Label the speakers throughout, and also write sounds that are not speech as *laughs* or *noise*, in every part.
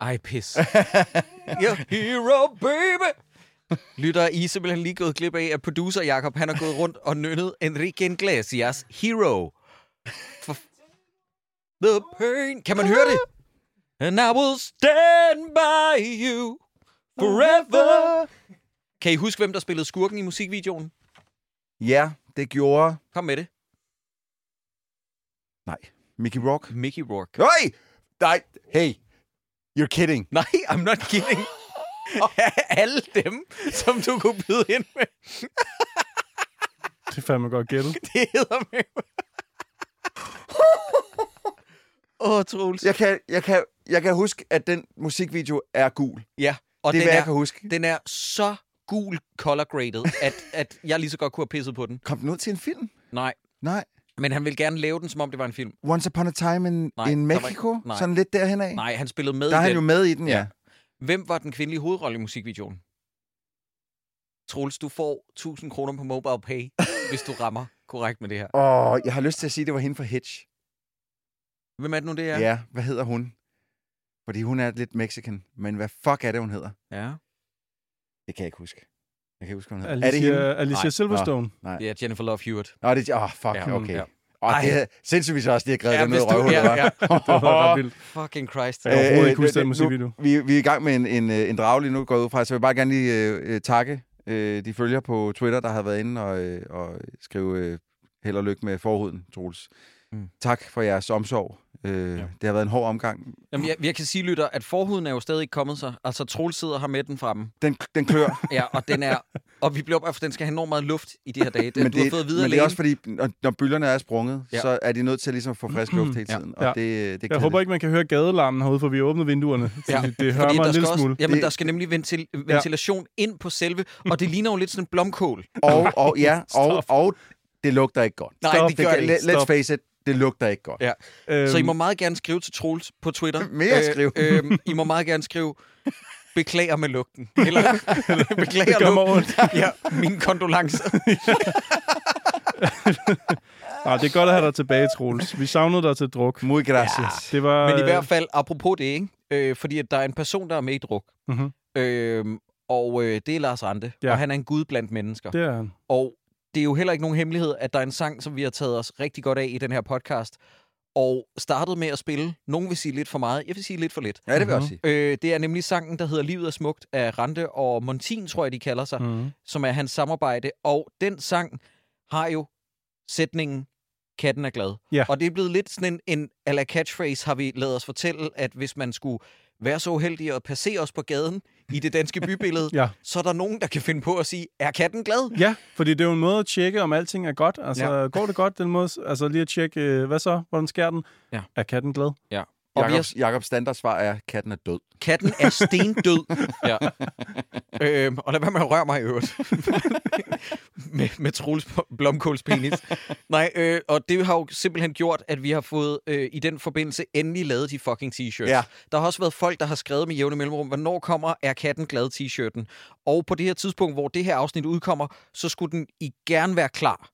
Speaker 1: Ej, pis. *laughs* Your hero, baby! Lytter, I er simpelthen lige gået glip af, at producer Jakob han har gået rundt og nynnet Enrique Iglesias Hero. For... The pain. Kan man høre det? And I will stand by you forever. Kan I huske, hvem der spillede skurken i musikvideoen?
Speaker 2: Ja, det gjorde...
Speaker 1: Kom med det.
Speaker 2: Nej. Mickey Rock.
Speaker 1: Mickey Rourke.
Speaker 2: Nej! Nej, hey. You're kidding.
Speaker 1: Nej, I'm not *laughs* kidding. Alle dem, som du kunne byde ind med,
Speaker 3: Det er fandme godt gættet.
Speaker 1: det hedder med. *laughs* Åh, oh, Troels.
Speaker 2: *laughs* Jeg kan, jeg, kan, jeg kan huske, at den musikvideo er gul.
Speaker 1: Ja, og
Speaker 2: det er,
Speaker 1: den,
Speaker 2: hvad jeg
Speaker 1: er,
Speaker 2: kan huske.
Speaker 1: den er så gul color graded, at, at jeg lige så godt kunne have pisset på den.
Speaker 2: Kom den ud til en film?
Speaker 1: Nej,
Speaker 2: Nej.
Speaker 1: men han ville gerne lave den, som om det var en film.
Speaker 2: Once Upon a Time in,
Speaker 1: Nej,
Speaker 2: in
Speaker 1: der var
Speaker 2: Mexico?
Speaker 1: ikke- nej.
Speaker 2: Sådan lidt derhen af?
Speaker 1: Nej, han spillede med
Speaker 2: Der er
Speaker 1: i
Speaker 2: han
Speaker 1: den.
Speaker 2: jo med i den, ja.
Speaker 1: Ja. Hvem var den kvindelige hovedrolle i musikvideoen? Troels, du får 1000 kroner på mobile
Speaker 2: *laughs*
Speaker 1: pay, hvis du rammer korrekt med det her.
Speaker 2: Og jeg har lyst til at sige, at det var hende fra Hitch.
Speaker 1: Hvem er det nu, det
Speaker 2: Ja.
Speaker 1: er?
Speaker 2: ja, hvad hedder hun? Fordi hun er lidt mexican, men hvad fuck er det, hun hedder?
Speaker 1: ja.
Speaker 2: Det kan jeg ikke huske. Jeg kan ikke huske, hvad hun hedder. Er det
Speaker 3: Alicia,
Speaker 2: hende?
Speaker 1: Nej.
Speaker 3: Alicia Silverstone.
Speaker 2: Nej.
Speaker 1: Det er Jennifer Love Hewitt.
Speaker 2: Nå, det er... Åh, oh, fuck,
Speaker 1: Ja.
Speaker 2: okay.
Speaker 1: Ja.
Speaker 2: Ja. Og
Speaker 1: Ej.
Speaker 2: det er sindssygt, vi så også lige har grebet
Speaker 1: Ja,
Speaker 2: ja, dem ned
Speaker 1: hvis du-
Speaker 2: røvhullet,
Speaker 1: ja,
Speaker 2: *laughs*
Speaker 1: ja.
Speaker 3: det var ret vildt.
Speaker 1: Fucking Christ.
Speaker 3: Jeg har overhovedet ikke husket
Speaker 2: det-
Speaker 3: den
Speaker 2: det-
Speaker 3: musikvideo.
Speaker 2: øh, Nu, vi, vi er i gang med en, en, øh, en drag lige nu, går jeg ud fra, så jeg vil bare gerne lige øh, øh, takke øh, de følger på Twitter, der har været inde og, øh, og skrive øh, held og lykke med forhuden, Troels.
Speaker 1: Mm.
Speaker 2: Mm. Tak for jeres omsorg. Øh, ja. Det har været en hård omgang.
Speaker 1: Jamen, jeg, jeg kan sige, lytter, at forhuden er jo stadig ikke kommet sig. Altså, Troels sidder her med den fremme.
Speaker 2: Den, den klør,
Speaker 1: Ja, og den er... Og vi bliver bare, for den skal have enormt meget luft i de her dage. *laughs* Den,
Speaker 2: men,
Speaker 1: du har
Speaker 2: det,
Speaker 1: fået videre
Speaker 2: men det er også fordi, når, når byllerne er sprunget,
Speaker 1: Ja.
Speaker 2: ja. så er de nødt til ligesom at få
Speaker 1: *clears throat*
Speaker 2: frisk luft hele
Speaker 1: Ja.
Speaker 2: tiden.
Speaker 3: Ja.
Speaker 2: Og det, øh, det er
Speaker 3: Jeg håber ikke, man kan høre gadelarmen herude, for vi har åbnet vinduerne. Ja. Det hører mig
Speaker 1: der
Speaker 3: en lille
Speaker 1: skal
Speaker 3: smule.
Speaker 1: Også, jamen,
Speaker 2: Det-
Speaker 1: der skal nemlig ventil, ventilation ind på selve, og det ligner jo lidt sådan en blomkål.
Speaker 2: Og, og, *laughs* ja, og,
Speaker 3: Stop.
Speaker 2: og det lugter ikke godt.
Speaker 1: Nej,
Speaker 3: Stop,
Speaker 1: det
Speaker 2: Det
Speaker 1: gør
Speaker 2: gør,
Speaker 1: det ikke.
Speaker 2: let- let's
Speaker 3: Stop.
Speaker 2: face it, det lugter ikke godt.
Speaker 1: Ja.
Speaker 3: Øhm,
Speaker 1: Så I må meget gerne skrive til Troels på Twitter.
Speaker 2: *laughs* Mere skriv.
Speaker 1: Øh, øh, I må meget gerne skrive, beklager med lugten. Eller
Speaker 3: *laughs* det
Speaker 1: beklager
Speaker 3: gør mig
Speaker 1: lugten.
Speaker 3: ondt.
Speaker 1: Ja, min kondolence.
Speaker 3: Nej, det er godt at have dig tilbage, Troels. Vi savnede dig til druk.
Speaker 2: Muy gracias.
Speaker 3: Det var,
Speaker 1: Men i hvert fald, apropos det, ikke? Øh, fordi at der er en person, der er med i druk.
Speaker 3: Mhm.
Speaker 1: Øh, og øh, det er Lars Rante, ja.
Speaker 3: Ja.
Speaker 1: og han er en gud blandt mennesker.
Speaker 3: Det er han.
Speaker 1: Og det er jo heller ikke nogen hemmelighed, at der er en sang, som vi har taget os rigtig godt af i den her podcast, og startet med at spille. Nogen vil sige lidt for meget, jeg vil sige lidt for lidt.
Speaker 2: Ja, det vil jeg også sige.
Speaker 1: Øh, det er nemlig sangen, der hedder Livet er smukt af Rante og Montin, tror jeg, de kalder sig, mm.
Speaker 3: Mm.
Speaker 1: som er hans samarbejde. Og den sang har jo sætningen, katten er glad.
Speaker 3: Ja.
Speaker 1: Og det er blevet lidt sådan en, en a la catchphrase, har vi lavet os fortælle, at hvis man skulle være så uheldig at passere os på gaden i det danske bybillede,
Speaker 3: Ja.
Speaker 1: så er der nogen, der kan finde på at sige, er katten glad?
Speaker 3: ja, fordi det er jo en måde at tjekke, om alting er godt. Altså,
Speaker 1: Ja.
Speaker 3: ja. går det godt? Den måde, altså lige at tjekke, øh, hvad så? Hvordan sker den?
Speaker 1: Ja.
Speaker 3: Er katten glad?
Speaker 1: Mm-hmm. Og vi har-
Speaker 2: Jakobs, Jakobs standardsvar er, at katten er død.
Speaker 1: Katten er stendød. ja. øhm, og lad være med at røre mig i øvrigt. med, med Troels Blomkåls penis. Nej, øh, og det har jo simpelthen gjort, at vi har fået øh, i den forbindelse endelig lavet de fucking t-shirts.
Speaker 2: Ja.
Speaker 1: Der har også været folk, der har skrevet med jævne mellemrum, hvornår kommer Er katten glad t-shirten? Og på det her tidspunkt, hvor det her afsnit udkommer, så skulle den I gerne være klar.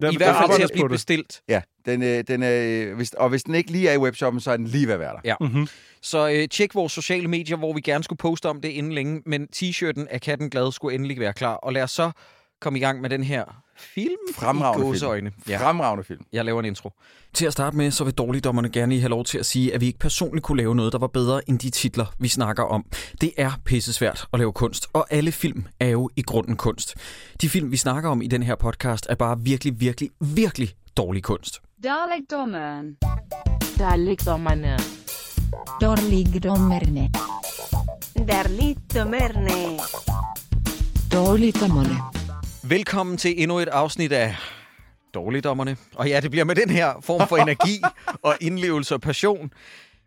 Speaker 3: Der,
Speaker 1: I hvert fald til
Speaker 3: arbejdes
Speaker 1: at blive
Speaker 3: på det.
Speaker 1: bestilt.
Speaker 2: Ja, den, øh, den er, øh, hvis, og hvis den ikke lige er i webshoppen, så er den lige ved at være der.
Speaker 1: Ja. Så øh, tjek vores sociale medier, hvor vi gerne skulle poste om det inden længe, men t-shirten af Katten Glad skulle endelig være klar. Og lad os så komme i gang med den her film
Speaker 2: Fremragende
Speaker 1: i
Speaker 2: film.
Speaker 1: gåseøjne. Ja.
Speaker 2: Fremragende film.
Speaker 1: Jeg laver en intro. Til at starte med, så vil dårligdommerne gerne lige have lov til at sige, at vi ikke personligt kunne lave noget, der var bedre end de titler, vi snakker om. Det er pissesvært at lave kunst, og alle film er jo i grunden kunst. De film, vi snakker om i den her podcast, er bare virkelig, virkelig, virkelig dårlig kunst.
Speaker 4: Dalekdommeren.
Speaker 5: Dalekdommerne.
Speaker 6: Dårligdommerne.
Speaker 7: Darlitdomerne.
Speaker 5: Dårligdommerne.
Speaker 1: Velkommen til endnu et afsnit af Dårligdommerne. Og ja, det bliver med den her form for energi og indlevelse og passion.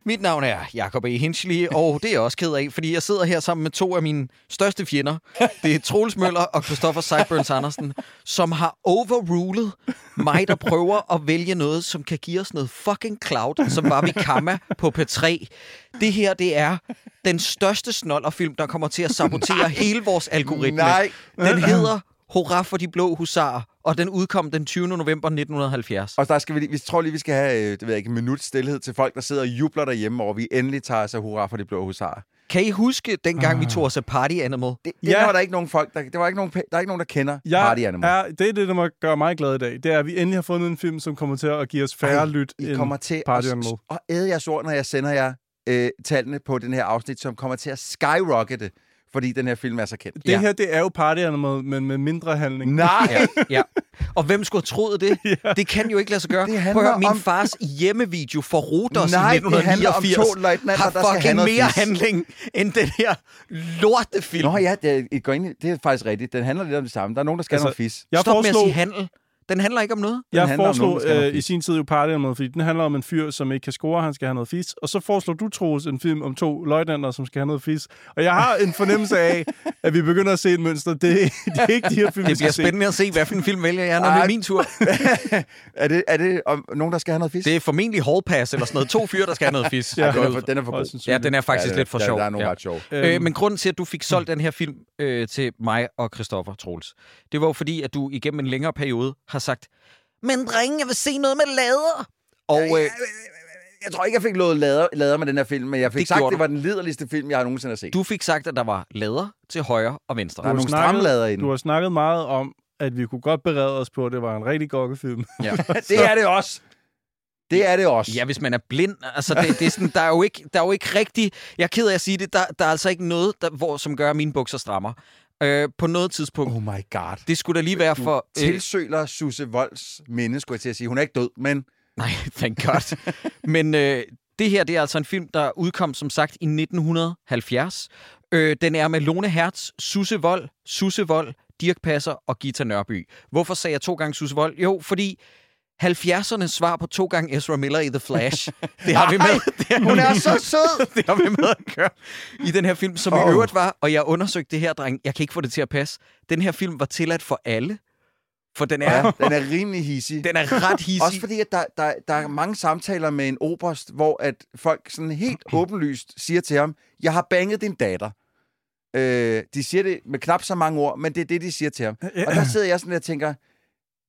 Speaker 1: Mit navn er Jakob E. Hinschli, og det er jeg også ked af, fordi jeg sidder her sammen med to af mine største fjender. Det er Troels Møller og Christoffer Seiburns Andersen, som har overrulet mig, der prøver at vælge noget, som kan give os noget fucking cloud, som var vi kamma på P3. Det her, det er den største snollerfilm, der kommer til at sabotere hele vores algoritme.
Speaker 2: Nej.
Speaker 1: Den hedder Hurra for de blå husarer, og den udkom den 20. november 1970.
Speaker 2: Og der skal vi, lige- vi tror lige, vi skal have øh, det ved jeg ikke, en minut stillhed til folk, der sidder og jubler derhjemme over, at vi endelig tager os af hurra for de blå husarer.
Speaker 1: Kan I huske, dengang
Speaker 2: Ah.
Speaker 1: vi tog os af Party Animal?
Speaker 2: Det, det
Speaker 3: Ja.
Speaker 2: ja. var der ikke nogen folk, der, der var ikke nogen, pe- der er ikke nogen, der kender
Speaker 3: Jeg
Speaker 2: Party Animal.
Speaker 3: Er, det er det, der gør mig glad i dag. Det er, at vi endelig har fundet en film, som kommer til at give os færre
Speaker 2: Ej,
Speaker 3: lyt
Speaker 2: I
Speaker 3: end
Speaker 2: kommer til
Speaker 3: Party
Speaker 2: at,
Speaker 3: Animal.
Speaker 2: og æde jeres ord, når jeg sender jer øh, tallene på den her afsnit, som kommer til at skyrockete, fordi den her film er så kendt.
Speaker 3: Det
Speaker 1: Ja.
Speaker 3: her, det er jo Party Animal, men med mindre handling.
Speaker 2: Nej!
Speaker 1: Ja, ja. Og hvem skulle have troet
Speaker 2: *laughs*
Speaker 1: det? ja. Det kan jo ikke lade sig gøre.
Speaker 2: Det
Speaker 1: Det
Speaker 2: handler
Speaker 1: Prøv at høre, min
Speaker 2: om-
Speaker 1: fars hjemmevideo for Rodos
Speaker 2: Nej,
Speaker 1: i
Speaker 2: det handler om
Speaker 1: 1989
Speaker 2: to løjtnanter,
Speaker 1: har
Speaker 2: der skal have
Speaker 1: fucking
Speaker 2: noget
Speaker 1: mere
Speaker 2: fis.
Speaker 1: handling end den her lortefilm.
Speaker 2: Nå ja, det, er- I går ind, i- det er faktisk rigtigt. Den handler lidt om det samme. Der er nogen, der skal altså,
Speaker 3: Altså,
Speaker 2: noget fis. *laughs*
Speaker 3: Jeg
Speaker 1: Stop med at
Speaker 3: foreslog,
Speaker 1: sige handel. Den handler ikke om noget.
Speaker 3: jeg
Speaker 2: handler om nogen,
Speaker 3: foreslog
Speaker 2: der skal have noget
Speaker 3: øh, i
Speaker 2: fis.
Speaker 3: sin tid jo Party Animal, fordi den handler om en fyr, som ikke kan score, han skal have noget fis. Og så foreslog du, Troels, en film om to løjtnanter, som skal have noget fis. Og jeg har en fornemmelse
Speaker 2: *laughs*
Speaker 3: af, at vi begynder at se et mønster. Det, det er ikke de her film, vi
Speaker 1: Det bliver
Speaker 3: skal se.
Speaker 1: spændende at se, hvad for en film vælger jeg, når
Speaker 2: Ej.
Speaker 1: det er min tur.
Speaker 2: er det, er det om, nogen, der skal have noget fis?
Speaker 1: Det er formentlig Hallpass eller sådan noget. To fyre, der skal have noget fis.
Speaker 3: Ja.
Speaker 2: den, er for, den er for
Speaker 3: Højst
Speaker 2: god.
Speaker 1: ja,
Speaker 3: sandsynligt.
Speaker 1: den er faktisk
Speaker 2: Ja,
Speaker 1: lidt for
Speaker 2: der,
Speaker 1: sjov.
Speaker 2: Der er nogle
Speaker 1: ja.
Speaker 2: ret sjov.
Speaker 1: Øh, men grunden til, at du fik
Speaker 2: Mm.
Speaker 1: solgt den her film øh, til mig og Christoffer Troels, det var jo fordi, at du igennem en længere periode har sagt, men drenge, jeg vil se noget med lader. Og øh,
Speaker 2: Jeg tror ikke, jeg fik lovet lader, lader med den her film, men jeg fik
Speaker 1: Det
Speaker 2: det sagt,
Speaker 1: gjorde
Speaker 2: det
Speaker 1: du.
Speaker 2: var den liderligste film, jeg har nogensinde har set.
Speaker 1: du fik sagt, at der var lader til højre og venstre.
Speaker 2: Der er
Speaker 3: Du
Speaker 2: nogle
Speaker 3: snakkede-
Speaker 2: stramlader i den.
Speaker 3: Du har snakket meget om, at vi kunne godt berede os på, at det var en rigtig gokkefilm.
Speaker 1: *laughs* Ja.
Speaker 2: *laughs* det er det også. Det er det også.
Speaker 1: ja, hvis man er blind, altså det, det er sådan, der er jo ikke, der er jo ikke rigtig, jeg er ked af at sige det, der, der er altså ikke noget, der, hvor, som gør, at mine bukser strammer. Øh, på noget tidspunkt.
Speaker 2: Oh my god.
Speaker 1: Det skulle da lige være for... Øh,
Speaker 2: Tilsøler Susse Volds minde, skulle jeg til at sige. Hun er ikke død, men
Speaker 1: *laughs* nej, thank God. Men øh, det her, det er altså en film, der udkom, som sagt, i 1970. Øh, den er med Lone Hertz, Susse Vold, Susse Vold, Dirk Passer og Gita Nørby. Hvorfor sagde jeg to gange Susse Vold? Jo, fordi 70'ernes svar på to gange Ezra Miller i The
Speaker 2: *laughs*
Speaker 1: Flash. Det har vi med. Det har vi
Speaker 2: *laughs* hun er
Speaker 1: med.
Speaker 2: så sød.
Speaker 1: *laughs* det har vi med at gøre i den her film, som oh.
Speaker 2: Åh.
Speaker 1: i øvrigt var, og jeg undersøgte det her, dreng, jeg kan ikke få det til at passe. Den her film var tilladt for alle, for den er,
Speaker 2: Ja, den er rimelig hissig.
Speaker 1: den er ret hissig.
Speaker 2: Også fordi, at der, der, der er mange samtaler med en oberst, hvor at folk sådan
Speaker 3: *clears throat*
Speaker 2: helt åbenlyst siger til ham, jeg har banget din datter. Øh, de siger det med knap så mange ord, men det er det, de siger til ham. Og
Speaker 3: *clears throat*
Speaker 2: der sidder jeg sådan der og tænker,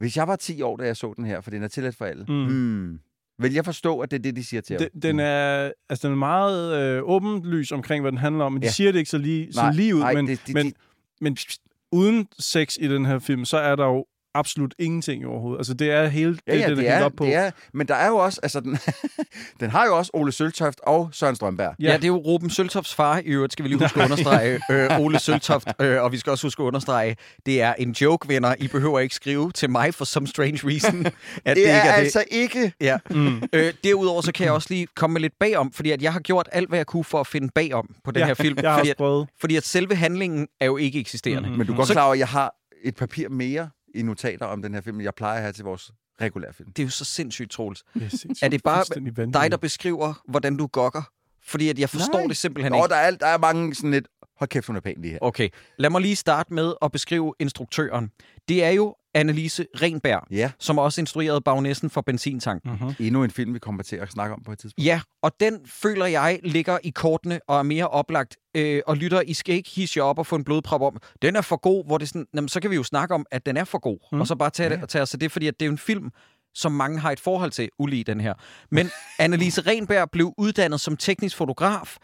Speaker 2: hvis jeg var 10 år, da jeg så den her, for den er tilladt for alle, mm.
Speaker 3: Mm.
Speaker 2: Hmm, vil jeg forstå, at det er det, de siger til ham?
Speaker 3: Den, den, er, altså, den er meget øh, åbenlys omkring, hvad den handler om, men de
Speaker 2: Ja.
Speaker 3: siger det ikke så lige, så
Speaker 2: Hmm. Nej,
Speaker 3: lige ud.
Speaker 2: nej,
Speaker 3: men,
Speaker 2: det- det-
Speaker 3: men,
Speaker 2: det-
Speaker 3: men pst, uden sex i den her film, så er der jo absolut ingenting overhovedet. Altså, det er hele
Speaker 2: Ja, ja,
Speaker 3: det,
Speaker 2: det,
Speaker 3: den er
Speaker 2: er,
Speaker 3: hængt op på.
Speaker 2: det er, men der er jo også, altså den, *laughs* den har jo også Ole Søltoft og Søren Strømberg.
Speaker 1: Ja. ja, det er jo Ruben Søltofts far i øvrigt, skal vi lige huske at
Speaker 3: *laughs*
Speaker 1: understrege. øh, Ole Søltoft, øh, og vi skal også huske at understrege, det er en joke, venner. I behøver ikke skrive til mig for some strange
Speaker 3: *laughs*
Speaker 1: reason, at det,
Speaker 2: Det
Speaker 1: ikke
Speaker 2: er,
Speaker 1: er det.
Speaker 2: altså ikke...
Speaker 1: Ja. Mm. Øh, derudover så kan jeg også lige komme med lidt bagom, fordi at jeg har gjort alt, hvad jeg kunne for at finde bagom på den
Speaker 3: Ja,
Speaker 1: her film. *laughs*
Speaker 3: jeg har
Speaker 1: fordi,
Speaker 3: også Mm-hmm.
Speaker 1: at,
Speaker 3: prøvet.
Speaker 1: fordi at selve handlingen er jo ikke eksisterende.
Speaker 2: Men du er godt klar over, at jeg har et papir mere i notater om den her film, end jeg plejer at have til vores regulære film.
Speaker 1: Det er jo så sindssygt, Troels.
Speaker 3: Ja, sindssygt.
Speaker 1: Er det bare
Speaker 3: Fuldstændig vanvittigt.
Speaker 1: dig, der beskriver, hvordan du gokker? Fordi at jeg forstår
Speaker 2: Nej.
Speaker 1: det simpelthen
Speaker 2: Nå,
Speaker 1: ikke.
Speaker 2: der er, der er mange sådan lidt... Hold kæft, hun er pæn lige her.
Speaker 1: Okay, lad mig lige starte med at beskrive instruktøren. Det er jo Annelise Renberg,
Speaker 2: Ja,
Speaker 1: som også instruerede Bagnessen for Benzintanken.
Speaker 3: Mhm.
Speaker 2: endnu en film, vi kommer til at snakke om på et tidspunkt.
Speaker 1: Ja, og den føler jeg ligger i kortene og er mere oplagt. Øh, og lytter, I skal ikke hisse jer op og få en blodprop om. Den er for god, hvor det er sådan, jamen, så kan vi jo snakke om, at den er for god. Mm. Og så bare tage, det, og tage os af det, fordi at det er en film, som mange har et forhold til, ulig den her.
Speaker 3: *laughs*
Speaker 1: Men Annelise Renberg blev uddannet som teknisk fotograf.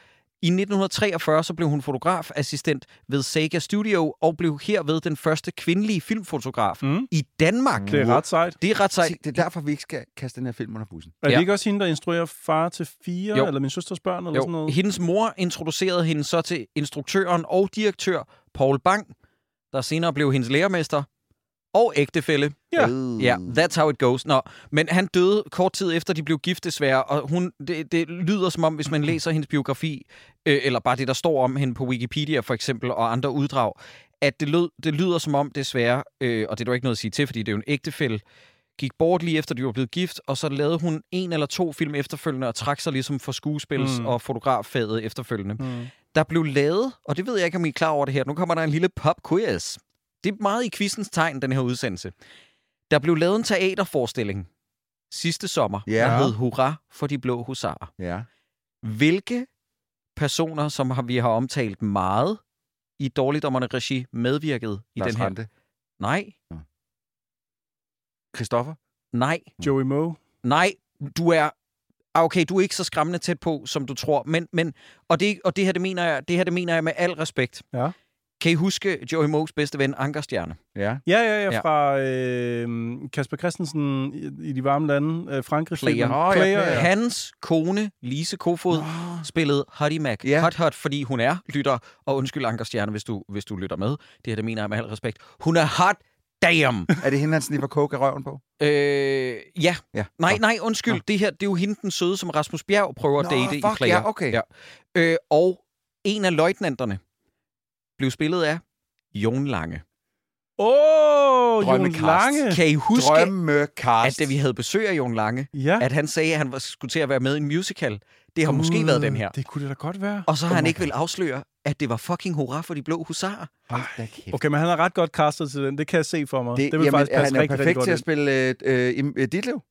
Speaker 1: I 1943 så blev hun fotografassistent ved Sega Studio og blev herved den første kvindelige filmfotograf mm.
Speaker 3: Mm.
Speaker 1: i Danmark.
Speaker 3: Det er ret sejt.
Speaker 1: Det er ret
Speaker 2: Så...
Speaker 1: sejt.
Speaker 2: Se, det er derfor, vi ikke skal kaste den her film under bussen.
Speaker 3: Er
Speaker 1: Ja.
Speaker 3: det ikke også hende, der instruerer far til fire,
Speaker 1: Jo.
Speaker 3: eller min søsters børn, eller
Speaker 1: Jo,
Speaker 3: sådan noget?
Speaker 1: hendes mor introducerede hende så til instruktøren og direktør Paul Bang, der senere blev hendes lærermester og ægtefælle.
Speaker 3: Ja.
Speaker 2: Øh.
Speaker 1: Ja, that's how it goes. Nå, men han døde kort tid efter, de blev gift desværre, og hun, det, det lyder som om, hvis man læser hendes biografi, øh, eller bare det, der står om hende på Wikipedia for eksempel, og andre uddrag, at det, lød, det lyder som om desværre, øh, og det er der jo ikke noget at sige til, fordi det er jo en ægtefælle, gik bort lige efter, de var blevet gift, og så lavede hun en eller to film efterfølgende, og trak sig ligesom for skuespils- mm.
Speaker 3: Mm.
Speaker 1: og fotograffaget efterfølgende. Mm.
Speaker 3: Mm.
Speaker 1: Der blev lavet, og det ved jeg ikke, om I er klar over det her, nu kommer der en lille pop-quiz. Det er meget i quizens tegn, den her udsendelse. Der blev lavet en teaterforestilling sidste sommer,
Speaker 2: Ja.
Speaker 1: der hed Hurra for de blå husarer.
Speaker 2: Ja.
Speaker 1: Hvilke personer, som har, vi har omtalt meget i Dårligdommerne Regi, medvirkede i
Speaker 2: Lars
Speaker 1: den her?
Speaker 2: Rante.
Speaker 1: Nej,
Speaker 2: Christoffer?
Speaker 1: nej,
Speaker 3: Joey Moe.
Speaker 1: nej. Du er... Ah, Okay, du er ikke så skræmmende tæt på, som du tror. Men, men, og, det, og det, her, det, mener jeg, det her, det mener jeg med al respekt.
Speaker 3: Ja.
Speaker 1: Kan I huske Joey Moes bedste ven, Ankerstjerne?
Speaker 2: Ja.
Speaker 3: Ja, ja, ja,
Speaker 1: Ja.
Speaker 3: fra øh, Kasper Christensen i, i de varme lande, øh, Frankrig.
Speaker 1: Player.
Speaker 3: filmen.
Speaker 2: Nå, ja,
Speaker 3: Player,
Speaker 2: Player.
Speaker 3: ja.
Speaker 1: Hans kone, Lise Kofod, spillede Hottie Mac.
Speaker 2: Ja.
Speaker 1: Yeah. Hot Hot, fordi hun er lytter. Og undskyld, Anker Stjerne, hvis du, hvis du lytter med. Det her, det mener jeg med al respekt. Hun er hot
Speaker 2: *laughs*
Speaker 1: damn!
Speaker 2: Er det hende, han snipper coke af røven på?
Speaker 1: øh, ja.
Speaker 2: Ja.
Speaker 1: Nej, nej, undskyld. Det her, det er jo hende den søde, som Rasmus Bjerg prøver at
Speaker 2: Nå,
Speaker 1: date i
Speaker 2: fuck,
Speaker 1: Player.
Speaker 2: ja, okay.
Speaker 1: Ja. Øh, og en af løjtnanterne blev spillet af Jon Lange.
Speaker 3: Åh, oh, Jon
Speaker 2: Drømmekast.
Speaker 3: Lange.
Speaker 1: Kan I huske, at
Speaker 2: Drømmekast.
Speaker 1: da vi havde besøg af Jon Lange,
Speaker 3: Ja.
Speaker 1: at han sagde, at han var, skulle til at være med i en musical? Det har måske været
Speaker 2: Mm.
Speaker 1: den her.
Speaker 3: Det kunne det da godt være.
Speaker 1: Og så har oh han ikke vil afsløre, at det var fucking hurra for de blå husarer.
Speaker 2: Hold da kæft.
Speaker 3: Okay, men han har ret godt castet til den. Det kan jeg se for mig. Det, det
Speaker 2: jamen,
Speaker 3: vil jamen, faktisk
Speaker 2: han
Speaker 3: passe
Speaker 2: er
Speaker 3: rigtig, rigtig
Speaker 2: perfekt
Speaker 3: godt.
Speaker 2: til at
Speaker 3: ind.
Speaker 2: spille øh, øh, im- øh, Ditlev.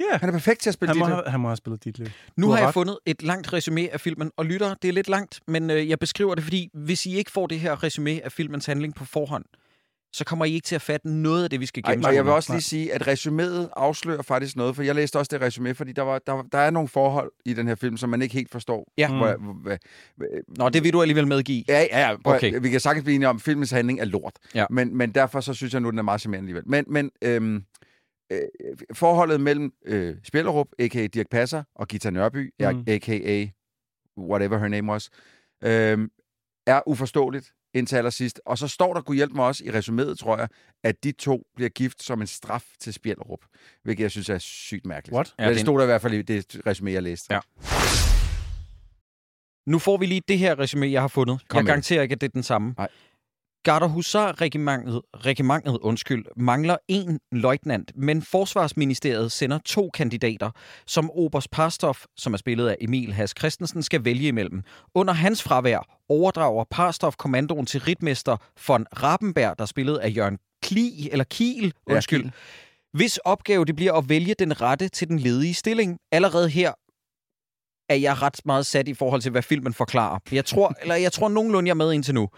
Speaker 3: Ja,
Speaker 2: Han er perfekt til at spille
Speaker 3: han må,
Speaker 2: Ditlev.
Speaker 3: have, han må have spillet dit liv.
Speaker 1: Nu
Speaker 3: Du
Speaker 1: har,
Speaker 3: har
Speaker 1: har
Speaker 3: ret.
Speaker 1: jeg fundet et langt resume af filmen, og lytter, det er lidt langt, men øh, jeg beskriver det, fordi hvis I ikke får det her resume af filmens handling på forhånd, så kommer I ikke til at fatte noget af det, vi skal
Speaker 2: Ej,
Speaker 1: gennemgå.
Speaker 2: og jeg vil
Speaker 1: nu.
Speaker 2: også lige sige, at resuméet afslører faktisk noget, for jeg læste også det resume, fordi der, var, der, der er nogle forhold i den her film, som man ikke helt forstår.
Speaker 3: Mm.
Speaker 1: Ja.
Speaker 2: Hvor, hvor, hvor,
Speaker 1: Nå, det vil du alligevel medgive.
Speaker 2: ja, ja, ja prøv, okay.
Speaker 1: Okay.
Speaker 2: Vi kan sagtens blive enige om, at filmens handling er lort.
Speaker 1: Ja.
Speaker 2: Men, men derfor så synes jeg nu, den er meget charmerende alligevel. Men, men øhm, øh, forholdet mellem øh, Spjellerup, a.k.a. Dirk Passer, og Gita Nørby,
Speaker 3: Mm.
Speaker 2: mm. a.k.a. whatever her name was, øhm, er uforståeligt indtil allersidst. Og så står der, kunne hjælpe mig også i resuméet, tror jeg, at de to bliver gift som en straf til Spjellerup, hvilket jeg synes er sygt mærkeligt.
Speaker 3: What?
Speaker 2: Ja,
Speaker 1: Ja,
Speaker 2: det,
Speaker 1: det er en-
Speaker 2: stod der i hvert fald i det resumé, jeg læste.
Speaker 1: Ja. Nu får vi lige det her resume, jeg har fundet.
Speaker 2: Kom
Speaker 1: Kom jeg
Speaker 2: med det.
Speaker 1: garanterer ikke, at det er den samme.
Speaker 2: Nej.
Speaker 1: Garderhusar-regimentet regimentet, undskyld, mangler en løjtnant, men Forsvarsministeriet sender to kandidater, som Obers Parstoff, som er spillet af Emil Has Christensen, skal vælge imellem. Under hans fravær overdrager Parstoff kommandoen til ritmester von Rappenberg, der er spillet af Jørgen Kli, eller Kiel,
Speaker 2: Ja,
Speaker 1: undskyld, ja, hvis opgave det bliver at vælge den rette til den ledige stilling. Allerede her er jeg ret meget sat i forhold til, hvad filmen forklarer. Jeg
Speaker 2: *laughs*
Speaker 1: tror, eller jeg tror nogenlunde, jeg er med indtil nu.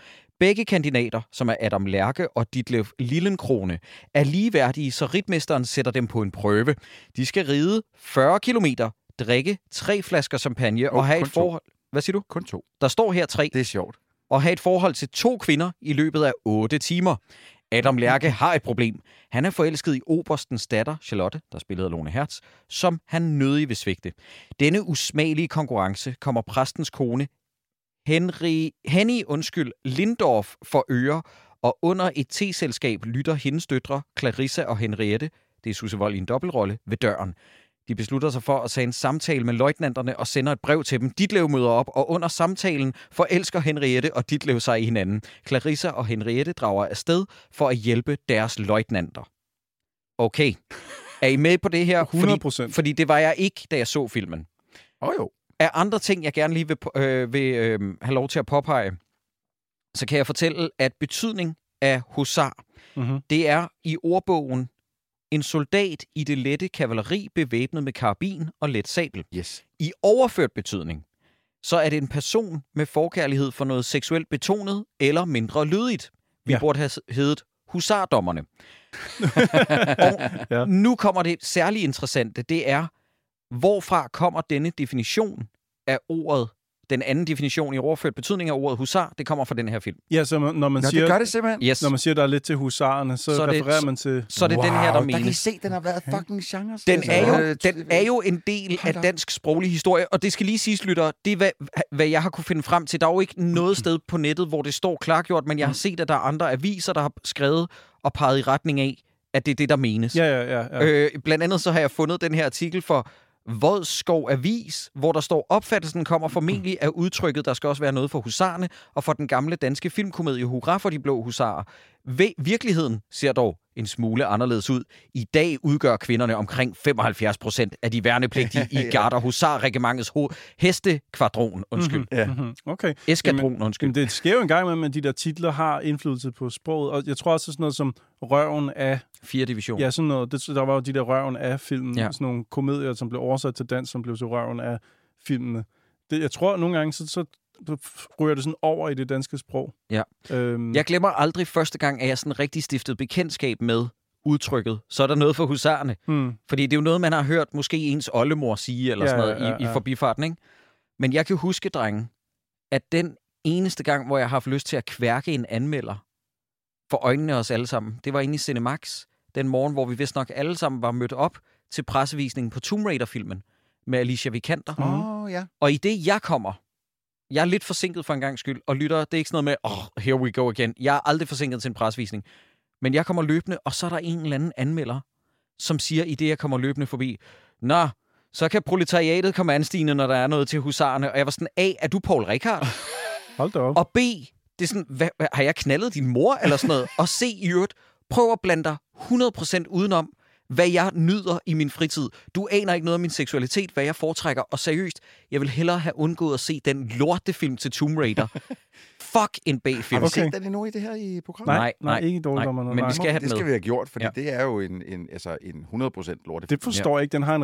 Speaker 1: Begge kandidater, som er Adam Lærke og Ditlev Lillenkrone, er ligeværdige, så ritmesteren sætter dem på en prøve. De skal ride 40 km, drikke tre flasker champagne
Speaker 2: Oh,
Speaker 1: og have
Speaker 2: kun
Speaker 1: et
Speaker 2: to.
Speaker 1: forhold... Hvad siger du?
Speaker 2: Kun to.
Speaker 1: Der står her tre
Speaker 2: Det er sjovt.
Speaker 1: og have et forhold til to kvinder i løbet af 8 timer. Adam Lærke har et problem. Han er forelsket i oberstens datter, Charlotte, der spillede af Lone Hertz, som han nødig vil svigte. Denne usmagelige konkurrence kommer præstens kone, Henry, Henny undskyld, Lindorf for øre, og under et teselskab lytter hendes døtre, Clarissa og Henriette, det er Susse Vold i en dobbeltrolle, ved døren. De beslutter sig for at tage en samtale med løjtnanterne og sender et brev til dem. Ditlev møder op, og under samtalen forelsker Henriette og Ditlev sig i hinanden. Clarissa og Henriette drager afsted for at hjælpe deres løjtnanter. Okay. Er I med på det her?
Speaker 3: 100%.
Speaker 1: Fordi, fordi det var jeg ikke, da jeg så filmen
Speaker 2: Åh oh, jo.
Speaker 1: af andre ting, jeg gerne lige vil, øh, vil øh, have lov til at påpege, så kan jeg fortælle, at betydning af husar,
Speaker 3: Mm-hmm.
Speaker 1: det er i ordbogen en soldat i det lette kavaleri bevæbnet med karabin og let sabel.
Speaker 2: Yes.
Speaker 1: I overført betydning, så er det en person med forkærlighed for noget seksuelt betonet eller mindre lydigt. Vi
Speaker 3: Ja.
Speaker 1: ja. burde have s- heddet husardommerne. og
Speaker 3: Ja.
Speaker 1: ja. nu kommer det særlig interessante, det er, hvorfra kommer denne definition af ordet, den anden definition i overført betydning af ordet husar, det kommer fra den her film.
Speaker 3: Ja, så man- når man,
Speaker 2: Nå,
Speaker 3: siger,
Speaker 2: det gør det simpelthen.
Speaker 1: Yes.
Speaker 3: når man siger, der er lidt til husarerne, så,
Speaker 1: Så
Speaker 3: så
Speaker 1: er det-
Speaker 3: refererer man til...
Speaker 1: Så er det den her, der
Speaker 2: Og der kan I
Speaker 1: menes.
Speaker 2: se, den har været fucking genre.
Speaker 1: Den er, jo,
Speaker 2: Øh,
Speaker 1: den er jo en del af
Speaker 2: da op.
Speaker 1: dansk sproglig historie, og det skal lige siges, lytter, det er, hvad, hvad jeg har kunne finde frem til. Der er jo ikke noget sted på nettet, hvor det står klargjort,
Speaker 2: Mm.
Speaker 1: men jeg har set, at der er andre aviser, der har skrevet og peget i retning af, at det er det, der menes.
Speaker 3: Ja, ja, ja. ja. Øh,
Speaker 1: Øh, blandt andet så har jeg fundet den her artikel for Vodskov Avis, hvor der står, opfattelsen kommer formentlig af udtrykket, der skal også være noget for husarerne, og for den gamle danske filmkomedie Hurra for de blå husarer. Ve- virkeligheden ser dog en smule anderledes ud. I dag udgør kvinderne omkring 75 procent af de
Speaker 3: *laughs*
Speaker 1: værnepligtige i Garder Husar-regimentets ho- hestekvadron, undskyld. Mm-hmm.
Speaker 3: mm-hmm. Okay.
Speaker 1: Eskadron, undskyld.
Speaker 3: Jamen, det sker jo en gang med, at de der titler har indflydelse på sproget, og jeg tror også, at sådan noget som røven af...
Speaker 1: Fire division.
Speaker 3: Ja, sådan noget. Det, der var jo de der røven af filmen, ja.
Speaker 1: Ja.
Speaker 3: sådan nogle komedier, som blev oversat til dansk, som blev til røven af filmene. Det, jeg tror, at nogle gange, så, så ryger det sådan over i det danske sprog.
Speaker 1: Ja.
Speaker 3: Øhm,
Speaker 1: Jeg glemmer aldrig første gang, at jeg sådan rigtig stiftede bekendtskab med udtrykket. Så er der noget for husarerne.
Speaker 3: hmm.
Speaker 1: Fordi det er jo noget, man har hørt måske ens oldemor sige, eller
Speaker 3: Ja,
Speaker 1: sådan noget,
Speaker 3: ja,
Speaker 1: i, i
Speaker 3: ja.
Speaker 1: forbifarten, ikke? Men jeg kan huske, drenge, at den eneste gang, hvor jeg har haft lyst til at kværke en anmelder for øjnene af os alle sammen, det var inde i Cinemax, den morgen, hvor vi vist nok alle sammen var mødt op til pressevisningen på Tomb Raider-filmen med Alicia Vikander.
Speaker 3: Mhm.
Speaker 2: Åh, oh, ja.
Speaker 1: Og i det, jeg kommer, jeg er lidt forsinket for en gang skyld, og lytter, det er ikke sådan noget med, oh, here we go again. Jeg er aldrig forsinket til en presvisning. Men jeg kommer løbende, og så er der en eller anden anmelder, som siger i det, jeg kommer løbende forbi, Nå, så kan proletariatet komme anstigende, når der er noget til husarerne. Og jeg var sådan, A, er du Paul Rikard?
Speaker 3: Hold da op.
Speaker 1: Og B, det er sådan, hvad, hvad- har jeg knaldet din mor, eller sådan noget? Og C, i øvrigt, prøv at blande dig 100% udenom, hvad jeg nyder i min fritid. Du aner ikke noget om min seksualitet, hvad jeg foretrækker, og seriøst, jeg vil hellere have undgået at se den lortefilm til Tomb *laughs* Raider. Fuck en
Speaker 2: Har
Speaker 1: B-film. Okay.
Speaker 2: du okay.
Speaker 3: Okay.
Speaker 2: set den endnu i det her i programmet?
Speaker 1: Nej,
Speaker 3: nej,
Speaker 1: nej,
Speaker 3: nej, ikke dårligdommerne.
Speaker 1: nej,
Speaker 3: Nej,
Speaker 1: men vi
Speaker 2: Det
Speaker 1: skal have den
Speaker 2: det skal
Speaker 1: med.
Speaker 2: vi have gjort, fordi
Speaker 1: Ja.
Speaker 2: ja. det er jo en, en, altså en 100% lorte.
Speaker 3: Det forstår jeg ikke. Den har en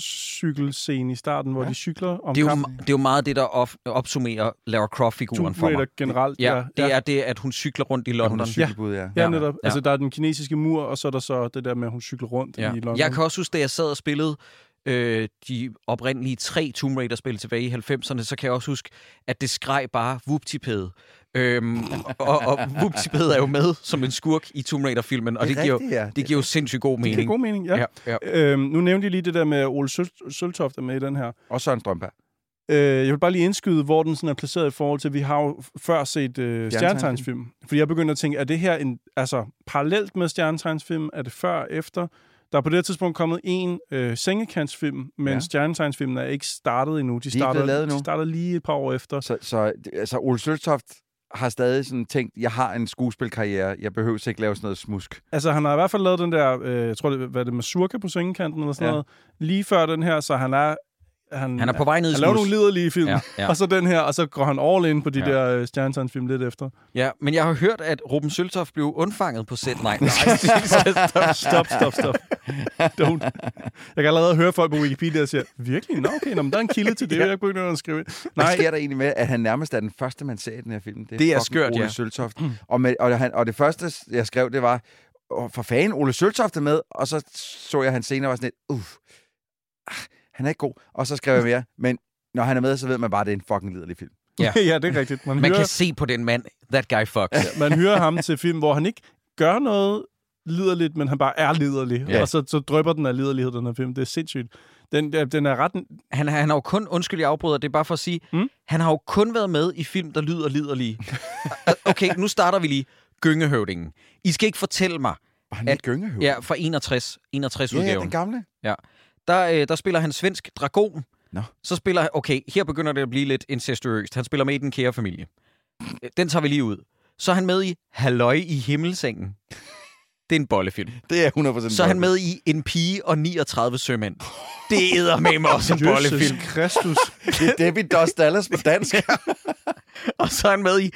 Speaker 3: racercykelscene i starten, hvor
Speaker 2: Ja.
Speaker 3: de cykler om
Speaker 1: Det er, jo,
Speaker 3: kampen.
Speaker 1: det er jo meget det, der op, opsummerer Lara Croft-figuren
Speaker 3: Tomb
Speaker 1: for
Speaker 3: Raider
Speaker 1: mig.
Speaker 3: generelt.
Speaker 1: Ja, det er det, at hun cykler rundt i
Speaker 2: Hun
Speaker 1: London.
Speaker 2: er cykelbud, ja.
Speaker 3: Ja,
Speaker 1: Ja.
Speaker 3: netop.
Speaker 1: Ja.
Speaker 3: Ja. Altså, der er den kinesiske mur, og så er der så det der med, at hun cykler rundt ja. i London.
Speaker 1: Jeg kan også huske, da jeg sad og spillede øh, de oprindelige tre Tomb Raider-spil tilbage i 90'erne, så kan jeg også huske, at det skreg bare vuptipede. Øhm, og, og vuptipede er jo med som en skurk i Tomb Raider-filmen, og det,
Speaker 2: Det er
Speaker 1: det, giver,
Speaker 2: rigtigt, ja.
Speaker 1: det giver jo sindssygt god
Speaker 3: Det
Speaker 1: mening.
Speaker 3: giver god mening, ja.
Speaker 1: Ja, ja.
Speaker 3: Øhm, nu nævnte jeg lige det der med at Ole Søl- Søltoft er med i den her.
Speaker 2: Og Søren Strømberg.
Speaker 3: Øh, jeg vil bare lige indskyde, hvor den sådan er placeret i forhold til, vi har jo f- før set øh, stjernetegnsfilm. Fordi jeg begyndte at tænke, er det her en, altså, parallelt med stjernetegnsfilm? Er det før, efter? Der er på det her tidspunkt kommet en øh, sengekantsfilm, men
Speaker 2: Ja.
Speaker 3: ja. stjernetegnsfilmen er ikke startet endnu. De
Speaker 2: blevet
Speaker 3: starter,
Speaker 2: lavet endnu.
Speaker 3: de starter lige et par år efter.
Speaker 2: Så, så det- altså, Ole Søltoft har stadig sådan tænkt, jeg har en skuespilkarriere, jeg behøver ikke lave sådan noget smusk.
Speaker 3: Altså, han har i hvert fald lavet den der, øh, jeg tror, det, hvad er det Mazurka på sengekanten eller sådan
Speaker 2: Ja.
Speaker 3: ja. noget, lige før den her, så han er... Han,
Speaker 1: Han er på vej ned i
Speaker 3: Han laver
Speaker 1: snus.
Speaker 3: nogle liderlige film,
Speaker 1: Ja,
Speaker 3: ja,
Speaker 1: ja.
Speaker 3: ja. *laughs* og så den her, og så går han all in på de
Speaker 1: Ja.
Speaker 3: ja. der øh, Stjernetegns-film lidt efter.
Speaker 1: Ja, men jeg har hørt, at Ruben Søltoft blev undfanget på set.
Speaker 3: *laughs*
Speaker 1: Nej, *laughs* nej.
Speaker 3: stop, stop, stop, stop. Don't. Jeg kan allerede høre folk på Wikipedia, der siger, virkelig? Nå, okay, nå, men der er en kilde til det, jeg begynder at skrive. ind."
Speaker 2: Hvad
Speaker 3: Nej,
Speaker 2: sker der egentlig med, at han nærmest er den første, man ser i den her film?
Speaker 1: Det er
Speaker 2: fucking
Speaker 1: skørt,
Speaker 2: Ole
Speaker 1: ja.
Speaker 2: Søltoft. Og, med, og, han, og det første, jeg skrev, det var, "Åh, for fanden, Ole Søltoft er med. Og så så jeg han senere og var sådan lidt, uff, ah, han er ikke god. Og så skrev jeg mere, men når han er med, så ved man bare, at det er en fucking liderlig film.
Speaker 1: Ja.
Speaker 3: ja. *laughs* ja, det er rigtigt. Man,
Speaker 1: Man
Speaker 3: hyrer,
Speaker 1: kan se på den mand, that guy fucks.
Speaker 3: man hyrer ham til film, hvor han ikke gør noget liderligt, men han bare er liderlig.
Speaker 2: Ja.
Speaker 3: Ja. Og så, så drøber den af liderlighed, den her film. Det er sindssygt. Den, ja, den er ret...
Speaker 1: han, har- han har jo kun, undskyld, jeg afbryder, det er bare for at sige, mm?
Speaker 3: Mm.
Speaker 1: han har jo kun været med i film, der lyder liderlige. *laughs* okay, nu starter vi lige. Gyngehøvdingen. I skal ikke fortælle mig,
Speaker 2: Var han at,
Speaker 1: At-
Speaker 2: i Gyngehøv?
Speaker 1: ja, fra 61, 61
Speaker 2: ja, ja,
Speaker 1: udgaven.
Speaker 2: den gamle.
Speaker 1: Der, øh, der spiller han svensk dragon.
Speaker 2: Nå.
Speaker 1: Så spiller han, okay, her begynder det at blive lidt incestuøst. Han spiller med i Den Kære Familie. Øh, Den tager vi lige ud. Så er han med i Halløj i himmelsengen. Det er en bollefilm.
Speaker 2: Det er 100%
Speaker 1: Så er han med i En pige og 39 sømænd. Det æder med mig
Speaker 2: *laughs*
Speaker 1: også en bollefilm.
Speaker 3: Jesus Kristus.
Speaker 2: Det er Debbie Does Dallas på *laughs* dansk.
Speaker 1: *laughs* Og så er han med i...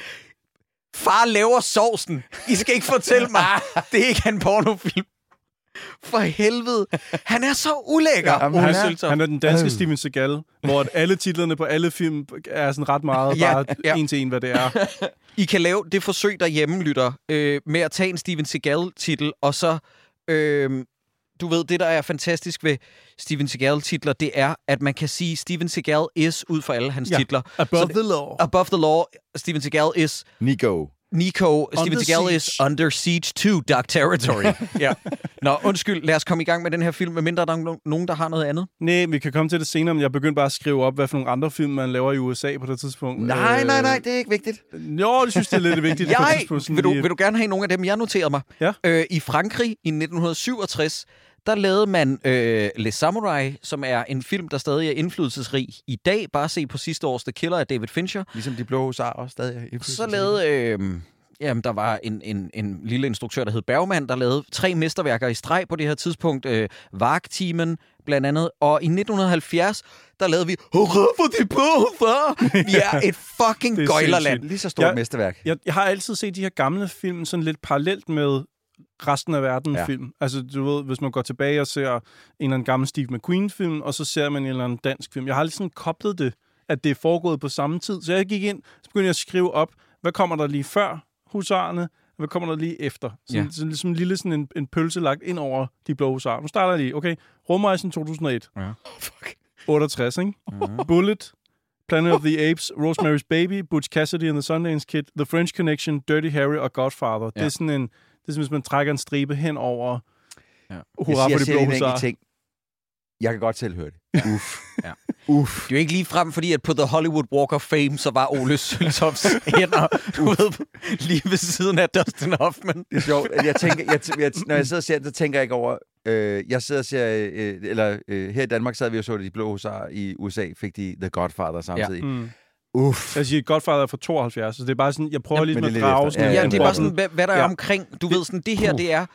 Speaker 1: Far laver sovsen. I skal ikke fortælle mig, det er ikke en pornofilm. For helvede. Han er så ulækker.
Speaker 2: Jamen,
Speaker 1: Ole
Speaker 2: han
Speaker 3: Han er,
Speaker 1: Søltoft.
Speaker 3: han er den danske Steven Seagal, hvor at alle titlerne på alle film er sådan ret meget
Speaker 1: Ja,
Speaker 3: bare
Speaker 1: ja.
Speaker 3: en til en, hvad det er.
Speaker 1: I kan lave det forsøg derhjemme, lytter, øh, med at tage en Steven Seagal-titel, og så... Øh, du ved, det der er fantastisk ved Steven Seagal-titler, det er, at man kan sige, Steven Seagal is ud for alle hans
Speaker 3: Ja.
Speaker 1: titler.
Speaker 3: Above
Speaker 1: Så
Speaker 3: the law.
Speaker 1: Above the law, Steven Seagal is
Speaker 2: Nico.
Speaker 1: Nico, Steven
Speaker 3: Under
Speaker 1: Seagal is
Speaker 3: siege.
Speaker 1: under siege to Dark
Speaker 3: *laughs*
Speaker 1: Territory. ja. Nå, undskyld, lad os komme i gang med den her film, medmindre der er no- nogen, der har noget andet.
Speaker 3: Nej, vi kan komme til det senere, men jeg begyndte bare at skrive op, hvad for nogle andre film, man laver i USA på det tidspunkt.
Speaker 2: Nej,
Speaker 3: Øh,
Speaker 2: nej, nej, det er ikke vigtigt.
Speaker 3: Jo, det synes det er
Speaker 1: *laughs*
Speaker 3: lidt vigtigt. på et
Speaker 1: Jeg,
Speaker 3: tidspunkt, sådan
Speaker 1: vil, du,
Speaker 3: lige-
Speaker 1: vil du gerne have nogle af dem, jeg noterede mig?
Speaker 3: Ja.
Speaker 1: Øh, I Frankrig i 1967, der lavede man øh, Les Samurai, som er en film, der stadig er indflydelsesrig i dag. Bare se på sidste års The Killer af David Fincher.
Speaker 2: Ligesom de blå husarer også stadig er indflydelse.
Speaker 1: Så lavede... Øh, Jamen, der var en, en, en lille instruktør, der hed Bergman, der lavede tre mesterværker i streg på det her tidspunkt. Øh, Vark-timen, blandt andet. Og i 1970, der lavede vi... Hurra for de på, far! Vi
Speaker 3: *laughs*
Speaker 1: er et
Speaker 3: Det
Speaker 1: fucking
Speaker 3: er
Speaker 1: gøjlerland.
Speaker 3: sindssygt.
Speaker 2: Lige så stort ja.
Speaker 3: Jeg-
Speaker 2: mesterværk.
Speaker 3: Jeg, jeg har altid set de her gamle film sådan lidt parallelt med resten af verden
Speaker 2: Ja.
Speaker 3: ja. film. Altså, du ved, hvis man går tilbage og ser en eller anden gammel Steve McQueen-film, og så ser man en eller anden dansk film. Jeg har lige sådan koblet det. at det er foregået på samme tid. Så jeg gik ind, så begyndte jeg at skrive op, hvad kommer der lige før husarerne, og hvad kommer der lige efter? Sådan,
Speaker 1: Ja.
Speaker 3: ja. sådan, sådan en lille sådan en, en pølse lagt ind over de blå husarer. Nu starter jeg lige. Okay, Rumrejsen 2001.
Speaker 2: Ja.
Speaker 1: Fuck.
Speaker 3: 68, ikke? Bullet, Planet of the Apes, Rosemary's Baby, Butch Cassidy and the Sundance Kid, The French Connection, Dirty Harry og Godfather. Ja. Det
Speaker 1: Ja.
Speaker 3: er sådan en... Det er som hvis man trækker en stribe hen over
Speaker 1: Ja.
Speaker 3: ja.
Speaker 2: Jeg
Speaker 3: hurra
Speaker 2: siger,
Speaker 3: for
Speaker 2: jeg
Speaker 3: de
Speaker 2: siger
Speaker 3: blå
Speaker 2: en enkelt
Speaker 3: husarer.
Speaker 2: ting. Jeg kan godt selv høre det. Uff.
Speaker 1: Ja.
Speaker 2: Uff.
Speaker 1: Det er jo ikke lige frem, fordi at på The Hollywood Walk of Fame, så var Ole
Speaker 3: *laughs*
Speaker 1: Søltofs hænder du ved, lige ved siden af Dustin Hoffman.
Speaker 2: Det er sjovt. at Jeg tænker, jeg, t- jeg, t- når jeg sidder og ser den, så tænker jeg ikke over... Øh, jeg sidder og ser... Øh, eller øh, her i Danmark sad vi og så det, de blå husarer. I USA fik de The Godfather samtidig. Ja.
Speaker 3: Mm.
Speaker 2: Uff.
Speaker 3: Jeg siger, Godfather er fra 72, så det er bare sådan, jeg prøver
Speaker 2: Jamen,
Speaker 3: lige
Speaker 2: men det
Speaker 3: at
Speaker 2: er lidt
Speaker 3: drage
Speaker 2: efter.
Speaker 3: sådan
Speaker 2: Ja,
Speaker 1: Ja,
Speaker 3: en
Speaker 1: det er bare
Speaker 3: boble.
Speaker 1: sådan, hvad, hvad der er
Speaker 3: Ja.
Speaker 1: omkring. Du ved sådan, det her, det er...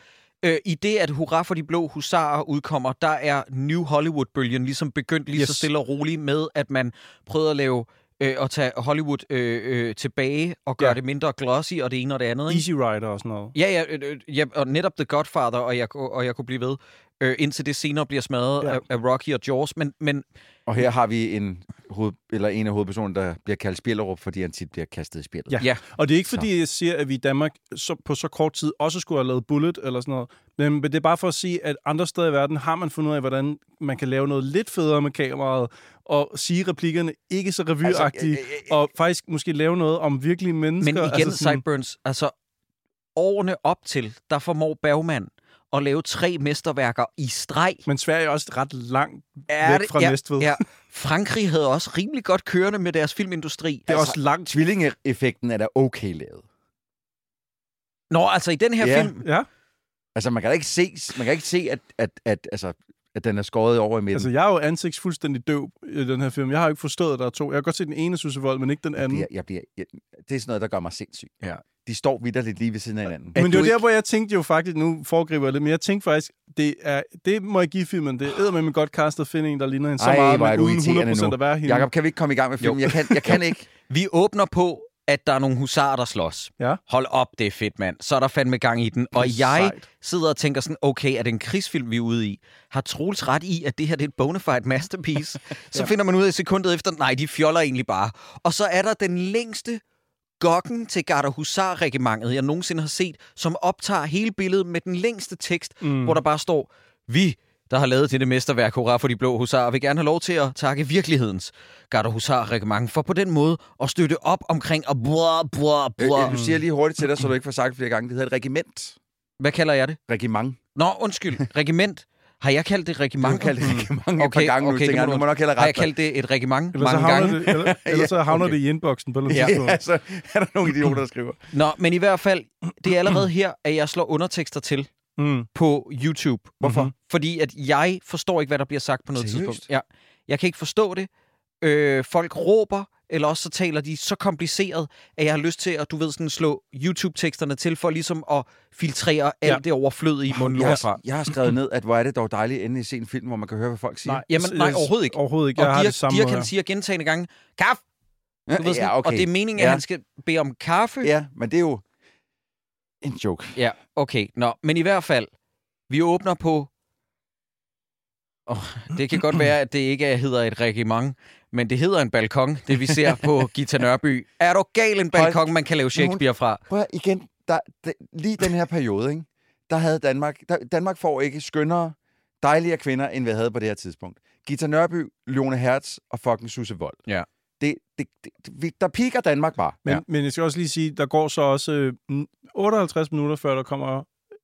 Speaker 1: Øh, I det, at Hurra for de blå husarer udkommer, der er New Hollywood-bølgen ligesom begyndt lige yes. så
Speaker 3: Yes.
Speaker 1: stille og roligt med, at man prøvede at lave øh, at tage Hollywood øh, øh, tilbage og gøre ja.
Speaker 3: Ja.
Speaker 1: det mindre glossy og det ene og det andet. Ikke?
Speaker 3: Easy Rider og sådan noget.
Speaker 1: Ja, ja, øh, øh, ja, og netop The Godfather, og jeg, ku- og jeg kunne blive ved, øh, indtil det senere bliver smadret ja.
Speaker 3: Ja.
Speaker 1: af, af Rocky og Jaws. Men, men
Speaker 2: Og her har vi en, hoved, eller en af hovedpersonerne, der bliver kaldt Spillerup, fordi han tit bliver kastet i spillet.
Speaker 3: Ja.
Speaker 1: ja,
Speaker 3: Og det er ikke fordi, jeg siger, at vi i Danmark så, på så kort tid også skulle have lavet Bullet eller sådan noget. Men, men det er bare for at sige, at andre steder i verden har man fundet ud af, hvordan man kan lave noget lidt federe med kameraet, og sige replikkerne ikke så revyagtigt,
Speaker 2: Altså, øh, øh,
Speaker 3: altså, og faktisk måske lave noget om virkelige mennesker.
Speaker 1: men igen, altså
Speaker 3: sådan-
Speaker 1: Sideburns, altså årene op til, der formår Bergman at lave tre mesterværker i streg.
Speaker 3: Men Sverige er også ret langt
Speaker 1: Er
Speaker 3: væk
Speaker 1: det-
Speaker 3: fra
Speaker 1: ja,
Speaker 3: Næstved.
Speaker 1: Ja, Frankrig havde også rimelig godt kørende med deres filmindustri.
Speaker 3: Det er
Speaker 2: Altså-
Speaker 3: også langt.
Speaker 2: Tvillingeeffekten er da okay lavet.
Speaker 1: Nå, altså i den her
Speaker 2: Ja.
Speaker 1: film...
Speaker 3: Ja,
Speaker 2: Altså, man kan da ikke se, man kan ikke se at, at, at, altså, at den er skåret over i midten.
Speaker 3: altså
Speaker 2: Altså,
Speaker 3: jeg er jo ansigts fuldstændig døv i den her film. Jeg har jo ikke forstået, at der er to. Jeg har godt set den ene Susse Vold, men ikke den anden.
Speaker 2: jeg, jeg bliver, jeg, det er sådan noget, der gør mig sindssyg.
Speaker 1: Ja.
Speaker 2: De står vidderligt lige ved siden af hinanden.
Speaker 3: Men det var
Speaker 2: du
Speaker 3: der,
Speaker 2: ikke-
Speaker 3: hvor jeg tænkte jo faktisk, nu foregriber jeg lidt, men jeg tænkte faktisk, det, er, det må jeg give filmen, det er med godt castet at finde en, der ligner en så
Speaker 2: Ej,
Speaker 3: meget,
Speaker 2: hvor er
Speaker 3: men
Speaker 2: du
Speaker 3: uden
Speaker 2: irriterende
Speaker 3: 100%
Speaker 2: nu.
Speaker 3: at være hende.
Speaker 2: Jakob, kan vi ikke komme i gang med filmen?
Speaker 1: Jo.
Speaker 2: Jeg kan, jeg kan ikke.
Speaker 1: Vi åbner på, at der er nogle husarer, der slås.
Speaker 3: Ja.
Speaker 1: Hold op, det er fedt, mand. Så er der fandme gang i den. Og
Speaker 3: Det er
Speaker 1: jeg
Speaker 3: sejt.
Speaker 1: sidder og tænker sådan, okay, er det en krigsfilm, vi er ude i? Har Troels ret i, at det her det er et bonafide
Speaker 3: *laughs*
Speaker 1: masterpiece? Så finder man ud af sekundet efter, nej, de fjoller egentlig bare. Og så er der den længste gokken til Garda Husar-regimentet, jeg nogensinde har set, som optager hele billedet med den længste tekst, mm. hvor der bare står, vi der har lavet dette mesterværk, hurra for de blå husarer, vil gerne have lov til at takke virkelighedens Garda Husar Regiment for på den måde at støtte op omkring og blah, blah,
Speaker 2: Øh,
Speaker 1: blah.
Speaker 2: øh, Nu siger jeg lige hurtigt til dig, så du ikke får sagt flere gange. Det hedder et regiment.
Speaker 1: Hvad kalder jeg det?
Speaker 2: Regiment.
Speaker 1: Nå,
Speaker 2: *laughs*
Speaker 1: undskyld, regiment. Har jeg kaldt det regiment?
Speaker 2: Du kalder det regiment okay,
Speaker 1: Mm. Okay,
Speaker 2: et par gange okay,
Speaker 1: okay, det
Speaker 2: nu. Tænker,
Speaker 1: må
Speaker 2: jeg,
Speaker 1: du
Speaker 2: nu må nok heller
Speaker 1: Har jeg
Speaker 2: rette
Speaker 1: kaldt det et regiment
Speaker 3: Eller så
Speaker 1: mange
Speaker 3: havner,
Speaker 1: gange?
Speaker 3: det, eller,
Speaker 2: *laughs*
Speaker 3: eller så havner
Speaker 2: okay.
Speaker 3: det i inboxen på et
Speaker 2: dig. *laughs*
Speaker 3: eller
Speaker 2: Ja,
Speaker 3: andet tidspunkt.
Speaker 2: altså, er der nogle idioter, der skriver?
Speaker 1: Nå, men i hvert fald, det er allerede her, at jeg slår undertekster til
Speaker 3: Mm.
Speaker 1: på YouTube.
Speaker 3: Hvorfor?
Speaker 1: Fordi at jeg forstår ikke, hvad der bliver sagt på noget
Speaker 2: Seriøst?
Speaker 1: tidspunkt. Ja. Jeg kan ikke forstå det. Øh, folk råber, eller også så taler de så kompliceret, at jeg har lyst til at, du ved, sådan slå YouTube-teksterne til, for ligesom at filtrere alt
Speaker 3: Ja.
Speaker 1: det overflødige
Speaker 2: Jeg
Speaker 1: mundlort fra.
Speaker 2: har, jeg har skrevet ned, at hvor er det dog dejligt endelig at se en film, hvor man kan høre, hvad folk siger.
Speaker 3: Nej,
Speaker 1: Jamen, nej, overhovedet ikke.
Speaker 3: Overhovedet ikke. Jeg har
Speaker 1: Og
Speaker 3: det samme
Speaker 1: Dirk,
Speaker 3: måde
Speaker 1: han
Speaker 3: her.
Speaker 1: siger gentagende gange, kaffe! Du ved, sådan,
Speaker 2: ja, okay.
Speaker 1: Og det er meningen, at
Speaker 2: Ja.
Speaker 1: han skal bede om kaffe.
Speaker 2: Ja, men det er jo en joke.
Speaker 1: Ja, okay. Nå, men i hvert fald, vi åbner på... Oh, det kan godt være, at det ikke er- hedder et regiment, men det hedder en balkon, det vi ser på Gita Nørby. Er du gal en balkon, man kan lave Shakespeare fra?
Speaker 2: Prøv at, igen, der, der, lige den her periode, ikke? der havde Danmark... Der, Danmark får ikke skønnere, dejligere kvinder, end vi havde på det her tidspunkt. Gita Nørby, Lone Hertz og fucking Susse Vold.
Speaker 1: Ja.
Speaker 2: Det, det, det, vi- der piker Danmark bare.
Speaker 3: Men, ja. men jeg skal også lige sige, der går så også øh, mm, 58 minutter, før der kommer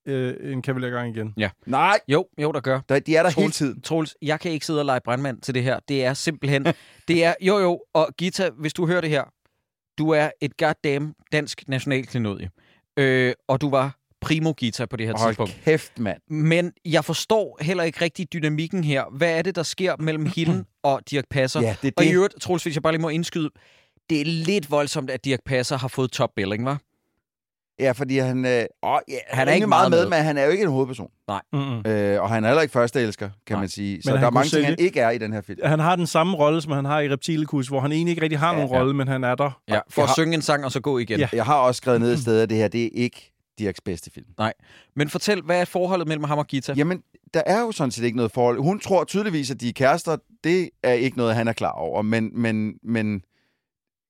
Speaker 3: øh, en kavalergang igen.
Speaker 2: Nej,
Speaker 1: Jo, jo, der gør.
Speaker 2: der, de er der
Speaker 1: Troels-
Speaker 2: hele tiden.
Speaker 1: Troels, jeg kan ikke sidde og lege brandmand til det her. Det er simpelthen... det er... Jo, jo, og Gita, hvis du hører det her, du er et goddamn dansk nationalklenodie. Øh, og du var primo Gita på det her tidspunkt.
Speaker 2: Hold kæft, mand.
Speaker 1: Men jeg forstår heller ikke rigtig dynamikken her. Hvad er det, der sker mellem hende og Dirk Passer?
Speaker 2: Ja, det er
Speaker 1: Og i
Speaker 2: det.
Speaker 1: øvrigt, Troels, hvis jeg bare lige må indskyde, det er lidt voldsomt, at Dirk Passer har fået top billing, var?
Speaker 2: Ja, fordi han... Øh, åh, ja,
Speaker 1: Han
Speaker 2: han
Speaker 1: er ikke
Speaker 2: er ikke meget
Speaker 1: meget
Speaker 2: med, men han er jo ikke en hovedperson.
Speaker 3: Mm-mm.
Speaker 2: Øh, og han er heller ikke førsteelsker,
Speaker 1: Nej.
Speaker 2: kan Nej. man sige. Så
Speaker 3: Men
Speaker 2: der er
Speaker 3: han
Speaker 2: mange
Speaker 3: kunne
Speaker 2: ting, han
Speaker 3: sælge.
Speaker 2: ikke er i den her film.
Speaker 3: Han har den samme rolle, som han har i Reptilikus, hvor han egentlig ikke rigtig har
Speaker 2: Ja,
Speaker 3: nogen
Speaker 2: ja.
Speaker 3: rolle, men han er der.
Speaker 1: Ja, for at
Speaker 2: har-
Speaker 1: synge en sang og så gå igen.
Speaker 3: Ja.
Speaker 2: Jeg har også skrevet ned et sted, at det her, det er ikke Dirks bedste film.
Speaker 1: Men fortæl, hvad er forholdet mellem ham og Gita?
Speaker 2: Jamen, der er jo sådan set ikke noget forhold. Hun tror tydeligvis, at de er kærester. Det er ikke noget, han er klar over. Men, men, men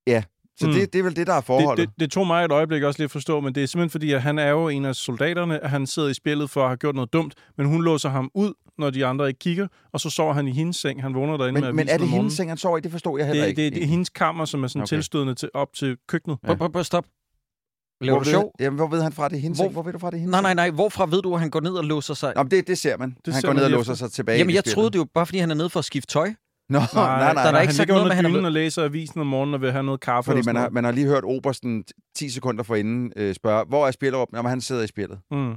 Speaker 2: ja, så
Speaker 3: Mm.
Speaker 2: mm. det, det er vel det, der er
Speaker 3: Det,
Speaker 2: forholdet.
Speaker 3: det, det tog mig et øjeblik også lige at forstå, men det er simpelthen fordi, at han er jo en af soldaterne, at han sidder i spillet for at have gjort noget dumt, men hun låser ham ud, når de andre ikke kigger, og så sover han i hendes seng. Han vågner derinde med
Speaker 2: men, men
Speaker 3: avisen
Speaker 2: er det
Speaker 3: om
Speaker 2: hendes
Speaker 3: morgenen.
Speaker 2: seng, han sover i? Det forstår jeg heller
Speaker 3: Det,
Speaker 2: ikke.
Speaker 3: det, det er hendes kammer, som er sådan okay.
Speaker 2: Okay.
Speaker 3: tilstødende til, op til
Speaker 2: *laughs*
Speaker 3: køkkenet.
Speaker 1: Prøv, prøv, prøv, stop. Laver
Speaker 2: hvor,
Speaker 1: du
Speaker 2: ved,
Speaker 1: sjov?
Speaker 2: Jamen, hvor ved han fra, det er hendes
Speaker 1: Hvor-
Speaker 2: seng? Hvor ved du fra, det er hendes
Speaker 1: Nej,
Speaker 2: seng?
Speaker 1: nej, nej. Hvorfra ved du, at han går ned og låser sig?
Speaker 2: Nå, men det, det ser man.
Speaker 3: Det
Speaker 2: Det han
Speaker 3: ser
Speaker 2: går
Speaker 3: man
Speaker 2: ned og
Speaker 3: lige
Speaker 2: låser sig tilbage.
Speaker 1: Jamen,
Speaker 2: ind i
Speaker 1: jeg troede
Speaker 2: spjældet.
Speaker 1: det jo bare, fordi han er nede for at skifte tøj.
Speaker 2: Nå, nej, nej,
Speaker 1: der er
Speaker 2: nej.
Speaker 1: da ikke
Speaker 3: han
Speaker 1: sagt
Speaker 3: ligger
Speaker 1: noget
Speaker 3: under
Speaker 1: med, at han er
Speaker 3: dynen
Speaker 1: ved-
Speaker 3: og læser avisen om morgenen og vil have noget kaffe.
Speaker 2: Fordi man
Speaker 3: og sådan
Speaker 2: har, man har lige hørt Obersten 10 sekunder forinden øh, spørge, hvor er Spillerup? Jamen, han sidder i spillet.
Speaker 3: noget. Mm.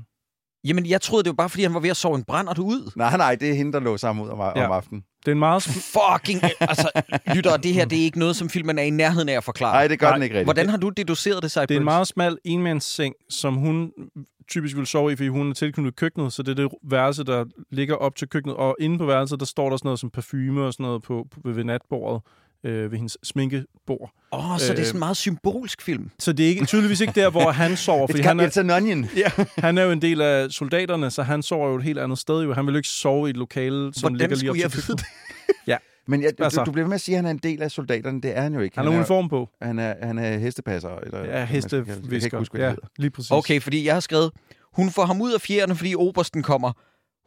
Speaker 1: Jamen, jeg troede det var bare, fordi han var ved at sove en brænder du ud.
Speaker 2: Nej, nej, det er hende, der låser ham ud om, ja.
Speaker 3: Ja.
Speaker 2: om aftenen.
Speaker 3: Det er en meget...
Speaker 1: Fucking... Altså, lytter, det her det er ikke noget, som filmen er i nærheden af at forklare.
Speaker 2: Nej, det gør
Speaker 3: Nej.
Speaker 2: den ikke rigtigt.
Speaker 1: Hvordan har du deduceret det, Cypress?
Speaker 3: Det er en meget smal enmandsseng, som hun typisk vil sove i, fordi hun er tilknyttet køkkenet, så det er det værelse, der ligger op til køkkenet. Og inde på værelset, der står der sådan noget som parfume og sådan noget på, på, ved natbordet, øh, ved hendes sminkebord.
Speaker 1: Åh, oh, så det er
Speaker 3: Øh,
Speaker 1: sådan en meget symbolsk film.
Speaker 3: Så det er ikke, tydeligvis ikke der,
Speaker 2: *laughs*
Speaker 3: hvor han sover, fordi
Speaker 2: It's, han
Speaker 3: han er,
Speaker 2: it's an onion.
Speaker 3: han er jo en del af soldaterne, så han sover jo et helt andet sted. Jo. Han vil jo ikke sove i et lokale, som
Speaker 1: Hvordan
Speaker 3: ligger lige op
Speaker 1: skulle
Speaker 3: til
Speaker 1: jeg vide
Speaker 3: køkkenet.
Speaker 1: det?
Speaker 2: Men jeg, du,
Speaker 3: Altså.
Speaker 2: du bliver ved med at sige, at han er en del af soldaterne. Det er han jo ikke.
Speaker 3: Han har uniform på.
Speaker 2: han er, han er hestepasser. Eller, hvad
Speaker 3: Ja,
Speaker 2: man skal kalde det. Jeg kan ikke
Speaker 3: hestevisker.
Speaker 2: huske, hvad det
Speaker 3: Ja,
Speaker 2: hedder.
Speaker 3: lige præcis.
Speaker 1: Okay, fordi jeg har skrevet, hun får ham ud af fjerne, fordi obersten kommer.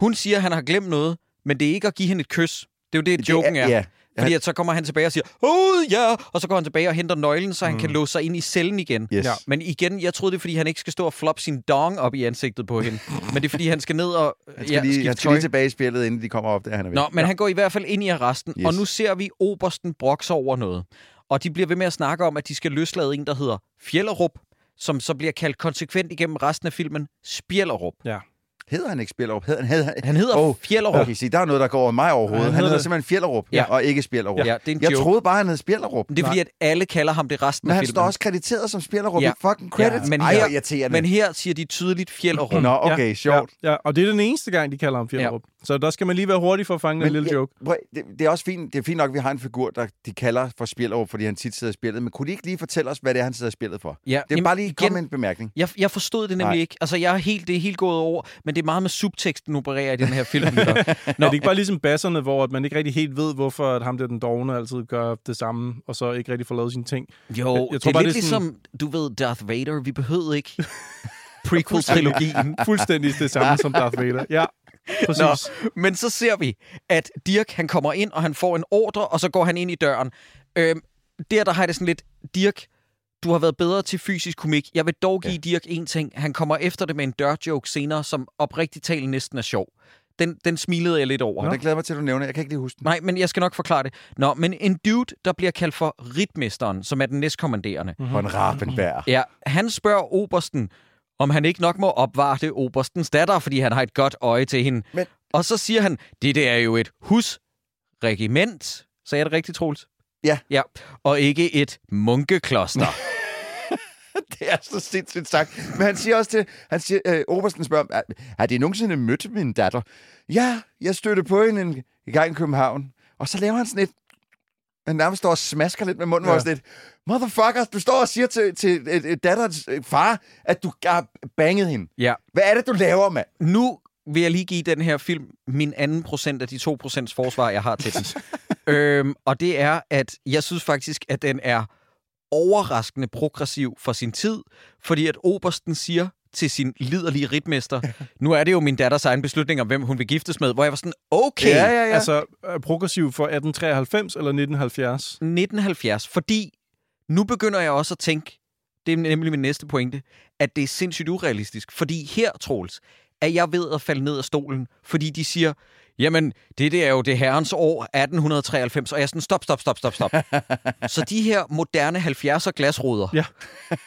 Speaker 1: Hun siger, at han har glemt noget, men det er ikke at give hende et kys. Det er jo det, joken er.
Speaker 2: Ja,
Speaker 1: Fordi at så kommer han tilbage og siger, oh ja, yeah! og så går han tilbage og henter nøglen, så han mm. kan låse sig ind i cellen igen.
Speaker 2: yes.
Speaker 3: Ja.
Speaker 2: Ja.
Speaker 1: Men igen, jeg troede det, er, fordi han ikke skal stå og floppe sin dong op i ansigtet på hende. Men det er, fordi han skal ned og
Speaker 2: Han skal,
Speaker 1: ja,
Speaker 2: lige,
Speaker 1: skifte
Speaker 2: han skal
Speaker 1: tøj.
Speaker 2: lige tilbage i spillet, inden de kommer op, der han er væk.
Speaker 1: Nå, men ja. han går i hvert fald ind i arresten, yes. og
Speaker 2: Yes.
Speaker 1: nu ser vi Obersten brokse over noget. Og de bliver ved med at snakke om, at de skal løslade en, der hedder Fjellerup, som så bliver kaldt konsekvent igennem resten af filmen Spjellerup.
Speaker 2: Hedder han ikke Spillerup? Hedder han, hedder han,
Speaker 1: Han hedder oh,
Speaker 2: Åh,
Speaker 1: Fjellerup.
Speaker 2: Okay, se, der er noget, der går over mig overhovedet.
Speaker 3: Han
Speaker 2: Han, han
Speaker 3: hedder
Speaker 2: hedder
Speaker 3: det.
Speaker 2: simpelthen Fjellerup,
Speaker 1: Ja.
Speaker 2: ja. og ikke Spillerup.
Speaker 1: Ja, det er en
Speaker 2: Jeg
Speaker 1: joke.
Speaker 2: troede bare, han hed Spillerup.
Speaker 1: Det er fordi, at alle kalder ham det resten
Speaker 2: Men
Speaker 1: af
Speaker 2: han
Speaker 1: filmen.
Speaker 2: står også krediteret som Spillerup
Speaker 1: Ja.
Speaker 2: ja. i fucking credits.
Speaker 1: men
Speaker 2: Ej,
Speaker 1: her-
Speaker 2: hvor irriterende.
Speaker 1: Men her siger de tydeligt Fjellerup.
Speaker 2: Nå, okay,
Speaker 3: ja,
Speaker 2: sjovt.
Speaker 3: Ja, ja, og det er den eneste gang, de kalder ham Fjellerup. Ja. Så der skal man lige være hurtig for at fange den lille
Speaker 2: jeg-
Speaker 3: joke.
Speaker 2: prøv, det, det, er også fint, det er fint nok, at vi har en figur, der de kalder for Spillerup, fordi han tit sidder i spillet. Men kunne de ikke lige fortælle os, hvad det er, han sidder i spillet for?
Speaker 1: Ja,
Speaker 2: Det er
Speaker 1: jamen,
Speaker 2: bare lige
Speaker 1: igen-
Speaker 2: komme med en bemærkning.
Speaker 1: Jeg, jeg forstod det nemlig Nej.
Speaker 2: Nej.
Speaker 1: ikke. Altså, jeg er helt, det er helt gået over, men det er meget med subteksten opererer i den her
Speaker 2: *laughs*
Speaker 1: film. lytter.
Speaker 3: Nå. Er det ikke bare ligesom basserne, hvor at man ikke rigtig helt ved, hvorfor at ham der den dogne altid gør det samme, og så ikke rigtig får lavet sine ting?
Speaker 1: jo,
Speaker 3: Jeg-
Speaker 1: jeg,
Speaker 3: jeg
Speaker 1: jeg
Speaker 3: tror
Speaker 1: det er
Speaker 3: bare,
Speaker 1: lidt
Speaker 3: det er sådan-
Speaker 1: ligesom, du ved, Darth Vader. Vi behøvede ikke
Speaker 2: *laughs*
Speaker 1: prequel-trilogien.
Speaker 3: Fuldstændig det samme som Darth Vader. Ja, præcis.
Speaker 1: Men så ser vi, at Dirk han kommer ind, og han får en ordre, og så går han ind i døren. Øhm, der, der har jeg det sådan lidt, Dirk, du har været bedre til fysisk komik. Jeg vil dog give ja. Dirk en ting. Han kommer efter det med en dørjoke senere, som oprigtigt talt næsten er sjov. Den, den smilede jeg lidt over.
Speaker 2: Den glæder jeg mig til, at du nævner. Jeg kan ikke lige huske den.
Speaker 1: Nej, men jeg skal nok forklare det. Nå, men en dude, der bliver kaldt for ritmesteren, som er den næstkommanderende. Mm.
Speaker 2: Von Rabenberg.
Speaker 1: Ja, han spørger obersten, om han ikke nok må opvarte oberstens datter, fordi han har et godt øje til hende. Men...
Speaker 2: Men-
Speaker 1: Og så siger han, det der er jo et husregiment. Sagde jeg det rigtigt, Troels?
Speaker 2: Ja.
Speaker 1: ja. Og ikke et munkekloster.
Speaker 2: *laughs* Det er så sindssygt sagt. Men han siger også til, han siger, øh, Obersten spørger, "Er- har de nogensinde mødt min datter? Ja, jeg stødte på hende en en gang i København. Og så laver han sådan et, han nærmest står og smasker lidt med munden, ja. hvor jeg sådan lidt, motherfucker, du står og siger til, til et, et datterens øh, far, at du har banget hende.
Speaker 1: ja.
Speaker 2: Hvad er det, du laver, mand?
Speaker 1: Nu vil jeg lige give den her film min anden procent af de 2 procents forsvar, jeg har til den.
Speaker 2: *laughs*
Speaker 1: øhm, og det er, at jeg synes faktisk, at den er overraskende progressiv for sin tid, fordi at Obersten siger til sin liderlige
Speaker 2: *laughs*
Speaker 1: ritmester, nu er det jo min datters egen beslutning om, hvem hun vil giftes med, hvor jeg var sådan, okay,
Speaker 2: Ja, ja, ja. Altså,
Speaker 3: Altså, er progressiv for 1893 eller 1970?
Speaker 1: 1970, fordi nu begynder jeg også at tænke, det er nemlig min næste pointe, at det er sindssygt urealistisk. Fordi her, Troels, er jeg ved at falde ned af stolen, fordi de siger, jamen, det der er jo det herrens år 1893, og jeg er sådan, stop, stop, stop, stop,
Speaker 3: *laughs*
Speaker 1: stop. Så de her moderne 70'er glasruder,
Speaker 3: Ja.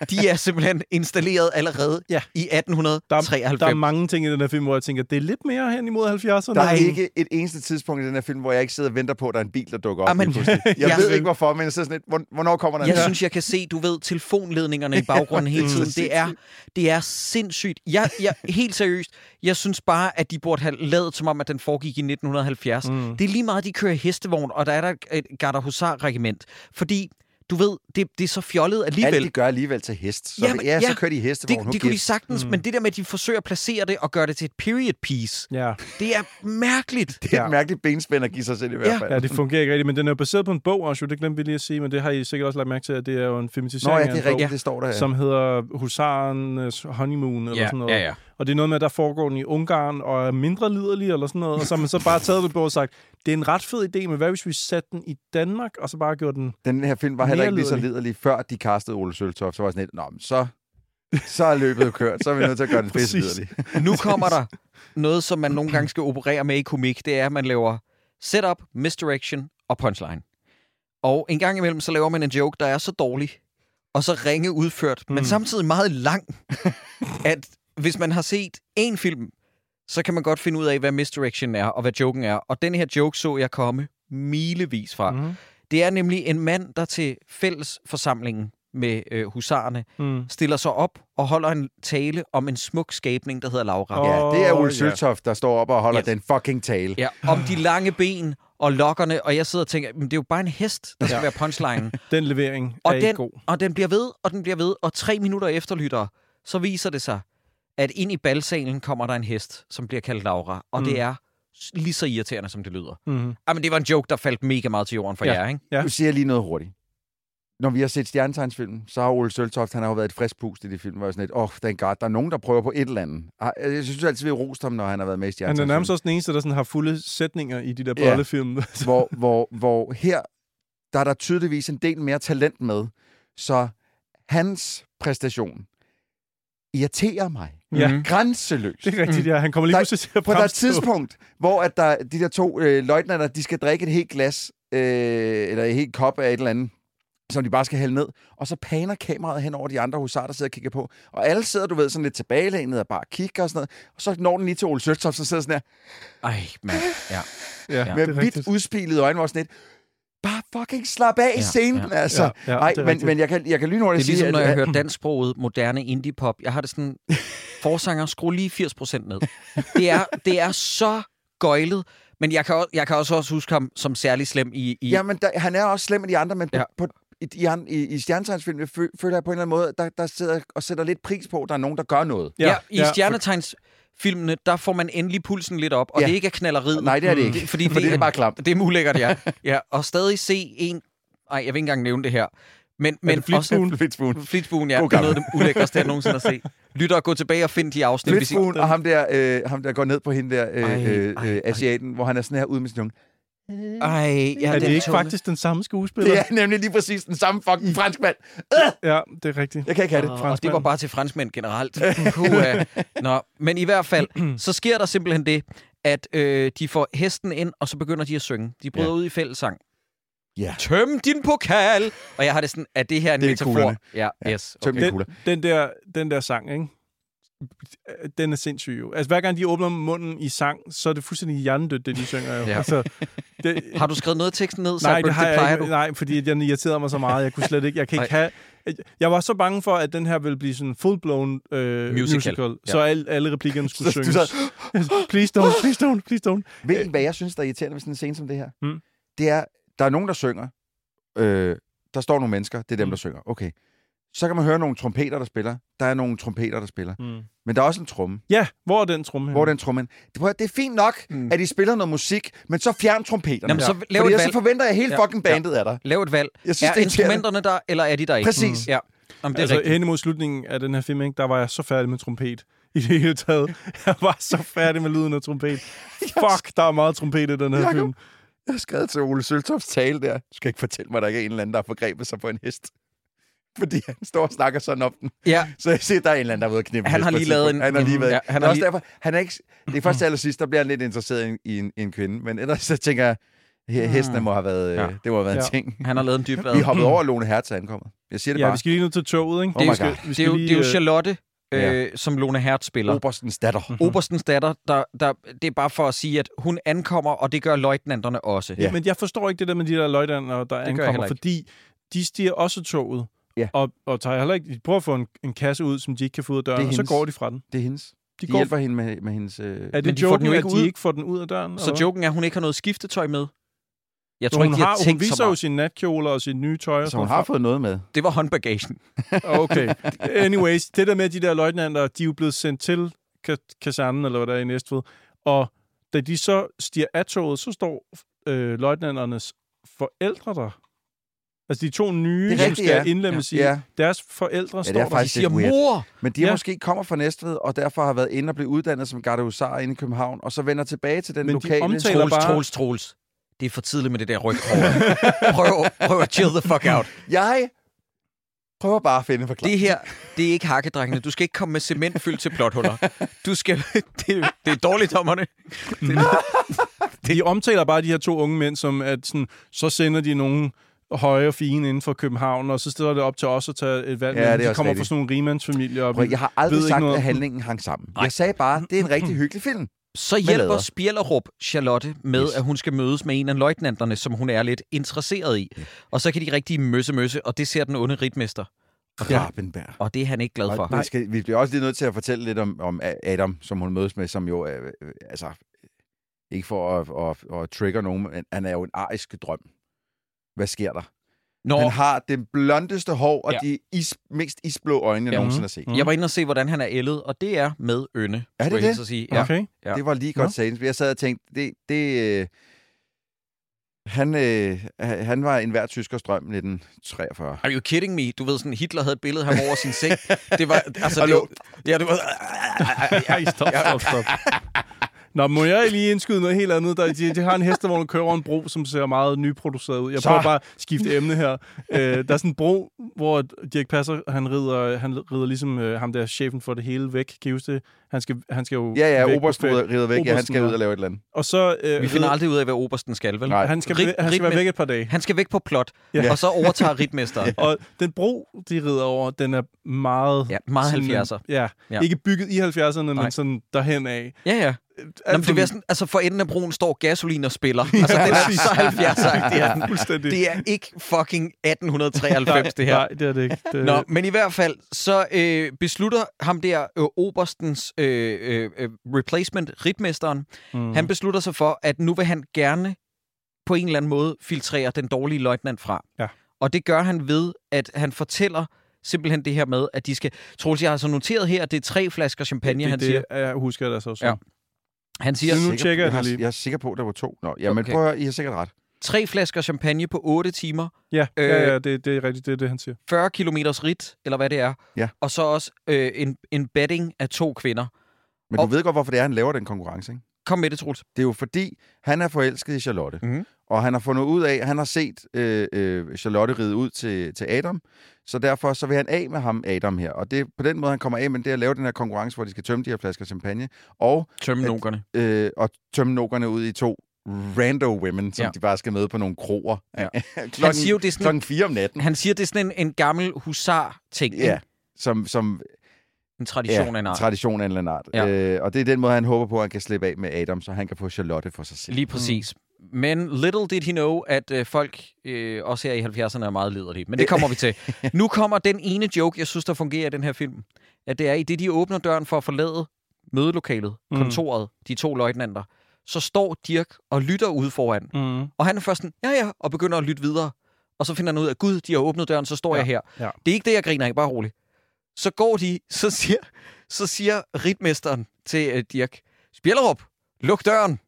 Speaker 1: de er simpelthen installeret allerede
Speaker 3: Ja.
Speaker 1: ja. i
Speaker 3: Der,
Speaker 1: 1893.
Speaker 3: der er mange ting i den her film, hvor jeg tænker, det er lidt mere hen imod 70'erne.
Speaker 2: der er ikke et eneste tidspunkt i den her film, hvor jeg ikke sidder og venter på, at der er en bil, der dukker op.
Speaker 1: Jamen, *laughs*
Speaker 2: lige pludselig. jeg
Speaker 1: jeg-
Speaker 2: ved ikke hvorfor, men jeg sidder sådan lidt, "Hvorn- hvornår kommer der en
Speaker 1: Ah, Jeg
Speaker 2: bil?"
Speaker 1: synes, jeg kan se, du ved, telefonledningerne i baggrunden hele tiden. Det er, det er sindssygt. Jeg, jeg, helt seriøst, jeg synes bare, at de burde have lavet som om, at den foregik i 1970. Mm. Det er lige meget, de kører i hestevogn, og der er der et Garda Husar-regiment. Fordi du ved, det, det er så fjollet
Speaker 2: Alt
Speaker 1: alligevel.
Speaker 2: de gør alligevel til hest. Så,
Speaker 1: Jamen,
Speaker 2: Jamen, ja,
Speaker 1: ja.
Speaker 2: så kører de i hestevogn.
Speaker 1: det,
Speaker 2: Who
Speaker 1: det kunne de
Speaker 2: gives?
Speaker 1: sagtens, mm. men det der med, at de forsøger at placere det og gøre det til et period piece,
Speaker 3: Ja.
Speaker 1: det er mærkeligt.
Speaker 2: *laughs* Det er
Speaker 3: Ja.
Speaker 2: et mærkeligt benspænd at give sig selv i
Speaker 1: Ja.
Speaker 2: hvert fald.
Speaker 3: ja, det fungerer ikke rigtigt, men den er jo baseret på en bog også, jo. det glemte vi lige at sige, men det har I sikkert også lagt mærke til, at det er jo en
Speaker 2: Nå
Speaker 3: filmatisering
Speaker 2: ja, det
Speaker 3: af en
Speaker 2: er
Speaker 3: bog,
Speaker 2: rigtigt, det står der.
Speaker 3: som hedder Husarens Honeymoon, eller sådan noget.
Speaker 1: ja.
Speaker 3: Og det er noget med, at der foregår den i Ungarn og er mindre liderlig eller sådan noget. Og så har man så bare taget det på og sagt, det er en ret fed idé, men hvad hvis vi satte den i Danmark, og så bare gjorde den...
Speaker 2: Den her film var heller
Speaker 3: Mere
Speaker 2: ikke lige så liderlig, før de kastede Ole Søltoft. Så var jeg sådan lidt, Nå, men så, så er løbet jo kørt. Så er vi nødt til at gøre den spidse
Speaker 3: præcis.
Speaker 2: liderlig.
Speaker 1: *laughs* Nu kommer der noget, som man nogle gange skal operere med i komik. Det er, at man laver setup, misdirection og punchline. Og en gang imellem, så laver man en joke, der er så dårlig, og så ringe udført, mm. men samtidig meget lang, *laughs* at hvis man har set en film, så kan man godt finde ud af, hvad misdirection er, og hvad joken er. Og den her joke så jeg komme milevis fra. Mm.
Speaker 3: Mhm.
Speaker 1: Det er nemlig en mand, der til fællesforsamlingen med øh, husarerne,
Speaker 3: Mm.
Speaker 1: stiller sig op og holder en tale om en smuk skabning, der hedder Laura.
Speaker 3: Åh.
Speaker 1: Ja.
Speaker 2: Ja, det er
Speaker 3: Åh,
Speaker 2: Ole
Speaker 3: ja.
Speaker 2: Søltoft, der står op og holder
Speaker 1: Ja.
Speaker 2: den fucking tale.
Speaker 1: ja. Om de lange ben og lokkerne, og jeg sidder og tænker, men det er jo bare en hest, der skal ja. være punchlinen.
Speaker 3: Den levering
Speaker 1: Og
Speaker 3: er
Speaker 1: den,
Speaker 3: ikke god.
Speaker 1: og den bliver ved, og den bliver ved, og tre minutter efter lytter, så viser det sig, at ind i balsalen kommer der en hest, som bliver kaldt Laura, og mm. det er s- lige så irriterende, som det lyder.
Speaker 3: Mm.
Speaker 1: Jamen, det var en joke, der faldt mega meget til jorden for jer, ikke?
Speaker 3: Ja.
Speaker 2: Nu siger jeg lige noget hurtigt. Når vi har set stjernetegnsfilmen, så har Ole Søltoft, han har jo været et frisk pust i de film, hvor jeg er sådan lidt, åh, oh, thank god, der er nogen, der prøver på et eller andet. Ah, Jeg synes altid, vi har rost ham, når han har været med i
Speaker 3: Han er
Speaker 2: stjernetegnsfilmen.
Speaker 3: nærmest også den eneste, der sådan har fulde sætninger i de der
Speaker 2: Ja.
Speaker 3: bollefilm. *laughs*
Speaker 2: hvor, hvor, hvor her, der er der tydeligvis en del mere talent med. Så hans præstation irriterer mig.
Speaker 3: ja.
Speaker 1: Mhm.
Speaker 2: Grænseløst.
Speaker 3: Det er rigtigt, ja. Han kommer lige
Speaker 2: Der-
Speaker 3: pludselig til at
Speaker 2: For der er et
Speaker 3: fremstå.
Speaker 2: tidspunkt, hvor at der, de der to øh, løjtnander, de skal drikke et helt glas, øh, eller et helt kop af et eller andet, som de bare skal hælde ned. Og så paner kameraet hen over de andre husarer, der sidder og kigger på. Og alle sidder, du ved, sådan lidt tilbagelænet og bare kigger og sådan noget. Og så når den lige til Ole Sørtoft, så sidder sådan her
Speaker 1: Ej, mand. Ja.
Speaker 3: Ja,
Speaker 1: Ja.
Speaker 3: ja.
Speaker 2: med
Speaker 3: det er
Speaker 2: vidt
Speaker 3: rigtigt.
Speaker 2: udspilede øjne, hvor sådan lidt, bare fucking slap af i
Speaker 1: Ja,
Speaker 2: scenen, ja, altså.
Speaker 3: Ja, ja,
Speaker 2: Nej,
Speaker 3: det er
Speaker 2: men,
Speaker 3: rigtigt.
Speaker 2: men jeg kan, jeg kan lynhurtigt
Speaker 1: Det er
Speaker 2: sige,
Speaker 1: ligesom,
Speaker 2: at-
Speaker 1: når jeg hører dansksproget moderne indie-pop. Jeg har det sådan, forsanger, skru lige 80% ned. Det er, det er så gøjlet. Men jeg kan, også, jeg kan også, også huske ham som særlig slem i... i
Speaker 2: Jamen, der, han er også slem med de andre, men
Speaker 1: Ja.
Speaker 2: ja. på, i, i, han- i, i stjernetegnsfilmen fø, føler jeg på en eller anden måde, der, der sidder jeg og sætter lidt pris på, at der er nogen, der gør noget.
Speaker 1: ja, I stjernetegnsfilmene, der får man endelig pulsen lidt op, og ja.
Speaker 2: Ja.
Speaker 1: det ikke er knalleriet.
Speaker 2: Nej, det er det ikke,
Speaker 1: fordi
Speaker 2: *laughs* for det er bare klamt.
Speaker 1: Det er mulækkert,
Speaker 2: *laughs*
Speaker 1: ja. ja. Og stadig se en... Ej, jeg vil ikke engang nævne det her. Men, men
Speaker 3: det Flitsbuen?
Speaker 2: Altså, Flitsbuen.
Speaker 1: Flitsbuen, ja.
Speaker 2: God
Speaker 1: Det er
Speaker 2: gammel.
Speaker 1: noget af det ulækkerste, jeg nogensinde har set. Lytter og gå tilbage og find de afsnit. hvis I-
Speaker 2: Flitsbuen og ham der, øh, ham der går ned på hende der, øh,
Speaker 1: Ej,
Speaker 2: øh,
Speaker 1: ej, ej.
Speaker 2: øh, asiaten, hvor han er sådan her ude med sin unge.
Speaker 1: Ej, ja,
Speaker 3: Er det
Speaker 1: den
Speaker 3: ikke
Speaker 1: tunge.
Speaker 3: faktisk den samme skuespiller?
Speaker 2: Det er nemlig lige præcis den samme fucking franskmand.
Speaker 3: Ja, det er rigtigt.
Speaker 2: Jeg kan ikke have det.
Speaker 1: Og, og det
Speaker 3: franskmænd.
Speaker 1: var bare til franskmænd generelt. *laughs* Puha. Nå, men i hvert fald, så sker der simpelthen det, at øh, de får hesten ind, og så begynder de at synge. De bryder ja.
Speaker 2: Ja.
Speaker 1: ud i fællesang.
Speaker 2: Ja.
Speaker 1: Tøm din pokal! Og jeg har det sådan, at det her er en
Speaker 2: Det er
Speaker 1: metafor.
Speaker 2: kuglerne.
Speaker 1: Ja, yes.
Speaker 2: Tøm
Speaker 1: Okay.
Speaker 2: din kugler.
Speaker 3: Den, den, der, den der sang, ikke? den er sindssyg jo. Altså, hver gang de åbner munden i sang, så er det fuldstændig hjernedødt, det de synger jo.
Speaker 1: Ja.
Speaker 3: ja. altså, det,
Speaker 1: Har du skrevet noget af teksten
Speaker 3: *laughs*
Speaker 1: ned?
Speaker 3: nej,
Speaker 1: Zahrtberg?
Speaker 3: det har
Speaker 1: plejer
Speaker 3: jeg ikke.
Speaker 1: du.
Speaker 3: Nej, fordi at den irriterede mig så meget. Jeg kunne slet ikke, jeg kan ikke have... Jeg var så bange for, at den her ville blive sådan full-blown
Speaker 1: Musical.
Speaker 3: øh, musical. musical. Så alle, alle replikkerne skulle synges. *laughs* please don't, please don't, please don't.
Speaker 2: Ved I,
Speaker 1: Øh.
Speaker 2: hvad jeg synes, der er irriterende ved sådan en scene som det her?
Speaker 3: Mm.
Speaker 1: Hmm?
Speaker 2: Det er, der er nogen, der synger. Øh, der står nogle mennesker, det er dem,
Speaker 3: Mm.
Speaker 1: Hmm.
Speaker 2: der synger. Okay. Så kan man høre nogle trompeter, der spiller. Der er nogle trompeter, der spiller.
Speaker 3: Mm.
Speaker 2: Men der er også en tromme.
Speaker 3: Ja, hvor er den tromme?
Speaker 2: Hvor er den tromme? Det, prøv at- det er fint nok,
Speaker 1: Mm.
Speaker 2: mm. at I spiller noget musik, men så fjern trompeterne.
Speaker 1: Jamen, så lav et
Speaker 2: Fordi ellers
Speaker 1: valg.
Speaker 2: så forventer jeg hele
Speaker 1: Ja.
Speaker 2: fucking bandet af dig.
Speaker 1: Lav et valg.
Speaker 2: Jeg synes,
Speaker 1: Er
Speaker 2: det er irriterende.
Speaker 1: instrumenterne der, eller er de der ikke?
Speaker 2: Præcis.
Speaker 1: Mm. Ja. Jamen, det er
Speaker 3: altså,
Speaker 1: rigtigt.
Speaker 3: hen imod slutningen af den her film, ikke, der var jeg så færdig med trompet i det hele
Speaker 1: *laughs*
Speaker 3: taget. Jeg var så færdig med lyden af trompet. Fuck, der er meget trompet i den her
Speaker 2: Jakob.
Speaker 3: film.
Speaker 2: Jeg har skrevet til Ole Søltofts tale der. Du skal ikke fortælle mig, at der ikke er en eller anden, der har forgrebet sig på en hest. Fordi han står og snakker sådan om den.
Speaker 1: Ja.
Speaker 2: Så jeg siger, der er en eller anden, der er ude at knippe
Speaker 1: Han
Speaker 2: lidt
Speaker 1: har
Speaker 2: på et
Speaker 1: lige lavet
Speaker 2: tidspunkt.
Speaker 1: en-
Speaker 2: Han har lige været...
Speaker 1: Ja,
Speaker 2: Ja,
Speaker 1: han
Speaker 2: han
Speaker 1: har
Speaker 2: er også
Speaker 1: lige- Mm.
Speaker 2: derfor, han er ikke... Det er først til allersidst, der bliver han lidt interesseret i en, i en kvinde. Men ellers så tænker jeg, her, hestene må have været...
Speaker 1: Mm. Ja.
Speaker 2: Ja. Det må have været ja.
Speaker 3: Ja.
Speaker 2: en ting.
Speaker 1: Han har Mm. lavet en dyb
Speaker 2: Vi hoppede over at Lone Hertha ankommet. Jeg siger det ja,
Speaker 3: Ja,
Speaker 2: bare.
Speaker 3: vi skal lige ned til toget, ikke?
Speaker 2: Oh my
Speaker 3: vi skal,
Speaker 2: God.
Speaker 3: Vi
Speaker 1: Det er, jo,
Speaker 3: lige,
Speaker 1: det er jo
Speaker 3: øh,
Speaker 1: Charlotte,
Speaker 2: ja.
Speaker 1: øh, som Lone Hertz spiller.
Speaker 2: Oberstens datter.
Speaker 1: Mm. Oberstens datter, der, der, det er bare for at sige, at hun ankommer, og det gør løjtnanterne også.
Speaker 2: Ja.
Speaker 3: Men jeg forstår ikke det der med de der løjdander, der
Speaker 1: jeg heller
Speaker 3: ankommer,
Speaker 1: ikke.
Speaker 3: fordi de stiger også toget.
Speaker 2: Ja.
Speaker 3: Og, og tager heller ikke, de prøver at få en, en kasse ud, som de ikke kan få ud af
Speaker 2: Det
Speaker 3: døren,
Speaker 2: er
Speaker 3: og så
Speaker 2: hendes.
Speaker 3: går de fra den.
Speaker 1: Mm.
Speaker 2: Det er hendes.
Speaker 3: De
Speaker 2: De
Speaker 3: går,
Speaker 2: hjælper hende med, med hendes... Øh...
Speaker 3: er
Speaker 1: Men
Speaker 3: det
Speaker 1: de får den
Speaker 3: joken,
Speaker 1: jo
Speaker 3: at
Speaker 1: ikke
Speaker 3: de
Speaker 1: ud.
Speaker 3: ikke får den ud af døren?
Speaker 1: Så
Speaker 3: eller hvad?
Speaker 1: joken er, at hun ikke har noget skiftetøj med. Jeg
Speaker 3: Så
Speaker 1: tror
Speaker 3: hun,
Speaker 1: ikke, de har,
Speaker 3: har, hun
Speaker 1: tænkt så
Speaker 3: viser jo
Speaker 1: meget.
Speaker 3: sin natkjole og sin nye tøj. og
Speaker 2: Så
Speaker 3: sådan
Speaker 2: hun
Speaker 3: noget.
Speaker 2: har fået noget med.
Speaker 1: Det var håndbagagen.
Speaker 3: Okay. Anyways, det der med de der løjtnanter, de er jo blevet sendt til ka- kasernen, eller hvad der er i Næstved. Og da de så stiger af toget, så står øh, løjtnanternes forældre der. Altså de to nye,
Speaker 2: Det er
Speaker 3: som
Speaker 2: rigtigt,
Speaker 3: skal
Speaker 2: ja.
Speaker 3: indlemmes i.
Speaker 2: Ja.
Speaker 3: Deres forældre ja,
Speaker 2: det
Speaker 3: står
Speaker 2: er
Speaker 3: der.
Speaker 1: De
Speaker 2: faktisk-
Speaker 1: siger,
Speaker 2: weird.
Speaker 1: mor!
Speaker 2: Men de ja.
Speaker 3: Ja.
Speaker 2: måske kommer fra Næstved, og derfor har været inde og blive uddannet som gardehusarer inde i København, og så vender tilbage til den
Speaker 3: Men de
Speaker 2: lokale...
Speaker 3: omtaler- Eller
Speaker 1: Troels,
Speaker 3: bare-
Speaker 1: Troels, Troels. Det er for tidligt med det der ryghår. *laughs* prøv, prøv at chill the fuck out.
Speaker 2: Jeg prøver bare at finde en forklaring.
Speaker 1: Det her, det er ikke hakkedrengene. Du skal ikke komme med cement fyldt til plothuller. Du skal... *laughs* Det, det er dårligdommerne.
Speaker 3: De omtaler bare de her to unge mænd, som at sådan, så sender de nogen høje og fine inden for København, og så stiller det op til os at tage et valg.
Speaker 2: Ja, det
Speaker 3: mellem.
Speaker 2: er
Speaker 3: de
Speaker 2: også
Speaker 3: kommer fra
Speaker 2: rigtigt.
Speaker 3: sådan nogle rigmandsfamilier. og
Speaker 2: Prøv,
Speaker 3: vi
Speaker 2: jeg har aldrig
Speaker 3: ved ikke
Speaker 2: sagt,
Speaker 3: noget
Speaker 2: at
Speaker 3: om den.
Speaker 2: handlingen hang sammen. Jeg sagde bare, det er en
Speaker 3: *clears throat*
Speaker 2: rigtig hyggelig film.
Speaker 1: Så
Speaker 2: læder.
Speaker 1: hjælper Spjellerup Charlotte med,
Speaker 2: Yes.
Speaker 1: yes. at hun skal mødes med en af løjtnanterne, som hun er lidt interesseret i. Og så kan de rigtig møsse-møsse, og det ser den onde ritmester.
Speaker 2: Rabenberg.
Speaker 1: Og det er han ikke glad for.
Speaker 2: Og vi, skal, vi bliver også lige nødt til at fortælle lidt om, om A- Adam, som hun mødes med, som jo, øh, øh, altså, ikke for at, at, at trigger nogen, men han er jo en arisk drøm. Hvad sker der?
Speaker 1: Nå,
Speaker 2: Han har den blondeste hår og
Speaker 1: Ja.
Speaker 2: de is, mest isblå øjne, jeg
Speaker 1: Ja. Mm-hmm.
Speaker 2: nogensinde har set.
Speaker 3: Mm.
Speaker 1: jeg var inde og se, hvordan han er ældet, og det er med ønde.
Speaker 2: Er
Speaker 1: skulle
Speaker 2: det
Speaker 1: jeg
Speaker 2: det?
Speaker 1: hilse at Sige. Ja.
Speaker 3: Okay.
Speaker 1: Ja.
Speaker 2: Det var lige
Speaker 3: Nå.
Speaker 2: godt sagen. Jeg sad og tænkte, det... det øh, han, øh, han- han var en hver tyskers drøm 1943.
Speaker 1: Are you kidding me? Du ved sådan, Hitler havde et billede af ham over sin
Speaker 2: *laughs*
Speaker 1: seng. Det var, altså,
Speaker 2: Og
Speaker 1: det,
Speaker 2: lå-
Speaker 1: ja, det var,
Speaker 3: Ej, stop, stop, stop. Nå, må jeg lige indskyde noget helt andet? Der, de, de har en hestevogn, der kører over en bro, som ser meget nyproduceret ud. Jeg
Speaker 2: Så.
Speaker 3: prøver bare at skifte emne her. Øh, der er sådan en bro, hvor Dirk Passer, han rider, han rider ligesom øh, ham der chefen for det hele væk. Kan I huske det? Han skal, han skal jo
Speaker 2: Ja, ja,
Speaker 3: væk på
Speaker 2: Oberst
Speaker 3: ferie.
Speaker 2: rider rider væk. Ja, han skal
Speaker 3: Obersten,
Speaker 2: ud og lave et eller andet.
Speaker 3: Og så... Øh,
Speaker 1: vi finder aldrig ud af, hvad Obersten skal, vel?
Speaker 2: Nej.
Speaker 3: han skal,
Speaker 1: Rit-
Speaker 3: væ- han skal
Speaker 1: ritmen-
Speaker 3: være væk et par dage.
Speaker 1: Han skal væk på plot,
Speaker 3: Ja.
Speaker 1: ja. og så overtager
Speaker 2: *laughs*
Speaker 1: ritmesteren.
Speaker 3: Og den bro, de rider over, den er meget...
Speaker 1: Ja, meget
Speaker 3: sådan en-
Speaker 1: 70'er.
Speaker 3: Ja,
Speaker 1: Ja.
Speaker 3: ikke bygget i 70'erne,
Speaker 1: Nej.
Speaker 3: men sådan derhen af.
Speaker 1: Ja, ja. Nå, men det er sådan, altså for enden af broen står gasolin og spiller. Altså, det er
Speaker 3: præcis.
Speaker 1: så 70
Speaker 2: *laughs*
Speaker 1: sagt, det er den.
Speaker 3: fuldstændig.
Speaker 1: Det er ikke fucking
Speaker 3: *laughs*
Speaker 1: 1893, det her.
Speaker 3: Nej, det er det ikke. Det,
Speaker 1: Nå, men i hvert fald, så øh, beslutter ham der øh, Oberstens øh, øh, øh, replacement, ritmesteren,
Speaker 3: mm.
Speaker 1: han beslutter sig for, at nu vil han gerne på en eller anden måde filtrere den dårlige løjtnant fra.
Speaker 3: Ja.
Speaker 1: Og det gør han ved, at han fortæller simpelthen det her med, at de skal... Troels, jeg har altså noteret her, at det er tre flasker champagne,
Speaker 3: det,
Speaker 1: han
Speaker 3: det,
Speaker 1: siger.
Speaker 3: Jeg husker det altså også.
Speaker 1: Ja. Han siger,
Speaker 3: Nu
Speaker 2: Jeg er sikker-
Speaker 3: tjekker jeg
Speaker 2: jeg,
Speaker 3: det
Speaker 2: har-
Speaker 3: lige.
Speaker 2: jeg er sikker på, at der var to. Nå, jamen
Speaker 1: Okay.
Speaker 2: okay. prøv at høre, I har sikkert ret.
Speaker 1: tre flasker champagne på 8 timer,
Speaker 3: ja,
Speaker 1: Øh,
Speaker 3: ja, ja det, det er rigtigt, det er det, han siger.
Speaker 1: 40 km rit, eller hvad det er,
Speaker 2: Ja.
Speaker 1: og så også øh, en, en betting af to kvinder.
Speaker 2: Men og...
Speaker 1: Og-
Speaker 2: du ved godt, hvorfor det er, han laver den konkurrence, ikke?
Speaker 1: Kom med det, Troels.
Speaker 2: Det er jo fordi, han er forelsket i Charlotte.
Speaker 1: Mhm.
Speaker 2: Og han har fundet ud af, han har set øh, øh, Charlotte ride ud til, til Adam. Så derfor så vil han af med ham, Adam her. Og det på den måde, han kommer af med, det er at lave den her konkurrence, hvor de skal tømme de her flasker champagne. Og
Speaker 1: Tømmenokerne.
Speaker 2: øh, og tømme nokerne ud i to rando women, som ja.
Speaker 1: Ja.
Speaker 2: de bare skal med på nogle kroer. *laughs*
Speaker 1: Ja.
Speaker 2: klokken,
Speaker 1: Han siger jo, det er sådan-
Speaker 2: klokken fire om natten.
Speaker 1: Han siger, det er sådan en, en gammel husar-ting.
Speaker 2: Ja,
Speaker 1: ikke?
Speaker 2: som, som
Speaker 1: En tradition af en
Speaker 2: ja,
Speaker 1: art.
Speaker 2: tradition af en eller anden art.
Speaker 1: Ja.
Speaker 2: Øh, og det er den måde, han håber på, at han kan slippe af med Adam, så han kan få Charlotte for sig selv.
Speaker 1: Lige
Speaker 2: Mm.
Speaker 1: præcis. Men little did he know, at øh, folk øh, også her i 70'erne er meget liderlige. Men det kommer vi
Speaker 2: *laughs*
Speaker 1: til. Nu kommer den ene joke, jeg synes, der fungerer i den her film. At det er, i det de åbner døren for at forlade mødelokalet,
Speaker 3: Mm.
Speaker 1: kontoret, de to løjtnanter, så står Dirk og lytter ude foran.
Speaker 3: Mm.
Speaker 1: Og han er først sådan, ja ja, og begynder at lytte videre. Og så finder han ud af, gud, de har åbnet døren, så står
Speaker 3: Ja,
Speaker 1: jeg her.
Speaker 3: ja.
Speaker 1: Det er ikke det, jeg griner af, bare rolig. Så går de, så siger, så siger ritmesteren til uh, Dirk, Spjellerup, luk døren.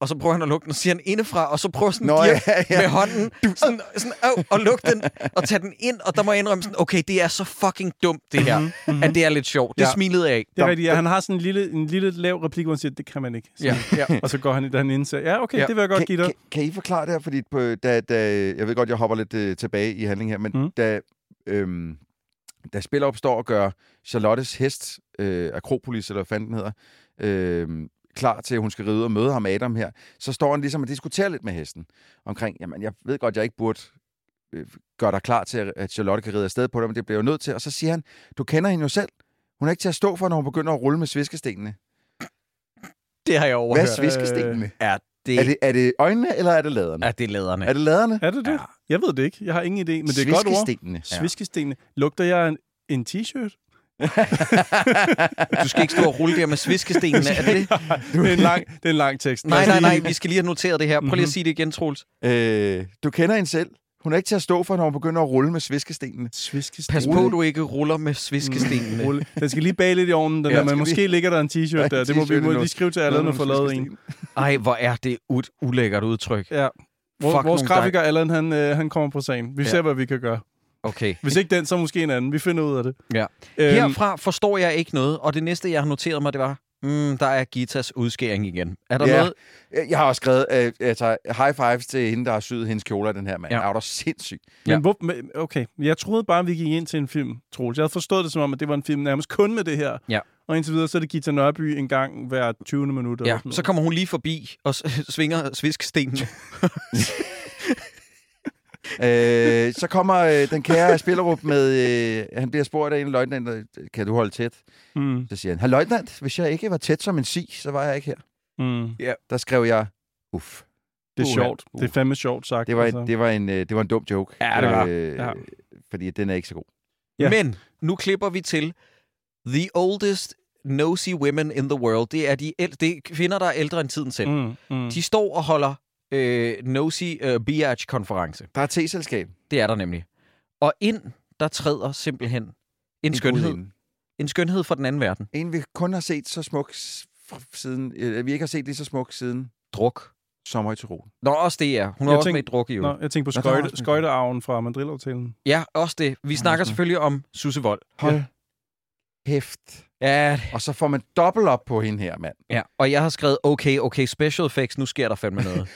Speaker 1: Og så prøver han at lukke den, og siger han indefra, og så prøver sådan
Speaker 2: Nå,
Speaker 1: Nå, Dirk
Speaker 2: ja, ja.
Speaker 1: med hånden sådan, sådan, øh, og lukke den, og tage den ind, og der må jeg indrømme sådan, okay, det er så fucking dumt, det her,
Speaker 2: Mhm.
Speaker 1: at det er lidt sjovt. Det
Speaker 3: Ja.
Speaker 1: smilede jeg af.
Speaker 3: Det er rigtigt, ja. Han har sådan en lille, en lille lav replik, hvor han siger, det kan man ikke. Sådan.
Speaker 1: Ja, ja.
Speaker 3: Og så går han, da han indser, ja, okay,
Speaker 1: Ja.
Speaker 3: ja. det vil jeg godt give
Speaker 2: kan,
Speaker 3: dig.
Speaker 2: kan, kan I forklare det her? Fordi på, da, da, jeg ved godt, jeg hopper lidt øh, tilbage i handling her, men
Speaker 3: Mm.
Speaker 2: mm. da, øhm, da spiller opstår og gør Charlottes hest, øh, Akropolis, eller hvad fanden den hedder, øh, klar til, at hun skal ride ud og møde ham Adam her, så står han ligesom og diskuterer lidt med hesten omkring, jamen jeg ved godt, jeg ikke burde øh, gøre dig klar til, at- at Charlotte kan ride afsted på dig, men det bliver jeg jo nødt til. Og så siger han, du kender hende jo selv. Hun er ikke til at stå for, når hun begynder at rulle med sviskestenene.
Speaker 1: Det har jeg
Speaker 2: Hvad
Speaker 1: overhørt.
Speaker 2: er sviskestenene?
Speaker 1: Ja, øh, det,
Speaker 2: Er det, er det øjnene, eller er det laderne?
Speaker 1: ja, det er laderne.
Speaker 2: Er det laderne?
Speaker 3: Er det det? Ja. Jeg ved det ikke. Jeg har ingen idé, men det er et godt ord.
Speaker 2: Sviskestenene.
Speaker 3: Sviskestenene. Lugter jeg en, en t-shirt?
Speaker 1: Du skal ikke stå og rulle der med sviskestenene. Er det det?
Speaker 3: *laughs* det, er en lang, det er en lang tekst.
Speaker 1: Nej,
Speaker 3: Lad
Speaker 1: nej,
Speaker 3: os
Speaker 1: nej. Mhm.
Speaker 3: lige-
Speaker 1: Vi skal lige have noteret det her. Prøv lige at sige det igen, Troels.
Speaker 2: Øh, du kender hende selv. Hun er ikke til at stå for, når hun begynder at rulle med sviskestenene.
Speaker 3: Sviskesten.
Speaker 1: Pas på, du ikke ruller med sviskestenene.
Speaker 3: Rulle. Den skal lige bage lidt i ovnen, den
Speaker 2: Ja,
Speaker 3: ja, der,
Speaker 2: skal
Speaker 3: men måske
Speaker 2: lige-
Speaker 3: ligger der en
Speaker 2: Der er
Speaker 3: t-shirt
Speaker 2: en
Speaker 3: der. Det må
Speaker 2: t-shirt
Speaker 3: vi må
Speaker 2: endnu.
Speaker 3: lige skrive til Allan og få lavet en.
Speaker 1: Ej, hvor er det et ulækkert udtryk.
Speaker 3: Ja. Vores,
Speaker 1: Fuck
Speaker 3: vores
Speaker 1: nogle
Speaker 3: grafiker, Allan, han, øh, han kommer på sagen. Vi
Speaker 1: Ja.
Speaker 3: ja. ser, hvad vi kan gøre.
Speaker 1: Okay.
Speaker 3: Hvis ikke den, så måske en anden. Vi finder ud af det.
Speaker 1: Ja.
Speaker 3: Øhm,
Speaker 1: Herfra forstår jeg ikke noget, og det næste, jeg har noteret mig, det var, mm, der er Gitas udskæring igen. Er der
Speaker 2: Ja.
Speaker 1: noget?
Speaker 2: Jeg har også skrevet øh, altså, high fives til hende, der har syet hendes kjoler, den her mand.
Speaker 1: Ja.
Speaker 2: Ja. Er du sindssyg?
Speaker 3: Men
Speaker 1: Ja.
Speaker 3: ja. hvor, men- okay, jeg troede bare, vi gik ind til en film, Troels. Jeg havde forstået det som om, at det var en film nærmest kun med det her.
Speaker 1: Ja.
Speaker 3: Og indtil videre, så er det Gita Nørby en gang hver 20. minut. eller
Speaker 1: Ja,
Speaker 3: sådan
Speaker 1: så kommer hun lige forbi og s- *laughs* svinger sviskstenen.
Speaker 2: Øh, så kommer øh, den kære Spillerup med... Øh, han bliver spurgt af en løjtnant, øh, kan du holde tæt?
Speaker 3: noget.
Speaker 2: Så siger han, herr løjtnant, hvis jeg ikke var tæt som en si, så var jeg ikke her.
Speaker 3: Mm, mm.
Speaker 2: Der skrev jeg, uff.
Speaker 3: Det er
Speaker 2: Uh,
Speaker 3: sjovt.
Speaker 2: uh.
Speaker 3: Det er fandme sjovt sagt.
Speaker 2: Det var, en, det, var en, øh, det var en dum joke.
Speaker 1: Ja, det var.
Speaker 2: Øh,
Speaker 3: Altså. Ja.
Speaker 2: Fordi den er ikke så god.
Speaker 3: Ja.
Speaker 1: Men nu klipper vi til The Oldest Nosy Women in the World. Det er, de æl- det er kvinder, der er ældre end tiden selv. Mm.
Speaker 3: Mm, mm.
Speaker 1: De står og holder øh, Nosy øh, Biatch-konference.
Speaker 2: Der er t-selskab.
Speaker 1: Det er der nemlig. Og ind, der træder simpelthen en, en skønhed.
Speaker 2: gudinde.
Speaker 1: En skønhed fra den anden verden.
Speaker 2: En, vi kun har set så smuk s- f- siden... Øh, vi ikke har set lige så smuk siden
Speaker 1: Druk.
Speaker 2: Sommer i Tirol.
Speaker 1: Nå, også det er. Hun er
Speaker 3: Jeg
Speaker 1: også
Speaker 3: tænkte-
Speaker 1: med i druk i øvrigt.
Speaker 3: Nå, jeg tænkte på
Speaker 2: Nå, der var også
Speaker 3: skøjte,
Speaker 2: en-
Speaker 3: skøjtearven fra Madrid-aftalen.
Speaker 1: Ja, også det. Vi snakker selvfølgelig om Susse Vold.
Speaker 2: Hold ja. hæft.
Speaker 1: Ja,
Speaker 2: Og så får man dobbelt op på hende her, mand.
Speaker 1: ja, og jeg har skrevet, okay, okay, special effects, nu sker der fandme
Speaker 2: *laughs*
Speaker 1: noget.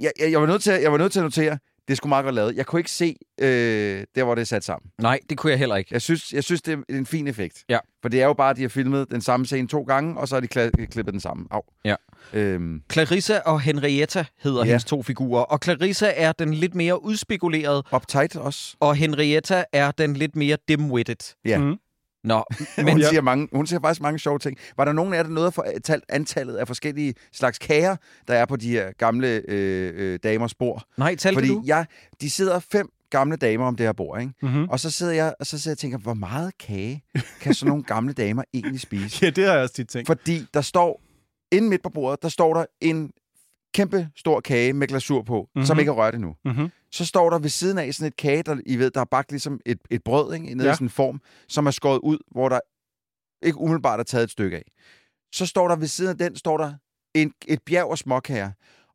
Speaker 2: Jeg, jeg, jeg, var nødt til, at- jeg var nødt til at notere, det skulle meget godt lavet. Jeg kunne ikke se øh, der, hvor det er sat sammen.
Speaker 1: Nej, det kunne jeg heller ikke.
Speaker 2: Jeg synes, jeg synes det er en fin effekt.
Speaker 1: Ja.
Speaker 2: For det er jo bare, at de har filmet den samme scene to gange, og så har de kla- klippet den sammen. Au.
Speaker 1: Ja.
Speaker 2: Øhm,
Speaker 1: Clarissa og Henrietta hedder ja.
Speaker 2: Ja.
Speaker 1: hendes to figurer, og Clarissa er den lidt mere udspekulerede,
Speaker 2: uptight også.
Speaker 1: og Henrietta er den lidt mere dim-witted.
Speaker 2: Ja.
Speaker 3: Mm.
Speaker 1: Nå,
Speaker 2: Men hun,
Speaker 3: jeg-
Speaker 2: siger mange, hun siger faktisk mange sjove ting. Var der nogen af jer, der nåede at få talt antallet af forskellige slags kager, der er på de her gamle øh, øh, damers bord?
Speaker 1: nej, talte
Speaker 2: Fordi
Speaker 1: du?
Speaker 2: jeg, de sidder fem gamle damer om det her bord, ikke?
Speaker 3: Mm-hmm.
Speaker 2: Og så sidder jeg og så sidder jeg og tænker, hvor meget kage kan sådan nogle gamle damer egentlig spise? *laughs*
Speaker 3: *laughs* Ja, det har jeg også tit tænkt.
Speaker 2: Fordi der står, inde midt på bordet, der står der en kæmpe stor kage med glasur på, mm-hmm. som
Speaker 3: Mhm.
Speaker 2: ikke er rørt endnu.
Speaker 3: Mm-hmm.
Speaker 2: Så står der ved siden af sådan et kage, der, I ved, der er bagt ligesom et, et brød, ikke? Nede ja.
Speaker 3: Ja.
Speaker 2: i sådan en form, som er skåret ud, hvor der ikke umiddelbart er taget et stykke af. Så står der ved siden af den, står der en, et bjerg af småkager.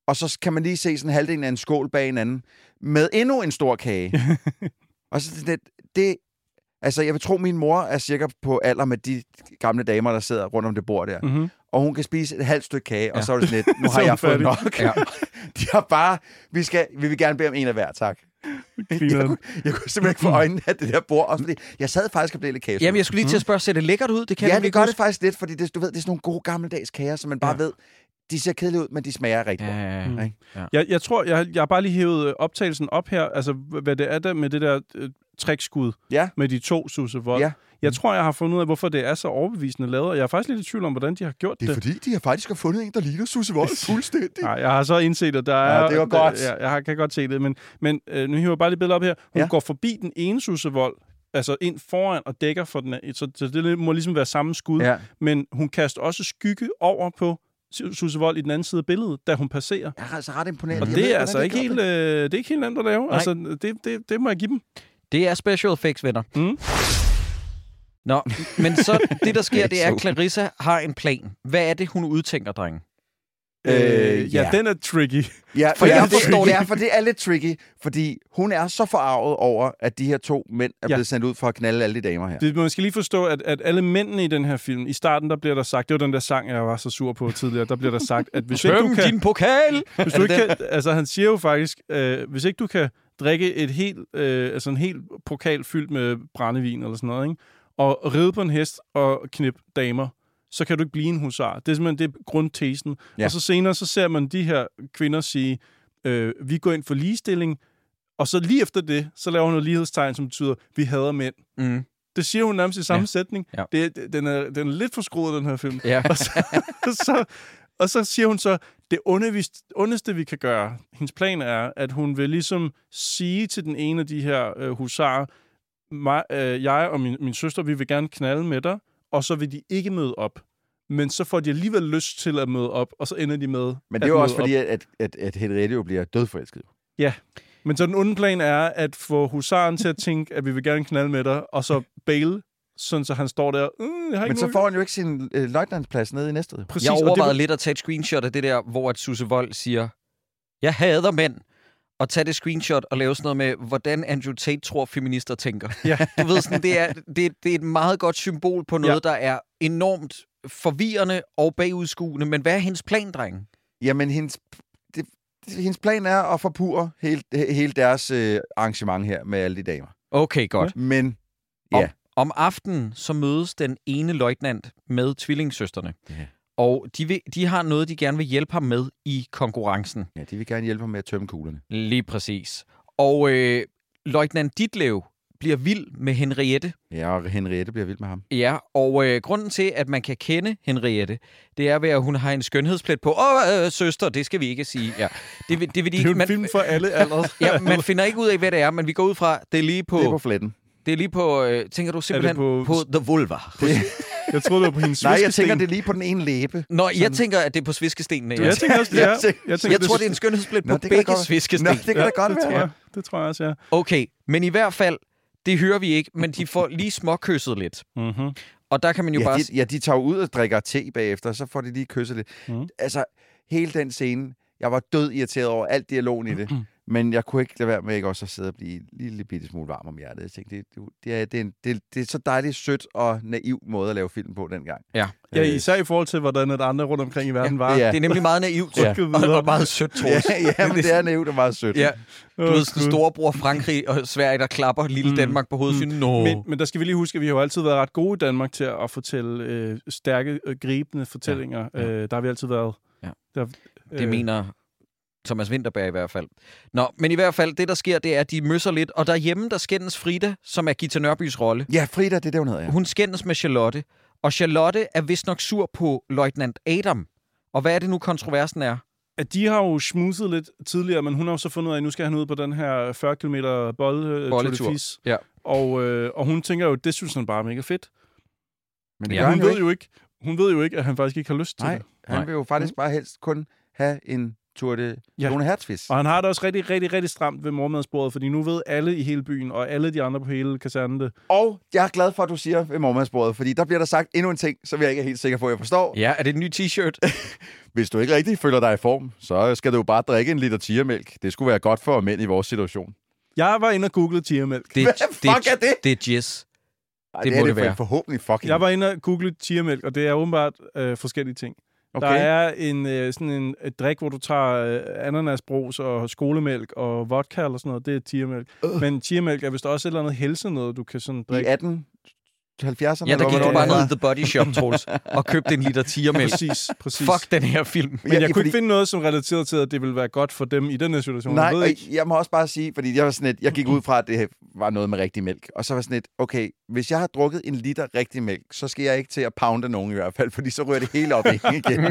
Speaker 2: Og så kan man lige se sådan halvdelen af en skål bag en anden, med endnu en stor kage. og så det, det, altså jeg vil tro, min mor er cirka på alder med de gamle damer, der sidder rundt om det bord der.
Speaker 3: Mm-hmm.
Speaker 2: Og hun kan spise et halvt stykke kage, og
Speaker 1: Ja.
Speaker 2: så er det sådan lidt, nu
Speaker 3: Så
Speaker 2: har
Speaker 3: er hun
Speaker 2: jeg fået
Speaker 3: færdig.
Speaker 2: nok.
Speaker 1: Ja.
Speaker 2: *laughs* De har bare, vi, skal, vi vil gerne bede om en af hver, tak. Jeg kunne, jeg kunne simpelthen ikke få øjnene af det der bord. Også fordi jeg sad faktisk og blev lidt kage.
Speaker 1: Jamen, jeg skulle lige til at spørge, ser det lækkert ud? Det kan
Speaker 2: ja,
Speaker 1: jeg
Speaker 2: det
Speaker 1: virkelig
Speaker 2: gør det faktisk lidt, fordi det, du ved, det er sådan nogle gode gammeldags kager, som man bare
Speaker 3: Ja.
Speaker 2: ved, de ser kedelige ud, men de smager rigtig
Speaker 1: huske.
Speaker 2: godt.
Speaker 1: Ja,
Speaker 3: Mm.
Speaker 1: ja, ja.
Speaker 3: Jeg, jeg tror, jeg, jeg har bare lige hævet øh, optagelsen op her, altså h- hvad det er der med det der øh, trækskud
Speaker 2: Ja.
Speaker 3: med de to Susse Vold.
Speaker 2: Ja.
Speaker 3: Jeg tror, jeg har fundet ud af, hvorfor det er så overbevisende lavet, og jeg er faktisk lidt i tvivl om, hvordan de har gjort det.
Speaker 2: fordi, de har faktisk har fundet en, der ligner Susse
Speaker 3: *laughs*
Speaker 2: Vold fuldstændig.
Speaker 3: Nej, jeg har så indset, at der
Speaker 2: Ja,
Speaker 3: er...
Speaker 2: det var godt.
Speaker 3: Ja, jeg har- kan godt se det, men, men øh, nu hiver jeg bare lige billeder op her. Hun
Speaker 2: Ja.
Speaker 3: ja. går forbi den ene Susse Vold, altså ind foran og dækker for den, a- så, så det må ligesom være samme skud,
Speaker 2: Ja.
Speaker 3: men hun kaster også skygge over på Su- Susse Vold i den anden side af billedet, da hun passerer.
Speaker 2: Jeg er altså ret imponeret.
Speaker 3: Og
Speaker 2: Jeg
Speaker 3: det
Speaker 2: ved,
Speaker 3: er
Speaker 2: hvordan
Speaker 3: altså
Speaker 2: de
Speaker 3: ikke
Speaker 2: gør
Speaker 3: helt,
Speaker 2: det.
Speaker 3: øh, det er ikke helt nemt at lave. Altså, det, det, det må jeg give dem.
Speaker 1: Det er special effects, venner.
Speaker 3: Mm.
Speaker 1: Nå, men
Speaker 3: *laughs*
Speaker 1: så det, der sker, det er,
Speaker 2: Så.
Speaker 1: at Clarissa har en plan. Hvad er det, hun udtænker, drenge?
Speaker 2: Øh,
Speaker 3: Øh, ja,
Speaker 2: ja.
Speaker 3: den er tricky.
Speaker 2: Ja,
Speaker 1: For
Speaker 2: for jeg
Speaker 1: jeg
Speaker 2: forstår
Speaker 1: forstår
Speaker 2: det. Ja, for det er lidt tricky, fordi hun er så forarvet over, at de her to mænd er
Speaker 3: Ja.
Speaker 2: blevet sendt ud for at knalde alle de damer her.
Speaker 3: Det, man skal lige forstå, at, at alle mændene i den her film, i starten, der bliver der sagt, det var den der sang, jeg var så sur på tidligere, der bliver der sagt, at hvis ikke du
Speaker 1: Tøm
Speaker 3: kan...
Speaker 1: din *laughs* pokal!
Speaker 3: *laughs* Hvis du ikke kan altså, han siger jo faktisk, øh, hvis ikke du kan drikke et helt, øh, altså en helt pokal fyldt med brændevin eller sådan noget, ikke? og ride på en hest og knip damer, så kan du ikke blive en husar. Det er simpelthen det er grundtesen.
Speaker 2: Ja.
Speaker 3: Ja. Og så senere, så ser man de her kvinder sige, øh, vi går ind for ligestilling, og så lige efter det, så laver hun noget lighedstegn, som betyder, vi hader mænd.
Speaker 1: Mm.
Speaker 3: Det siger hun nærmest i samme
Speaker 1: Ja.
Speaker 3: ja. sætning.
Speaker 1: Ja.
Speaker 3: Ja. Det, det- den, er, den er lidt for skruet, den her film.
Speaker 1: Ja.
Speaker 3: Og, så, så, og så siger hun så, det undervist, ondeste, vi kan gøre, hendes plan er, at hun vil ligesom sige til den ene af de her øh, husarer, mig, øh, jeg og min, min søster, vi vil gerne knalde med dig, og så vil de ikke møde op. Men så får de alligevel lyst til at møde op, og så ender de med
Speaker 2: Men
Speaker 3: at
Speaker 2: det er jo
Speaker 3: møde
Speaker 2: også
Speaker 3: op.
Speaker 2: fordi, at, at, at, at Henriette jo bliver dødforelsket.
Speaker 3: Men så den onde plan er at få husaren til at tænke, at vi vil gerne knalde med dig, og så bail, sådan så han står der. Mm, jeg har
Speaker 2: Men
Speaker 3: ikke
Speaker 2: så får han jo ikke sin øh, løjtnantsplads nede i næste.
Speaker 3: *laughs* Præcis,
Speaker 1: Jeg
Speaker 3: og
Speaker 1: overvejede
Speaker 3: det,
Speaker 1: lidt at tage et screenshot af det der, hvor at Susse Vold siger, jeg hader mænd, og tage det screenshot og lave sådan noget med, hvordan Andrew Tate tror, feminister tænker.
Speaker 3: Ja.
Speaker 1: Du ved, sådan, det, er, det, det er et meget godt symbol på noget, ja. der er enormt forvirrende og bagudskuende. Men hvad er hendes plan, drenge?
Speaker 2: Jamen, hendes, det, det- hendes plan er at forpure hele, he- hele deres øh, arrangement her med alle de damer.
Speaker 1: Okay, godt.
Speaker 2: Men
Speaker 1: Om aftenen så mødes den ene løjtnant med tvillingssøsterne.
Speaker 2: Ja.
Speaker 1: Og de, vil, de har noget, de gerne vil hjælpe ham med i konkurrencen.
Speaker 2: ja, de vil gerne hjælpe ham med at tømme kuglerne.
Speaker 1: Lige præcis. Og øh, løjtnant Ditlev bliver vild med Henriette.
Speaker 2: Ja, og Henriette bliver vild med ham.
Speaker 1: Ja, og øh, grunden til, at man kan kende Henriette, det er ved, at hun har en skønhedsplet på. Åh, øh, søster, det skal vi ikke sige. Ja, det, vil- det vil de
Speaker 3: det er jo
Speaker 1: ikke.
Speaker 3: en
Speaker 1: Man,
Speaker 3: film for alle
Speaker 2: *laughs*
Speaker 3: aldre.
Speaker 1: *laughs* ja, man finder ikke ud af, hvad det er, men vi går ud fra, det er lige på...
Speaker 2: Det er på fletten.
Speaker 1: Det er lige på øh, tænker du simpelthen
Speaker 3: på-
Speaker 1: på The Vulva?
Speaker 3: Jeg troede, det var på hendes
Speaker 2: Nej, jeg
Speaker 3: viskesten.
Speaker 2: tænker, det er lige på den ene læbe.
Speaker 1: Nå, jeg tænker, at det er på sviskestenene.
Speaker 3: Du, jeg tænker også, det
Speaker 2: Jeg
Speaker 3: er.
Speaker 2: tænker-
Speaker 1: Jeg tror, det er en skønhedsplet
Speaker 2: Nå,
Speaker 1: på
Speaker 2: det kan da
Speaker 1: begge
Speaker 2: godt- Nå,
Speaker 1: sviskesten.
Speaker 2: det kan da godt
Speaker 3: det Tror
Speaker 2: være.
Speaker 3: jeg. Det tror jeg også, ja.
Speaker 1: Okay, men i hvert fald, det hører vi ikke, men de får lige småkysset lidt.
Speaker 3: Mm-hmm.
Speaker 1: Og der kan man jo
Speaker 2: Ja
Speaker 1: bare...
Speaker 2: de, ja, de tager ud og drikker te bagefter, og så får de lige kysset lidt.
Speaker 3: Mhm.
Speaker 2: Mm. Altså, hele den scene, jeg var død irriteret over alt dialogen i det, men jeg kunne ikke lade være med ikke også at sidde og blive en lille bitte smule varm om hjertet. Jeg tænkte, det, det, det, er, det, er, en- det, det er så dejligt sødt og naiv måde at lave film på dengang.
Speaker 1: Ja.
Speaker 3: Ja, især i forhold til, hvordan et andre rundt omkring i verden var.
Speaker 2: det
Speaker 1: Det er nemlig meget naivt
Speaker 3: Ja.
Speaker 1: og, og meget sødt, tror
Speaker 2: ja,
Speaker 1: jeg.
Speaker 2: *laughs* ja, men det er naivt og meget sødt.
Speaker 1: Ja,
Speaker 3: Åh,
Speaker 1: du ved, sådan
Speaker 3: Gud.
Speaker 1: storebror Frankrig og Sverige, der klapper lille
Speaker 3: Mm.
Speaker 1: Danmark på hovedet. Mm. Nå.
Speaker 3: Men, men der skal vi lige huske, at vi har jo altid været ret gode i Danmark til at fortælle øh, stærke, øh, gribende fortællinger. Ja.
Speaker 1: Ja, ja.
Speaker 3: Øh, der har vi altid været.
Speaker 1: Ja.
Speaker 3: Der, øh,
Speaker 1: Det mener Thomas Winterberg i hvert fald. Nå, men i hvert fald, det der sker, det er, at de møsser lidt. Og derhjemme, der skændes Frida, som er Gita Nørbys rolle.
Speaker 2: ja Frida, det er det, hun hedder, ja.
Speaker 1: Hun skændes med Charlotte. Og Charlotte er vist nok sur på løjtnant Adam. Og hvad er det nu, kontroversen er?
Speaker 3: At de har jo smuset lidt tidligere, men hun har jo så fundet ud af, at nu skal han ud på den her 40 km bold, øh, Tour de
Speaker 1: Bolletur.
Speaker 3: Fis.
Speaker 1: Ja.
Speaker 3: Og, øh, og hun tænker jo, det synes han bare er mega fedt.
Speaker 2: Men det
Speaker 1: Ja,
Speaker 2: gør
Speaker 3: hun,
Speaker 2: han jo
Speaker 3: ved
Speaker 2: ikke.
Speaker 3: jo ikke, hun ved jo ikke, at han faktisk ikke har lyst til
Speaker 2: Nej,
Speaker 3: det.
Speaker 2: han
Speaker 1: Nej.
Speaker 2: vil jo faktisk bare helst kun have en tur til
Speaker 3: Ja.
Speaker 2: ja. Lone Hertzfis.
Speaker 3: Og han har det også rigtig, rigtig, rigtig stramt ved mormadsbordet, fordi nu ved alle i hele byen, og alle de andre på hele kasernen det.
Speaker 2: Og jeg er glad for, at du siger ved mormandsbordet, fordi der bliver der sagt endnu en ting, som jeg ikke er helt sikker på, at jeg forstår.
Speaker 1: Ja, er det en ny t-shirt? *laughs*
Speaker 2: Hvis du ikke rigtig føler dig i form, så skal du jo bare drikke en liter tigermælk. Det skulle være godt for mænd i vores situation.
Speaker 3: Jeg var inde og googlede tigermælk.
Speaker 1: Det,
Speaker 2: Hvad fuck er det?
Speaker 1: Det er jizz.
Speaker 2: Ej,
Speaker 1: Det må det være.
Speaker 2: for- forhåbentlig fucking.
Speaker 3: Jeg var inde og googlede tigermælk, og det er åbenbart øh, forskellige ting. Okay. Der er en øh, sådan en et drik, hvor du tager øh, ananasbrus og skolemælk og vodka eller sådan noget. Det er tigermælk. Øh. Men tigermælk er vist også et eller andet helse noget, du kan sådan
Speaker 2: I
Speaker 3: drikke.
Speaker 2: 18... 70'erne,
Speaker 1: Ja, der gik
Speaker 3: hvornår
Speaker 1: du bare
Speaker 3: det var.
Speaker 1: ned i The Body
Speaker 2: *laughs*
Speaker 1: Shop, Troels, og købte en liter tigermælk.
Speaker 3: *laughs* Præcis, præcis.
Speaker 1: Fuck den her film.
Speaker 3: Men jeg ja, kunne fordi... ikke finde noget, som relaterede til, at det ville være godt for dem i den her situation.
Speaker 2: Nej,
Speaker 3: jeg ved
Speaker 2: og
Speaker 3: ikke.
Speaker 2: jeg må også bare sige, fordi jeg, var sådan et, jeg gik ud fra, at det var noget med rigtig mælk. Og så var jeg sådan et, okay, hvis jeg har drukket en liter rigtig mælk, så skal jeg ikke til at pounde nogen i hvert fald, fordi så ryger det hele
Speaker 3: *laughs*
Speaker 2: op i hende igen.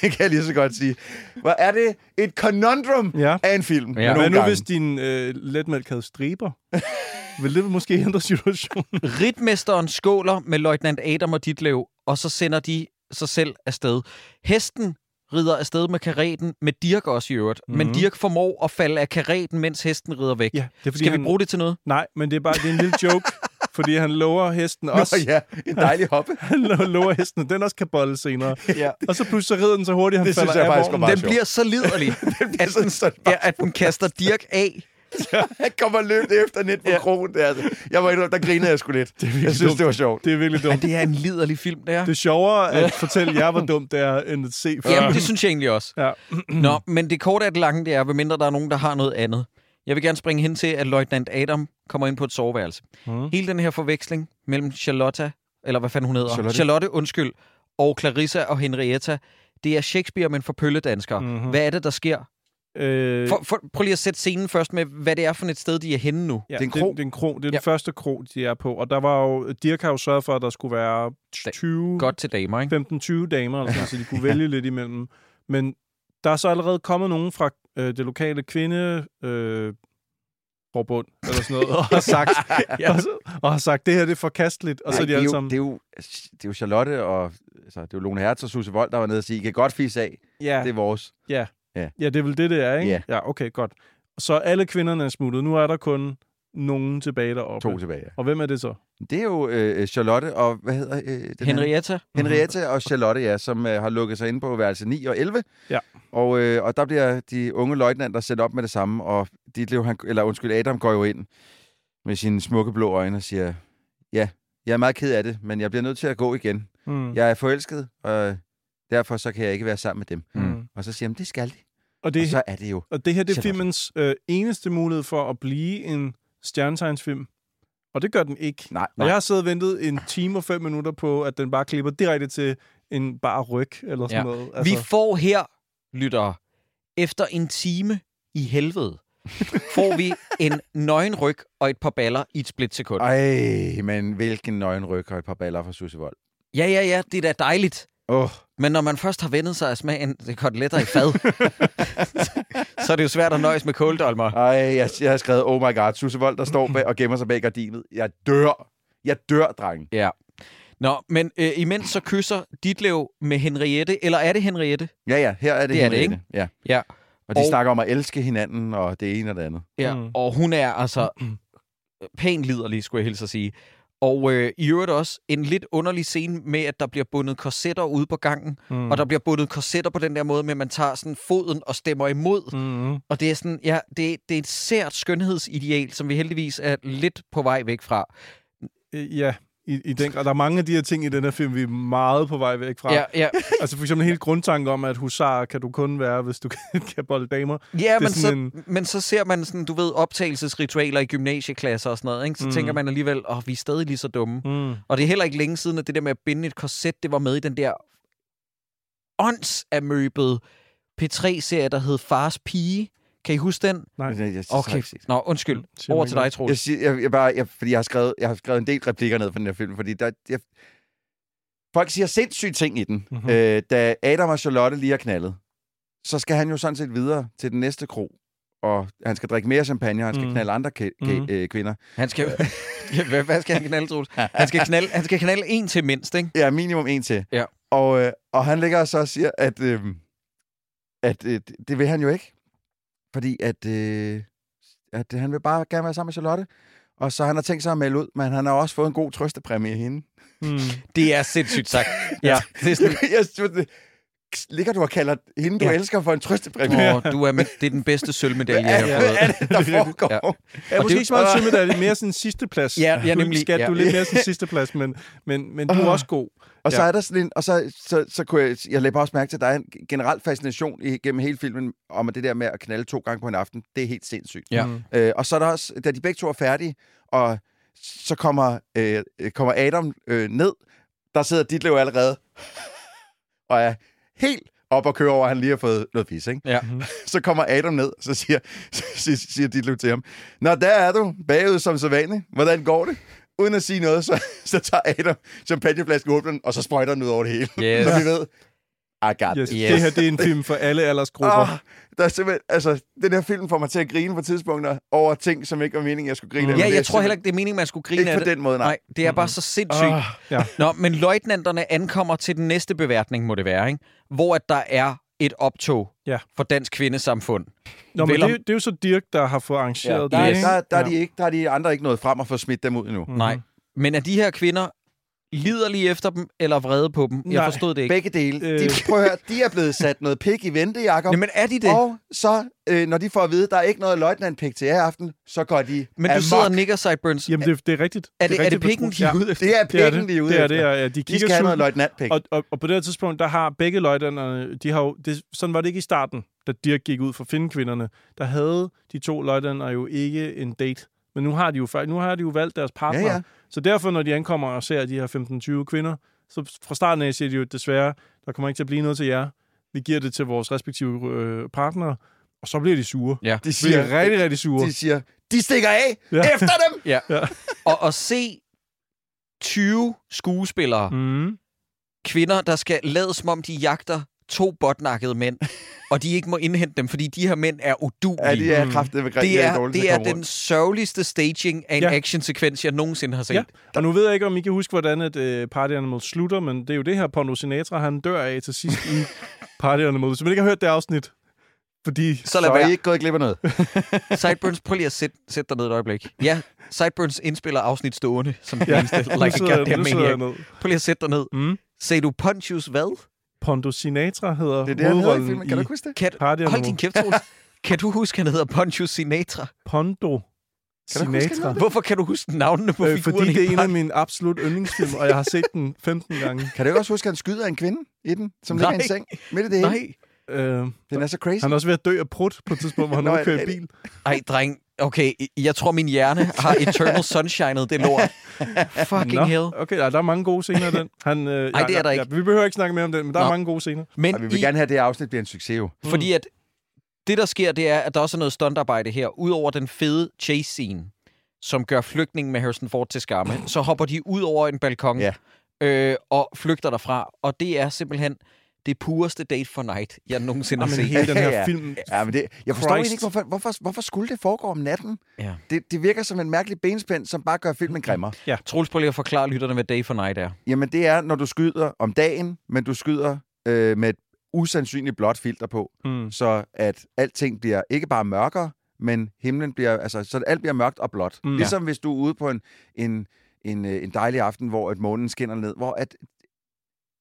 Speaker 2: det kan jeg lige så godt sige. Hvor er det et conundrum
Speaker 3: Ja.
Speaker 2: ja. af en film?
Speaker 1: Ja.
Speaker 2: nogle
Speaker 3: Hvad nu,
Speaker 2: gange.
Speaker 3: hvis din øh, letmælk havde striber? *laughs* Vil det måske ændre situationen?
Speaker 1: Ritmesteren skåler med løjtnant Adam og Ditlev, og så sender de sig selv afsted. Hesten rider afsted med karetten, med Dirk også i øvrigt. Mm-hmm. Men Dirk formår at falde af karetten, mens hesten rider væk.
Speaker 3: Ja, det er, fordi
Speaker 1: Skal
Speaker 3: han...
Speaker 1: vi bruge det til noget?
Speaker 3: Nej, men det er bare det er en lille
Speaker 2: *laughs*
Speaker 3: joke, fordi han lover hesten også.
Speaker 2: Nå, ja, en dejlig hoppe.
Speaker 3: *laughs* Han lo- lover hesten, at den også kan bolle
Speaker 2: *laughs*
Speaker 3: senere.
Speaker 2: ja.
Speaker 3: Og så pludselig så rider den så hurtigt, han
Speaker 2: Det
Speaker 3: falder
Speaker 2: synes jeg
Speaker 3: af
Speaker 2: faktisk var
Speaker 3: vognen.
Speaker 2: meget
Speaker 1: Den
Speaker 2: sjovt.
Speaker 1: bliver så liderlig, at, *laughs* den, ja, at den kaster Dirk af.
Speaker 2: Han kommer løbende efter net på ja. krogen. Der. Altså. Jeg var indrømme, der grinede jeg sgu lidt.
Speaker 3: er virkelig
Speaker 2: jeg synes,
Speaker 3: dumt.
Speaker 2: det var sjovt.
Speaker 3: Det er virkelig
Speaker 1: Men
Speaker 3: dumt.
Speaker 1: det er en liderlig film, det er.
Speaker 3: Det er
Speaker 2: *laughs*
Speaker 3: sjovere at fortælle jer, hvor dumt det er, end at se.
Speaker 1: Jamen, det synes jeg egentlig også.
Speaker 3: Ja.
Speaker 1: Nå, men det korte af det lange, det er, medmindre der er nogen, der har noget andet. Jeg vil gerne springe hen til, at løjtnant Adam kommer ind på et soveværelse.
Speaker 3: Mhm.
Speaker 1: Mm. Hele den her forveksling mellem Charlotta, eller hvad fanden hun hedder,
Speaker 2: Charlotte.
Speaker 1: Charlotte, Charlotte undskyld, og Clarissa og Henrietta, det er Shakespeare, men for pølledanskere. Mm.
Speaker 3: Mhm.
Speaker 1: Hvad er det, der sker?
Speaker 3: Øh,
Speaker 1: For, for, prøv lige at sætte scenen først med, hvad det er for et sted, de er henne nu.
Speaker 3: ja,
Speaker 2: det er en
Speaker 3: det,
Speaker 2: kro.
Speaker 3: det er en kro. Det er ja.
Speaker 1: Ja.
Speaker 3: den første kro, de er på. Og der var jo, Dirk har jo sørget for, at der skulle være 20,
Speaker 1: Godt til damer, ikke?
Speaker 3: 15-20 damer, eller sådan, så
Speaker 2: *laughs*
Speaker 3: de kunne vælge lidt imellem. Men der er så allerede kommet nogen fra øh, det lokale kvinde... Øh, forbund, eller sådan noget, og har sagt,
Speaker 2: *laughs*
Speaker 3: og, så- og har sagt det her det er forkasteligt, og så
Speaker 2: Ej,
Speaker 3: er de
Speaker 2: det, er
Speaker 3: alle
Speaker 2: jo,
Speaker 3: sammen...
Speaker 2: det, er jo, det er jo Charlotte og altså, det er jo Lone Hertz og Susse Vold, der var nede og sige, I kan godt fise af,
Speaker 3: ja.
Speaker 2: det er vores.
Speaker 3: Ja, det er vel det, det er, ikke?
Speaker 2: Ja.
Speaker 3: ja okay, godt. Så alle kvinderne er smuttet. Nu er der kun nogen tilbage deroppe.
Speaker 2: To tilbage.
Speaker 3: Og hvem er det så?
Speaker 2: Det er jo øh, Charlotte og, hvad hedder øh, den anden?
Speaker 1: Henrietta?
Speaker 2: Henriette og Charlotte, ja, som øh, har lukket sig ind på værelse 9 og 11.
Speaker 3: Ja.
Speaker 2: Og, øh, og der bliver de unge løjtnanter sendt op med det samme, og Ditlev, han, eller undskyld, Adam går jo ind med sine smukke blå øjne og siger, ja, jeg er meget ked af det, men jeg bliver nødt til at gå igen.
Speaker 3: Mm.
Speaker 2: Jeg er forelsket, og derfor så kan jeg ikke være sammen med dem.
Speaker 3: Mm.
Speaker 2: Og så siger han, det skal de.
Speaker 3: Og,
Speaker 2: Og
Speaker 3: det,
Speaker 2: så er det jo
Speaker 3: og det her det er
Speaker 2: Charlotte.
Speaker 3: filmens øh, eneste mulighed for at blive en stjernetegnsfilm. Og det gør den ikke.
Speaker 2: Nej,
Speaker 3: Og jeg har siddet og ventet en time og fem minutter på, at den bare klipper direkte til en bare ryg eller sådan
Speaker 1: Ja.
Speaker 3: noget.
Speaker 1: Altså. Vi får her, lyttere, efter en time i helvede, får vi en nøgenryg og et par baller i et splitsekund.
Speaker 2: Ej, men hvilken nøgen ryg og et par baller fra Susse Vold.
Speaker 1: Ja, ja, ja, det er da dejligt.
Speaker 2: Åh, oh,
Speaker 1: Men når man først har vendet sig af smagen af koteletter i fad, så er det jo svært at nøjes med kåldolmer.
Speaker 2: ej, jeg, jeg har skrevet, oh my god, Susse Vold, der står bag og gemmer sig bag gardinet. Jeg dør. Jeg dør, dreng.
Speaker 1: Ja. Nå, men øh, imens så kysser Ditlev med Henriette, eller er det Henriette?
Speaker 2: Ja, ja, her er det,
Speaker 1: Det er det,
Speaker 2: Henriette. Ja.
Speaker 1: Ja.
Speaker 2: Og de
Speaker 1: Og-
Speaker 2: og... snakker om at elske hinanden, og det ene og det andet.
Speaker 1: Ja,
Speaker 3: Mm.
Speaker 1: mm. og hun er altså pænt liderlig, skulle jeg hilse at sige. Og øh, i øvrigt også en lidt underlig scene med, at der bliver bundet korsetter ude på gangen,
Speaker 3: Mm.
Speaker 1: mm. og der bliver bundet korsetter på den der måde med, at man tager sådan foden og stemmer imod. Mm.
Speaker 3: Mm.
Speaker 1: Og det er sådan, ja, det, det er et sært skønhedsideal, som vi heldigvis er lidt på vej væk fra.
Speaker 3: Øh, Ja, i, i den grad. Der er mange af de her ting i den her film, vi er meget på vej væk fra.
Speaker 1: Ja,
Speaker 3: *laughs*
Speaker 1: ja.
Speaker 3: Altså for eksempel hele grundtanken om, at husar kan du kun være, hvis du *laughs* kan, kan bolde damer.
Speaker 1: ja men, så,
Speaker 3: sådan
Speaker 1: men så ser man sådan, du ved, optagelsesritualer i gymnasieklasser og sådan noget, ikke? så
Speaker 3: Mm.
Speaker 1: mm. tænker man alligevel, åh, oh, vi er stadig lige så dumme.
Speaker 3: Mm.
Speaker 1: Og det er heller ikke længe siden, at det der med at binde et korset, det var med i den der åndsamøbede P3-serie, der hed Fars Pige. Kan I huske den?
Speaker 3: Nej.
Speaker 2: Jeg, jeg, jeg,
Speaker 1: Okay. Nå, undskyld.
Speaker 3: Siger
Speaker 1: Over
Speaker 3: mig
Speaker 1: til
Speaker 3: ikke
Speaker 1: dig, Troels.
Speaker 2: Jeg, siger, jeg, jeg, bare, jeg, fordi jeg, har skrevet, jeg har skrevet en del replikker ned på den her film, fordi der, jeg, folk siger sindssyge ting i den.
Speaker 3: Mhm.
Speaker 2: Mm-hmm. Øh, da Adam og Charlotte lige har knaldet, så skal han jo sådan set videre til den næste kro, og han skal drikke mere champagne, og han skal
Speaker 3: Mhm.
Speaker 2: mm. knalde andre ka-
Speaker 3: Mhm.
Speaker 2: ka- øh, kvinder.
Speaker 1: Han skal... Ja, *laughs* hvad- Hvad skal han knalde, Troels? Han skal knalde, han skal knalde en til mindst, ikke?
Speaker 2: Ja, minimum en til.
Speaker 1: Ja.
Speaker 2: Og, øh, og han ligger og så og siger, at, øh, at øh, det vil han jo ikke, fordi at, øh, at han vil bare gerne være sammen med Charlotte. Og så han har tænkt sig at melde ud, men han har også fået en god trøstepræmie af hende.
Speaker 3: Mm.
Speaker 1: Det er sindssygt sagt. Ja, *laughs* det er sådan...
Speaker 2: jeg synes, det- ligger du og kalder hende, du
Speaker 1: Ja.
Speaker 2: ja. elsker, for en trøstepræmie? *laughs* Ja.
Speaker 1: Åh, du er, mit- det er den bedste sølvmedalje, jeg
Speaker 2: Hvad
Speaker 1: har
Speaker 2: hvad
Speaker 1: fået.
Speaker 2: er det, der
Speaker 3: Det er rigtigt.
Speaker 1: *laughs*
Speaker 2: foregår?
Speaker 1: Ja.
Speaker 3: Ja,
Speaker 1: Og det-
Speaker 3: måske ikke
Speaker 1: *laughs*
Speaker 3: så meget en sølvmedalje, mere sådan en sidste plads.
Speaker 1: Ja, ja,
Speaker 3: Du er ikke
Speaker 1: nemlig,
Speaker 3: Skat,
Speaker 1: ja. Øh.
Speaker 3: du er lidt mere sådan en sidste plads, men, men, men du er
Speaker 2: Åh.
Speaker 3: også god.
Speaker 2: Og så
Speaker 3: Ja.
Speaker 2: er der sådan en, og så, så, så kunne jeg, jeg lagde bare også mærke til, at der er en generel fascination i- gennem hele filmen om at det der med at knalde to gange på en aften. Det er helt sindssygt.
Speaker 1: Ja.
Speaker 3: Mm.
Speaker 2: Øh, og så er der også, da de begge to er færdige, og så kommer, øh, øh, kommer Adam øh, ned, der sidder Ditlev allerede og er helt op og kører over, at han lige har fået noget pis, ikke?
Speaker 1: Ja.
Speaker 2: Så kommer Adam ned, så siger, *laughs* så siger, siger Ditlev til ham, Nå, der er du, bagud som så vanligt. Hvordan går det? Uden at sige noget, så, så tager Adam champagneflasken åbner den, og så sprøjter den ud over det hele.
Speaker 1: Yes.
Speaker 2: Så vi ved, I got
Speaker 3: Yes.
Speaker 2: yes.
Speaker 3: Yes. Det her, det er en film for alle aldersgrupper.
Speaker 2: Oh, der er simpelthen, altså, den her film får mig til at grine på tidspunkter over ting, som ikke var meningen, jeg skulle grine af.
Speaker 1: Mm. Ja,
Speaker 2: Men det er
Speaker 1: jeg tror
Speaker 2: simpelthen-
Speaker 1: heller ikke, det er meningen, man skulle grine
Speaker 2: Ikke
Speaker 1: af
Speaker 2: på
Speaker 1: det.
Speaker 2: den måde, nej.
Speaker 1: Nej, det er bare så sindssygt.
Speaker 3: ja.
Speaker 1: Nå, men løjtnanterne ankommer til den næste beværtning, må det være, ikke? Hvor at der er et optog
Speaker 3: Ja.
Speaker 1: for Dansk Kvindesamfund.
Speaker 3: Nå, men
Speaker 1: Ah,
Speaker 3: det,
Speaker 1: Vel
Speaker 3: er
Speaker 1: om-
Speaker 3: jo- det er jo så Dirk, der har fået
Speaker 2: Ja,
Speaker 3: arrangeret
Speaker 2: der,
Speaker 3: det.
Speaker 2: er,
Speaker 3: ikke?
Speaker 2: der, der, er
Speaker 3: Ja.
Speaker 2: de ikke, der er de andre ikke nået frem og få smidt dem ud endnu.
Speaker 3: Mhm.
Speaker 1: Mm. Nej. Men er de her kvinder liderlige efter dem, eller vrede på dem?
Speaker 3: Nej.
Speaker 1: Jeg forstod det ikke.
Speaker 2: Begge dele.
Speaker 3: Øh.
Speaker 2: De, *laughs* prøv at høre, de er blevet sat noget pik i vente, Jacob.
Speaker 1: Nej, men er de det?
Speaker 2: Og så, øh, når de får at vide, der er ikke noget løjtnantpik til jer i aften, så går de
Speaker 1: men du
Speaker 2: amok.
Speaker 1: sidder og nikker, Sideburns.
Speaker 3: Jamen, det, det er rigtigt.
Speaker 1: Er det, er
Speaker 3: rigtigt,
Speaker 1: det pikken, de
Speaker 3: ja.
Speaker 1: er ude efter?
Speaker 2: Det er
Speaker 3: Det er
Speaker 2: pikken,
Speaker 3: det.
Speaker 2: de er ude
Speaker 3: Det er
Speaker 2: efter.
Speaker 3: det, ja. De
Speaker 2: De
Speaker 3: kigger
Speaker 2: skal have noget
Speaker 3: sultne.
Speaker 2: løjtnantpik.
Speaker 3: Og, og, og på det her tidspunkt, der har begge løjtnanterne, de har jo, det, sådan var det ikke i starten, da Dirk gik ud for kvinderne. Der havde de to løjtnanter jo ikke en date. Men nu har de jo, fa- nu har de jo valgt deres partner.
Speaker 2: Ja, ja.
Speaker 3: Så derfor, når de ankommer og ser de her 15-20 kvinder, så fra starten af siger de jo, desværre, der kommer ikke til at blive noget til jer. Vi giver det til vores respektive øh, partnere, og så bliver de sure.
Speaker 1: Ja.
Speaker 2: De
Speaker 3: De
Speaker 2: siger,
Speaker 3: bliver rigtig, rigtig sure.
Speaker 2: de, siger, de stikker af
Speaker 3: Ja.
Speaker 2: ja. *laughs* efter dem!
Speaker 1: Ja.
Speaker 3: Ja.
Speaker 1: Og at se 20 skuespillere, mm.
Speaker 3: Mm.
Speaker 1: kvinder, der skal lade som om, de jagter to botnakkede
Speaker 3: *laughs*
Speaker 1: mænd, og de ikke må indhente dem, fordi de her mænd er udulige.
Speaker 2: Ja, det er kraftedeme grimt.
Speaker 1: Mm. det er,
Speaker 2: dårligt,
Speaker 1: det er
Speaker 2: kommer
Speaker 1: den sørgeligste staging af en
Speaker 3: Ja.
Speaker 1: actionsekvens, jeg nogensinde har set.
Speaker 3: Ja, og nu ved jeg ikke, om I kan huske, hvordan et, øh, Party Animal slutter, men det er jo det her, Pondo Sinatra, han dør af til sidst
Speaker 1: *laughs*
Speaker 3: i Party Animal. Hvis man ikke har hørt det afsnit, fordi...
Speaker 1: Så lad
Speaker 2: rundt. Så er I
Speaker 1: være.
Speaker 2: ikke gået glip af noget.
Speaker 1: Sideburns, prøv lige at sætte, sætte dig ned et øjeblik. Ja, Sideburns indspiller afsnit stående, som den
Speaker 3: Ja.
Speaker 1: eneste.
Speaker 3: nu
Speaker 1: Like a
Speaker 3: sidder, jeg-
Speaker 1: goddamn
Speaker 3: nu sidder jeg
Speaker 1: maniac.
Speaker 3: ned.
Speaker 1: Prøv lige at sætte dig ned.
Speaker 3: Mm.
Speaker 1: Sagde du Pontius hvad?
Speaker 3: Pondo Sinatra hedder
Speaker 2: Det er det, han hedder i
Speaker 3: hovedrollen
Speaker 2: filmen. Kan du ikke huske det?
Speaker 1: Kan,
Speaker 3: Party Animal.
Speaker 1: hold din kæft,
Speaker 3: *laughs*
Speaker 1: Troels. Kan du huske, han hedder Pontius Sinatra?
Speaker 3: Pondo
Speaker 2: Kan du huske, han
Speaker 3: Sinatra.
Speaker 2: hedder
Speaker 1: Hvorfor kan du huske navnene på
Speaker 3: Øh,
Speaker 1: øh,
Speaker 3: fordi
Speaker 1: figurerne?
Speaker 3: det er
Speaker 1: i
Speaker 3: en af
Speaker 1: Party-
Speaker 3: mine absolut yndlingsfilm, og jeg har set den 15 gange.
Speaker 2: Kan du ikke også huske, at han skyder en kvinde i den, som
Speaker 1: Nej.
Speaker 2: ligger i en seng midt i det hele?
Speaker 1: Nej.
Speaker 3: Øh,
Speaker 2: Den er så crazy.
Speaker 3: han er også ved at dø af prut på et tidspunkt, hvor han
Speaker 2: Nå, øh,
Speaker 3: nu
Speaker 2: er
Speaker 3: kører
Speaker 2: det-
Speaker 3: i bil.
Speaker 1: Ej, dreng. Okay, jeg tror, min hjerne har Eternal Sunshine'et, det
Speaker 3: *laughs*
Speaker 1: lort. Fucking
Speaker 3: Nå,
Speaker 1: hell.
Speaker 3: okay, der, der er mange gode scener i den. Han, øh,
Speaker 1: Ej, det er der ikke.
Speaker 3: vi behøver ikke snakke mere om den, men der er
Speaker 1: Nå.
Speaker 3: mange gode scener.
Speaker 1: Men
Speaker 2: Og vi
Speaker 1: I,
Speaker 2: vil gerne have, at det her afsnit bliver en succes jo.
Speaker 1: fordi at det, der sker, det er, at der også er noget stuntarbejde her. Udover den fede chase-scene, som gør flygtningen med Harrison Ford til skamme, så hopper de ud over en balkon
Speaker 2: Ja.
Speaker 1: øh, og flygter derfra. Og det er simpelthen det pureste date for night, jeg nogensinde har
Speaker 3: Jamen,
Speaker 1: set.
Speaker 3: hele den
Speaker 2: Ja.
Speaker 3: her film.
Speaker 2: Ja, men det, jeg forstår
Speaker 3: Christ.
Speaker 2: egentlig ikke, hvorfor, hvorfor, hvorfor skulle det foregå om natten?
Speaker 1: Ja.
Speaker 2: Det, det virker som en mærkelig benspænd, som bare gør filmen grimmere.
Speaker 1: Troels, prøv lige at forklare lytterne, hvad day for night er.
Speaker 2: Jamen, det er, når du skyder om dagen, men du skyder øh, med et usandsynligt blåt filter på,
Speaker 3: Mm.
Speaker 2: så at alting bliver ikke bare mørkere, men himlen bliver, altså, så alt bliver mørkt og blåt.
Speaker 3: Mm.
Speaker 2: Mm. Ligesom hvis du er ude på en, en, en, øh, en dejlig aften, hvor at månen skinner ned, hvor at,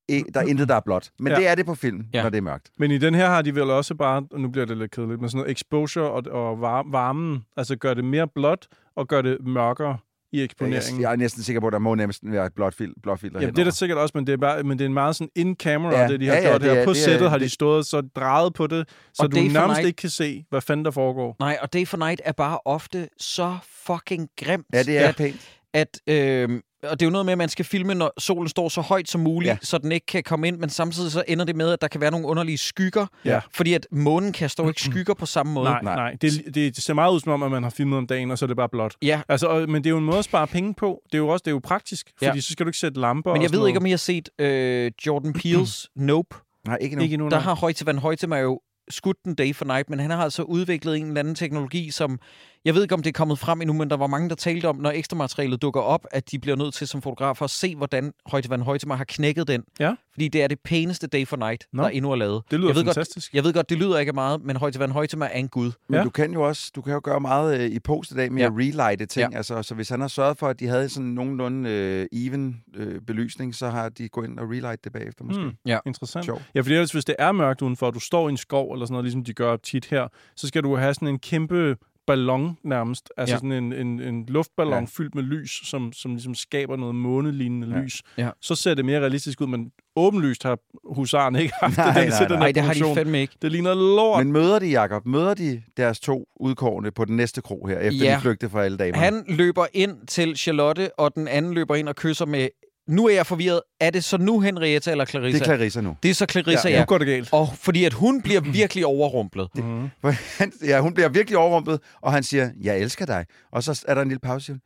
Speaker 2: e, der er intet, der er blåt. Men
Speaker 3: Ja.
Speaker 2: ja. det er det på film,
Speaker 1: Ja.
Speaker 2: ja. når det er mørkt.
Speaker 3: Men i den her har de vel også bare, og nu bliver det lidt kedeligt, men sådan noget exposure og, og var- varmen, altså gør det mere blåt og gør det mørkere i
Speaker 2: Jeg,
Speaker 3: eksponeringen.
Speaker 2: jeg er næsten sikker på, at der må næsten være et blåt, fil, blåt filter
Speaker 3: Ja, det er der sikkert også, men det er, bare, men det er en meget sådan in-camera,
Speaker 2: Ja.
Speaker 3: ja. det de har
Speaker 2: Ja, ja,
Speaker 3: gjort
Speaker 2: det
Speaker 3: her.
Speaker 2: er-
Speaker 3: på
Speaker 2: det er-
Speaker 3: sættet har de
Speaker 2: det-
Speaker 3: stået og så drejet på det, så
Speaker 1: Og
Speaker 3: du
Speaker 1: Day for
Speaker 3: nærmest
Speaker 1: Night-
Speaker 3: ikke kan se, hvad fanden der foregår.
Speaker 1: Nej, og Day for Night er bare ofte så fucking grimt.
Speaker 2: Ja, det er pænt.
Speaker 1: At, øh, og det er jo noget med, at man skal filme, når solen står så højt som muligt, ja.
Speaker 2: Ja.
Speaker 1: så den ikke kan komme ind, men samtidig så ender det med, at der kan være nogle underlige skygger,
Speaker 3: Ja.
Speaker 1: fordi at månen kan stå
Speaker 3: *clears throat*
Speaker 1: ikke skygger på samme måde.
Speaker 3: Nej, nej. nej. Det, det ser meget ud som om, at man har filmet om dagen, og så er det bare blåt.
Speaker 1: Ja,
Speaker 3: Altså, og, men det er jo en måde at spare penge på. Det er jo også det er jo praktisk,
Speaker 1: Ja.
Speaker 3: fordi ja. så skal du ikke sætte lamper
Speaker 1: men
Speaker 3: og
Speaker 1: jeg
Speaker 3: sådan
Speaker 1: ved ikke, om
Speaker 3: noget.
Speaker 1: I har set øh, Jordan
Speaker 3: *clears throat*
Speaker 1: Peele's Nope.
Speaker 2: Nej, ikke nu.
Speaker 3: Ikke endnu,
Speaker 1: Der
Speaker 3: nej.
Speaker 1: har Højte Van Højtema jo skudt den Day for Night, men han har altså udviklet en eller anden teknologi, som jeg ved ikke, om det er kommet frem endnu, men der var mange, der talte om, når ekstra materialet dukker op, at de bliver nødt til som fotografer at se, hvordan Højte Van Højtema har knækket den.
Speaker 3: Ja.
Speaker 1: Fordi det er det pæneste Day for Night,
Speaker 3: Nå.
Speaker 1: der endnu er lavet.
Speaker 3: Det lyder
Speaker 1: jeg ved
Speaker 3: fantastisk.
Speaker 1: Godt, jeg ved godt, det lyder ikke af meget, men Højte Van Højtema er en gud.
Speaker 2: Men
Speaker 3: Ja.
Speaker 2: ja. du kan jo også, du kan jo gøre meget øh, i post i dag med
Speaker 1: Ja.
Speaker 2: ja. at relighte ting. Ja. Altså, så hvis han har sørget for, at de havde sådan nogenlunde øh, even øh, belysning, så har de gået ind og relight det bagefter måske.
Speaker 3: Mm.
Speaker 2: Mm.
Speaker 1: Ja.
Speaker 3: Interessant.
Speaker 2: Sjov.
Speaker 3: Ja, fordi ellers, hvis det er mørkt udenfor, og du står i en skov eller sådan noget, ligesom de gør tit her, så skal du have sådan en kæmpe ballon nærmest, altså
Speaker 1: Ja.
Speaker 3: ja. sådan en, en, en luftballon ja.
Speaker 2: Ja.
Speaker 3: fyldt med lys, som, som ligesom skaber noget månelignende ja.
Speaker 2: Ja.
Speaker 3: lys.
Speaker 1: Ja.
Speaker 3: Så ser det mere realistisk ud, men åbenlyst har husaren ikke haft
Speaker 2: Nej,
Speaker 3: det, den,
Speaker 2: nej,
Speaker 3: til den
Speaker 1: Nej,
Speaker 3: her
Speaker 1: det har de
Speaker 3: produktion.
Speaker 1: fandme ikke.
Speaker 3: Det ligner lort.
Speaker 2: Men møder de, Jacob, møder de deres to udkårne på den næste kro her, efter
Speaker 1: Ja.
Speaker 2: de flygtede fra alle damerne?
Speaker 1: Han løber ind til Charlotte, og den anden løber ind og kysser med... Nu er jeg forvirret. Er det så nu Henrietta eller Clarissa?
Speaker 2: Det er Clarissa nu.
Speaker 1: det er så Clarissa, ja.
Speaker 3: Nu går det galt.
Speaker 1: Og fordi at hun bliver virkelig overrumplet.
Speaker 3: Mm.
Speaker 2: For Han, ja, hun bliver virkelig overrumpet, og han siger, jeg elsker dig. Og så er der en lille pause, siger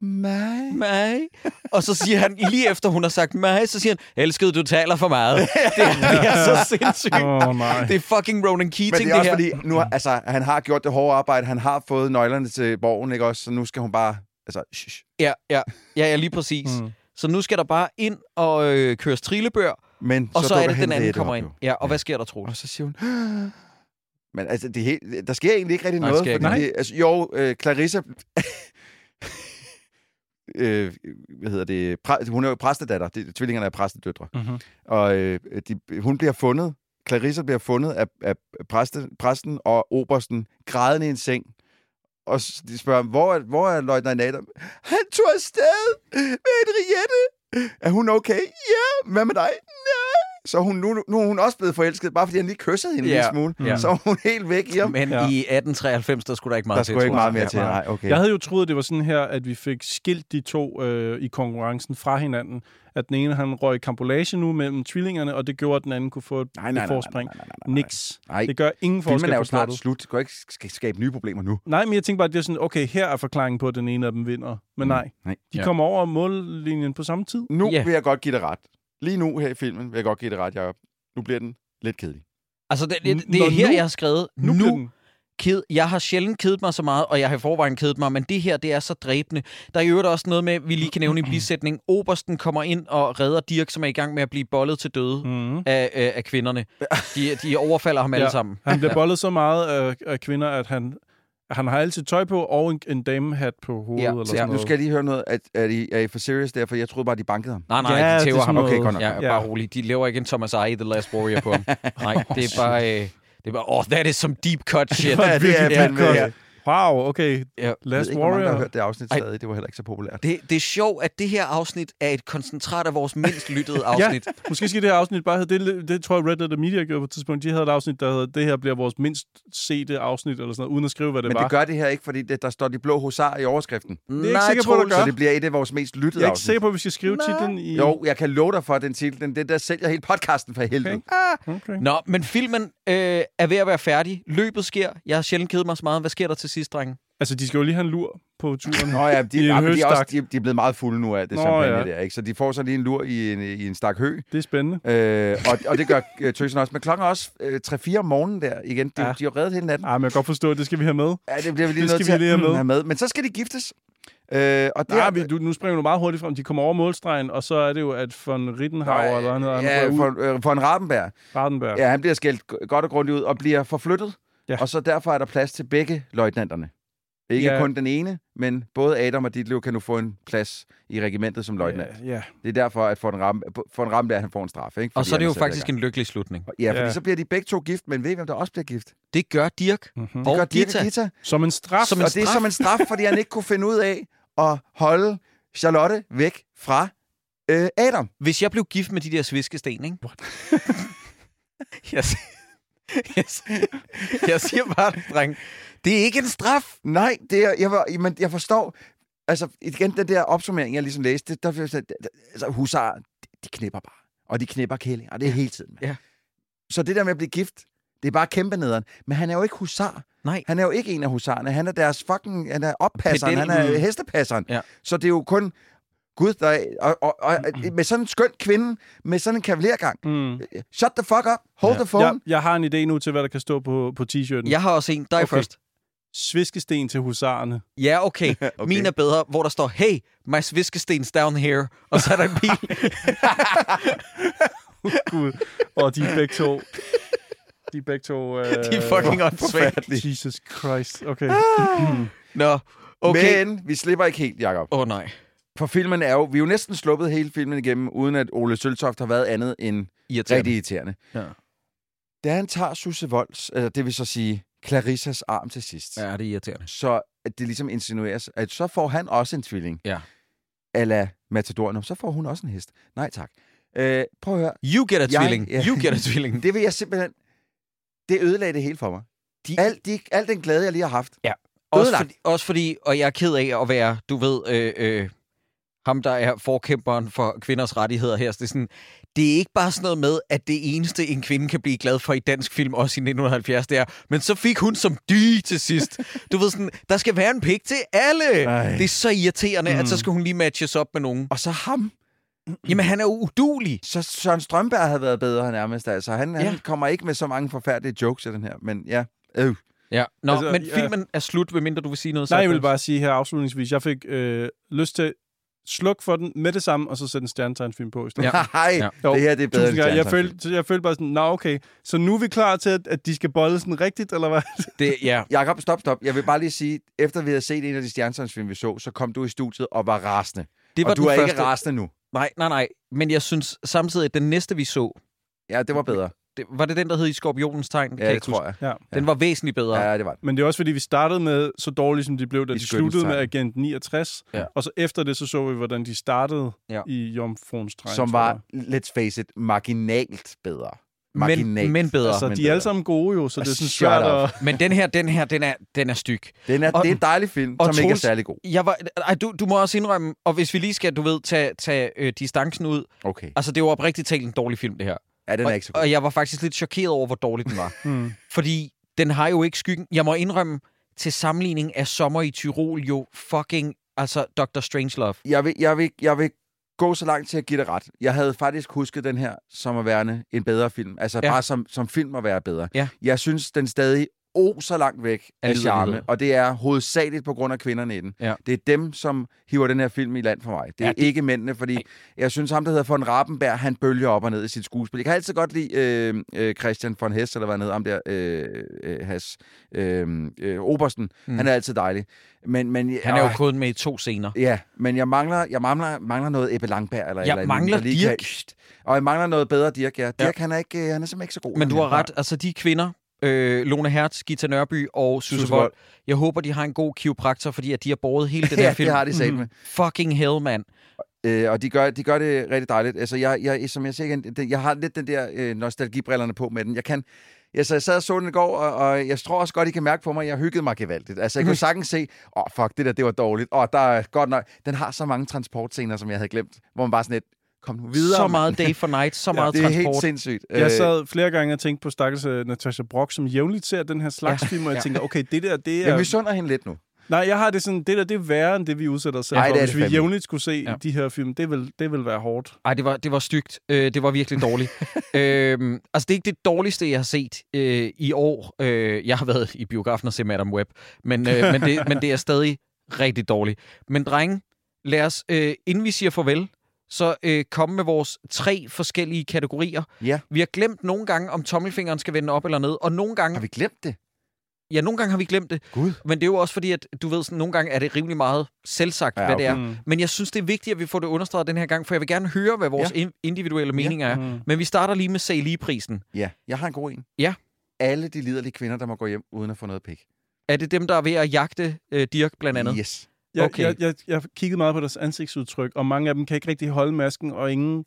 Speaker 2: hun, mig.
Speaker 1: mig. Og så siger han, lige efter hun har sagt mig, så siger han, elskede, du taler for meget. Det er, det er så sindssygt.
Speaker 3: Åh, nej.
Speaker 1: Det er fucking Ronan
Speaker 2: Men
Speaker 1: Keating,
Speaker 2: det er også
Speaker 1: her.
Speaker 2: fordi, nu, har- altså, han har gjort det hårde arbejde, han har fået nøglerne til borgen, ikke også? Så nu skal hun bare, altså, shh, shh.
Speaker 1: Ja, ja, ja, ja, lige præcis. Mm.
Speaker 3: Mm.
Speaker 1: Så nu skal der bare ind og øh, køres trillebør,
Speaker 2: Men
Speaker 1: og så, så er det,
Speaker 2: dukker
Speaker 1: den anden
Speaker 2: Henriette
Speaker 1: kommer
Speaker 2: op
Speaker 1: ind.
Speaker 2: jo.
Speaker 1: Ja, og hvad sker der, Troels?
Speaker 2: Og så siger hun... "Ah." *gasps* Men altså, det er helt, der sker egentlig ikke rigtig
Speaker 1: Nej, der
Speaker 2: noget.
Speaker 1: sker ikke
Speaker 2: fordi,
Speaker 3: noget.
Speaker 2: det- altså, jo, øh, Clarissa... *laughs* øh, hvad hedder det? Præ, hun er jo præstedatter. Det, tvillingerne er præstedøtre.
Speaker 3: Mm-hmm.
Speaker 2: Og øh, de, hun bliver fundet. Clarissa bliver fundet af, af præsten, præsten og obersten grædende i en seng. Og s- de spørger, hvor er, hvor er løjtnant Adam? Han tog afsted med Henriette. Er hun okay? Ja. Hvad med dig? Nej. Så hun, nu, nu er hun også blevet forelsket, bare fordi han lige kyssede hende
Speaker 1: Ja.
Speaker 2: en lille smule.
Speaker 1: Ja.
Speaker 2: Så er hun helt væk i ham.
Speaker 1: Men
Speaker 3: Ja.
Speaker 1: ja. i 1893, der skulle der ikke meget
Speaker 2: Der
Speaker 1: til,
Speaker 2: skulle ikke
Speaker 1: Troels.
Speaker 2: meget mere til.
Speaker 1: Ja.
Speaker 2: Nej, okay.
Speaker 3: Jeg havde jo troet, det var sådan her, at vi fik skilt de to øh, i konkurrencen fra hinanden. At den ene, han røg i kampolage nu mellem tvillingerne, og det gjorde, at den anden kunne få et
Speaker 2: Nej, nej, nej,
Speaker 3: et
Speaker 2: nej,
Speaker 3: forspring.
Speaker 2: nej, nej, nej, nej, nej.
Speaker 3: Niks.
Speaker 2: Nej.
Speaker 3: Det gør ingen forskel
Speaker 2: Filmen er
Speaker 3: på
Speaker 2: jo snart
Speaker 3: plottet.
Speaker 2: slut. Du kan ikke sk- skabe nye problemer nu.
Speaker 3: Nej, men jeg tænkte bare, at det er sådan, okay, her er forklaringen på, at den ene af dem vinder.
Speaker 2: Mm.
Speaker 3: Men nej,
Speaker 2: Nej.
Speaker 3: de
Speaker 1: Ja.
Speaker 3: kommer over mållinjen på samme tid.
Speaker 2: Nu
Speaker 1: Ja.
Speaker 2: yeah. vil jeg godt give det ret. Lige nu her i filmen vil jeg godt give det ret, Jacob. Nu bliver den Lidt kedelig.
Speaker 1: Altså, det, det, det
Speaker 3: Når
Speaker 1: er her,
Speaker 3: nu-
Speaker 1: jeg har skrevet, nu,
Speaker 3: bliver
Speaker 1: nu
Speaker 3: den-
Speaker 1: ked. Jeg har sjældent kedet mig så meget, og jeg har i forvejen kedet mig, men det her, det er så dræbende. Der er i øvrigt også noget med, vi lige kan
Speaker 3: *clears throat*
Speaker 1: nævne i en bisætning. Obersten kommer ind og redder Dirk, som er i gang med at blive bollet til døde
Speaker 3: Mhm.
Speaker 1: af, øh, af kvinderne. De, de overfalder
Speaker 3: *laughs*
Speaker 1: ham alle
Speaker 3: Ja.
Speaker 1: sammen.
Speaker 3: Han bliver bollet så meget af, af kvinder, at han, han har altid tøj på og en, en damehat på hovedet.
Speaker 1: Ja,
Speaker 3: eller
Speaker 1: ja.
Speaker 3: sådan
Speaker 2: Nu
Speaker 3: noget.
Speaker 2: skal jeg lige høre noget. Er, er, I, er I for serious der? For jeg troede bare, de bankede ham.
Speaker 1: Nej, nej,
Speaker 3: Ja,
Speaker 1: ja, de
Speaker 3: det
Speaker 1: tæver
Speaker 3: er
Speaker 1: ham.
Speaker 3: sådan
Speaker 2: Okay, godt nok.
Speaker 1: Ja, ja,
Speaker 3: Ja.
Speaker 1: bare rolig. De laver ikke en Thomas Eje i The Last Warrior
Speaker 3: *laughs*
Speaker 1: på ham. Nej, det er bare... Øh, det er bare, oh, that is some deep cut shit.
Speaker 2: Ja, det er
Speaker 1: Ja,
Speaker 2: fandme, ja. Jeg
Speaker 3: Wow, okay.
Speaker 1: ja.
Speaker 3: Last
Speaker 2: ved ikke, hvor mange, der har
Speaker 3: Warrior.
Speaker 2: hørt det afsnit
Speaker 1: Ej.
Speaker 2: stadig. Det var heller ikke så populært.
Speaker 1: Det, det er sjovt, at det her afsnit er et koncentrat af vores mindst
Speaker 3: *laughs*
Speaker 1: lyttede afsnit. ja.
Speaker 3: Måske skal det her afsnit bare hedde, det, det tror jeg Red Letter Media gjorde på et tidspunkt, de havde et afsnit, der hedder, det her bliver vores mindst sete afsnit, eller sådan noget, uden at skrive, hvad det
Speaker 2: Men
Speaker 3: var.
Speaker 2: det gør det her ikke, fordi det, der står de blå husarer i overskriften.
Speaker 1: Nej,
Speaker 3: er ikke sikker på, at der
Speaker 1: Troels,
Speaker 3: gør.
Speaker 2: Så det bliver et af vores mest lyttede
Speaker 3: jeg er ikke
Speaker 2: afsnit.
Speaker 3: sikker på, at vi skal skrive titlen i...
Speaker 2: Jo, jeg kan love dig for, at den titel, den, den der sælger hele podcasten for helvede.
Speaker 3: Okay. Okay.
Speaker 1: Nå, men filmen øh, er ved at være færdig. Løbet sker. Jeg har sjældent kedet mig så meget. Hvad sker der til sidst, drenge?
Speaker 3: Altså, de skal jo lige have en lur på turen.
Speaker 2: Nå ja,
Speaker 3: I
Speaker 2: de,
Speaker 3: en
Speaker 2: ja, men de, er også,
Speaker 3: høstak.
Speaker 2: de, de er blevet meget fulde nu af det
Speaker 3: Nå,
Speaker 2: champagne
Speaker 3: ja.
Speaker 2: der, ikke? Så de får så lige en lur i en, i en stak hø.
Speaker 3: Det er spændende.
Speaker 2: Øh, og, og det gør øh, tøsen også. Men klokken er også øh, 3-4 om morgenen der igen. De, ja.
Speaker 3: Ja.
Speaker 2: de er jo reddet hele natten.
Speaker 3: Ej, men jeg kan godt forstå, at det skal vi have med.
Speaker 2: Ja, det bliver vi lige nødt
Speaker 3: Det skal
Speaker 2: til
Speaker 3: vi lige have
Speaker 2: at
Speaker 3: med.
Speaker 2: have med. Men så skal de giftes. Øh, og der,
Speaker 3: Ja, vi, du, nu springer du meget hurtigt frem. De kommer over målstregen, og så er det jo, at von Rittenhauer,
Speaker 2: Nej,
Speaker 3: Nej, eller noget,
Speaker 2: ja,
Speaker 3: han for... ud.
Speaker 2: for, øh, for en Rabenberg.
Speaker 3: Radenberg.
Speaker 2: Ja, han bliver skældt g- godt og grundigt ud og bliver forflyttet. Ja.
Speaker 3: Ja.
Speaker 2: Og så derfor er der plads til begge løjtnanterne. Ikke ja.
Speaker 3: Ja.
Speaker 2: kun den ene, men både Adam og Ditlev kan nu få en plads i regimentet som løjtnant. Ja.
Speaker 3: Ja, ja.
Speaker 2: Det er derfor, at for en, ramme, for en ramme der, han får en straf. Ikke?
Speaker 1: Og så er det
Speaker 2: han
Speaker 1: jo
Speaker 2: sat i
Speaker 1: faktisk
Speaker 2: gang.
Speaker 1: en lykkelig slutning.
Speaker 2: Ja, fordi ja.
Speaker 3: Ja.
Speaker 2: så bliver de begge to gift, men ved I, hvem der også bliver gift?
Speaker 1: Det gør Dirk
Speaker 3: Mhm.
Speaker 1: og
Speaker 2: Gør
Speaker 1: Gita.
Speaker 2: Dirk og Gita.
Speaker 3: Som en straf.
Speaker 1: Som en
Speaker 2: Og det er
Speaker 1: straf.
Speaker 2: som en straf, fordi han ikke kunne finde ud af at holde Charlotte væk fra øh, Adam.
Speaker 1: Hvis jeg blev gift med de der sviskesten, ikke? What? *laughs* jeg, si- *laughs* jeg, si- jeg siger bare, det, dreng, det er ikke en straf.
Speaker 2: Nej, det er, jeg, var, men jeg forstår... Altså, igen, den der opsummering, jeg ligesom læste, der, der, der, der altså, husar, de, de knipper bare. Og de knipper kællinger, og det er hele tiden. mand.
Speaker 1: Ja.
Speaker 2: Så det der med at blive gift, det er bare kæmpe nederen. Men han er jo ikke husar.
Speaker 1: Nej.
Speaker 2: Han er jo ikke en af husarerne. Han er deres fucking... Han er oppasseren. Han
Speaker 1: Pedellen.
Speaker 2: er hestepasseren.
Speaker 1: Ja.
Speaker 2: Så det er jo kun... Gud, der er, og, og,
Speaker 1: *clears throat*
Speaker 2: og, med sådan en skøn kvinde, med sådan en kavalergang.
Speaker 3: Mm.
Speaker 2: Shut the fuck up. Hold ja. the phone.
Speaker 3: Jeg, jeg har en idé nu til, hvad der kan stå på, på t-shirten.
Speaker 1: Jeg har også en. Dig okay.
Speaker 3: Okay.
Speaker 1: først.
Speaker 3: Sviskesten til husarerne.
Speaker 1: Ja, okay. *laughs* okay. Min er bedre, hvor der står, hey, my sviskesten's down here. Og så er der en *laughs* bil.
Speaker 3: Gud. Og de er begge to... De er begge to... Øh,
Speaker 1: de er fucking åndssvagt.
Speaker 3: Jesus Christ. Okay.
Speaker 1: Nå, *clears throat* okay.
Speaker 2: Men vi slipper ikke helt, Jacob.
Speaker 1: Åh oh, nej.
Speaker 2: For filmen er jo... Vi er jo næsten sluppet hele filmen igennem, uden at Ole Søltoft har været andet end
Speaker 1: Irriterende.
Speaker 2: rigtig irriterende.
Speaker 1: Ja.
Speaker 2: Da han tager Susse Volds, eller det vil så sige Clarissas arm til sidst,
Speaker 1: Ja, det er irriterende.
Speaker 2: så at det ligesom insinueres, at så får han også en tvilling.
Speaker 1: Ja.
Speaker 2: Ala Matador. Nå, så får hun også en hest. Nej, tak. Øh, prøv at høre.
Speaker 1: You get a
Speaker 2: Jeg-
Speaker 1: tvilling.
Speaker 2: ja.
Speaker 1: You get a tvilling.
Speaker 2: Det vil jeg simpelthen... Det ødelagde det hele for mig.
Speaker 1: De-
Speaker 2: Al, de, al den glæde, jeg lige har haft.
Speaker 1: Også
Speaker 2: Ødelagt.
Speaker 1: fordi, også fordi, og jeg er ked af at være, du ved, øh, øh, ham der er forkæmperen for kvinders rettigheder her. Så det, er sådan, det er ikke bare sådan noget med, at det eneste, en kvinde kan blive glad for i dansk film, også i 1970, det er, men så fik hun som dy til sidst. Du ved sådan, der skal være en pik til alle.
Speaker 2: Ej.
Speaker 1: Det er så irriterende, mm. at så skal hun lige matches op med nogen.
Speaker 2: Og så ham.
Speaker 1: Jamen, han er jo udulig.
Speaker 2: Så Søren Strømberg havde været bedre nærmest. Altså, han, ja. han
Speaker 1: Ja.
Speaker 2: kommer ikke med så mange forfærdelige jokes i den her. Men ja, øh.
Speaker 1: Ja. Nå, altså,
Speaker 3: Altså,
Speaker 1: men
Speaker 3: ja.
Speaker 1: filmen er slut, medmindre du vil sige noget.
Speaker 3: Nej, jeg
Speaker 1: Sarkis.
Speaker 3: vil bare sige her afslutningsvis, jeg fik øh, lyst til at slukke for den med det samme, og så sætte en stjernetegnsfilm på
Speaker 1: *laughs*
Speaker 3: i stedet.
Speaker 1: Ja.
Speaker 2: Nej,
Speaker 1: Ja.
Speaker 2: ja. det her det er bedre
Speaker 3: Tusind gange. Jeg
Speaker 2: Stjernetegnsfilm.
Speaker 3: følte, jeg følte bare sådan, nå okay, så nu er vi klar til, at, at de skal bolle sådan rigtigt, eller hvad?
Speaker 1: Det, ja.
Speaker 2: Jakob, stop, stop. Jeg vil bare lige sige, efter vi havde set en af de stjernetegnsfilm, vi så, så kom du i studiet og var rasende.
Speaker 1: Det var
Speaker 2: og du
Speaker 1: den
Speaker 2: er
Speaker 1: første.
Speaker 2: ikke rasende nu.
Speaker 1: Nej, nej, nej. Men jeg synes samtidig, at den næste, vi så,
Speaker 2: Ja, det var bedre.
Speaker 1: Det, var det den, der hed I skorpionens tegn? Kan
Speaker 2: Ja, det
Speaker 1: ikke
Speaker 2: tror
Speaker 1: huske.
Speaker 2: jeg.
Speaker 1: Den var væsentligt bedre. Ja.
Speaker 2: Ja, det var det.
Speaker 3: Men det er også fordi, vi startede med så dårligt, som de blev, da
Speaker 2: I
Speaker 3: de
Speaker 2: skyttens
Speaker 3: sluttede med
Speaker 2: tegn.
Speaker 3: Agent 69.
Speaker 1: Ja.
Speaker 3: Og så efter det, så så vi, hvordan de startede
Speaker 1: Ja.
Speaker 3: ja. i Jomfruens Dreng.
Speaker 2: Som
Speaker 3: tror jeg.
Speaker 2: var, let's face it, marginalt bedre.
Speaker 1: Men, men bedre.
Speaker 3: Så
Speaker 1: Altså,
Speaker 2: men
Speaker 3: de
Speaker 2: bedre.
Speaker 3: er alle sammen gode jo, så det er sådan
Speaker 2: Shut
Speaker 3: svært
Speaker 2: up. *laughs*
Speaker 3: at...
Speaker 1: men den her, den her, den er, den er styg.
Speaker 2: Den er,
Speaker 1: Og-
Speaker 2: det er en dejlig film, som
Speaker 1: og
Speaker 2: ikke er
Speaker 1: Troels-
Speaker 2: særlig god.
Speaker 1: Jeg var, ej, du, du må også indrømme, og hvis vi lige skal, du ved, tage, tage øh, distancen ud.
Speaker 2: Okay.
Speaker 1: Altså, det var oprigtigt talt en dårlig film, det her.
Speaker 2: Ja, den er
Speaker 1: og,
Speaker 2: ikke så god.
Speaker 1: og jeg var faktisk lidt chokeret over, hvor dårlig den
Speaker 2: *laughs*
Speaker 1: var.
Speaker 3: Mm.
Speaker 1: Fordi den har jo ikke skyggen. Jeg må indrømme, til sammenligning af Sommer i Tyrol jo fucking, altså Dr. Strangelove.
Speaker 2: Jeg vil, jeg, vil, jeg vil gå så langt til at give det ret. Jeg havde faktisk husket den her som at være en bedre film. Altså
Speaker 1: Ja.
Speaker 2: ja. bare som, som film at være bedre.
Speaker 1: Ja.
Speaker 2: Jeg synes, den stadig o så langt væk
Speaker 1: Er
Speaker 2: af
Speaker 1: liderlighed.
Speaker 2: charme, og det er hovedsageligt på grund af kvinderne i den.
Speaker 1: Ja.
Speaker 2: Det er dem, som hiver den her film i land for mig. Det
Speaker 1: Ja,
Speaker 2: er ja,
Speaker 1: det-
Speaker 2: det... ikke mændene, fordi
Speaker 1: Nej.
Speaker 2: jeg synes ham, der hedder von Rappenberg, han bølger op og ned i sit skuespil. Jeg kan altid godt lide øh, øh, Christian von Hess, eller hvad han hedder, ham der, øh, øh, Has, øh, øh, Obersten. Mm. Han er altid dejlig. Men, men,
Speaker 1: Han er jo
Speaker 2: åh,
Speaker 1: kun med i to scener.
Speaker 2: Ja, men jeg mangler, jeg mangler, mangler noget Ebbe Langberg. Eller et
Speaker 1: Jeg
Speaker 2: eller andet,
Speaker 1: mangler
Speaker 2: der lige
Speaker 1: Dirk.
Speaker 2: Kan, og jeg mangler noget bedre Dirk, ja. Dirk, ja. han er, ikke, øh, han er simpelthen ikke så god.
Speaker 1: Men
Speaker 2: ham
Speaker 1: du
Speaker 2: her.
Speaker 1: har ret. Altså, de kvinder, øh, Lone Hertz, Gita Nørby og Susse
Speaker 2: Susse
Speaker 1: Vold,
Speaker 2: Wold.
Speaker 1: jeg håber, de har en god kiropraktor, fordi at de har båret
Speaker 2: *laughs*
Speaker 1: hele den her
Speaker 2: Ja, det
Speaker 1: film. Mhm.
Speaker 2: har de sagt med.
Speaker 1: Fucking hell, mand.
Speaker 2: Øh, og de gør, de gør det rigtig dejligt. Altså, jeg, jeg, som jeg siger igen, det, jeg har lidt den der øh, nostalgibrillerne på med den. Jeg kan... Altså, jeg sad og så den i går, og, og jeg tror også godt, I kan mærke på mig, at jeg hyggede mig gevaldigt. Altså, jeg
Speaker 1: Mhm.
Speaker 2: kunne sagtens se, åh, oh, fuck, det der, det var dårligt. Åh, oh, der er godt nok... Den har så mange transportscener, som jeg havde glemt, hvor man bare sådan lidt, kom nu videre.
Speaker 1: så
Speaker 2: mand."
Speaker 1: meget day for night,
Speaker 2: *laughs*
Speaker 1: så meget
Speaker 2: Det er
Speaker 1: transport.
Speaker 2: helt sindssygt.
Speaker 3: Jeg
Speaker 2: Øh,
Speaker 3: sad flere gange og tænkte på stakkels øh, Natasha Brock, som jævnligt ser den her slags film, og jeg tænker, okay, det der, det er...
Speaker 2: Jeg misunder hende lidt nu.
Speaker 3: Nej, jeg har det sådan, det der, det er værre end det, vi udsætter os selv
Speaker 2: Ej,
Speaker 3: for.
Speaker 2: det er
Speaker 3: Hvis
Speaker 2: det
Speaker 3: vi
Speaker 2: fandme.
Speaker 3: jævnligt skulle se
Speaker 1: Ja.
Speaker 3: ja. de her film, det vil, det vil være hårdt.
Speaker 1: Ej, det var, det var stygt. Øh, det var virkelig
Speaker 2: *laughs*
Speaker 1: dårligt. øhm, altså, det er ikke det dårligste, jeg har set øh, i år. Øh, jeg har været i biografen og set Madame Web, men, øh, men, det, men det er stadig rigtig dårligt. Men drenge, lad os, øh, inden vi siger farvel, så øh, komme med vores tre forskellige kategorier.
Speaker 2: Ja.
Speaker 1: Vi har glemt nogle gange, om tommelfingeren skal vende op eller ned, og nogle gange,
Speaker 2: Har vi glemt det?
Speaker 1: ja, nogle gange har vi glemt det.
Speaker 2: Gud.
Speaker 1: Men det er jo også fordi, at du ved, sådan, nogle gange er det rimelig meget selvsagt, ja,
Speaker 2: Ja,
Speaker 1: hvad det er.
Speaker 3: Mm.
Speaker 1: Men jeg synes, det er vigtigt, at vi får det understreget den her gang, for jeg vil gerne høre, hvad vores ja. individuelle meninger ja. er.
Speaker 3: Mm.
Speaker 1: Men vi starter lige med CLI-prisen.
Speaker 2: Ja, jeg har en god en.
Speaker 1: Ja.
Speaker 2: Alle de liderlige kvinder, der må gå hjem uden at få noget pik.
Speaker 1: Er det dem, der er ved at jagte øh, Dirk, blandt andet?
Speaker 2: Yes.
Speaker 3: Jeg,
Speaker 1: Okay.
Speaker 3: okay. jeg, jeg, jeg kiggede meget på deres ansigtsudtryk, og mange af dem kan ikke rigtig holde masken, og ingen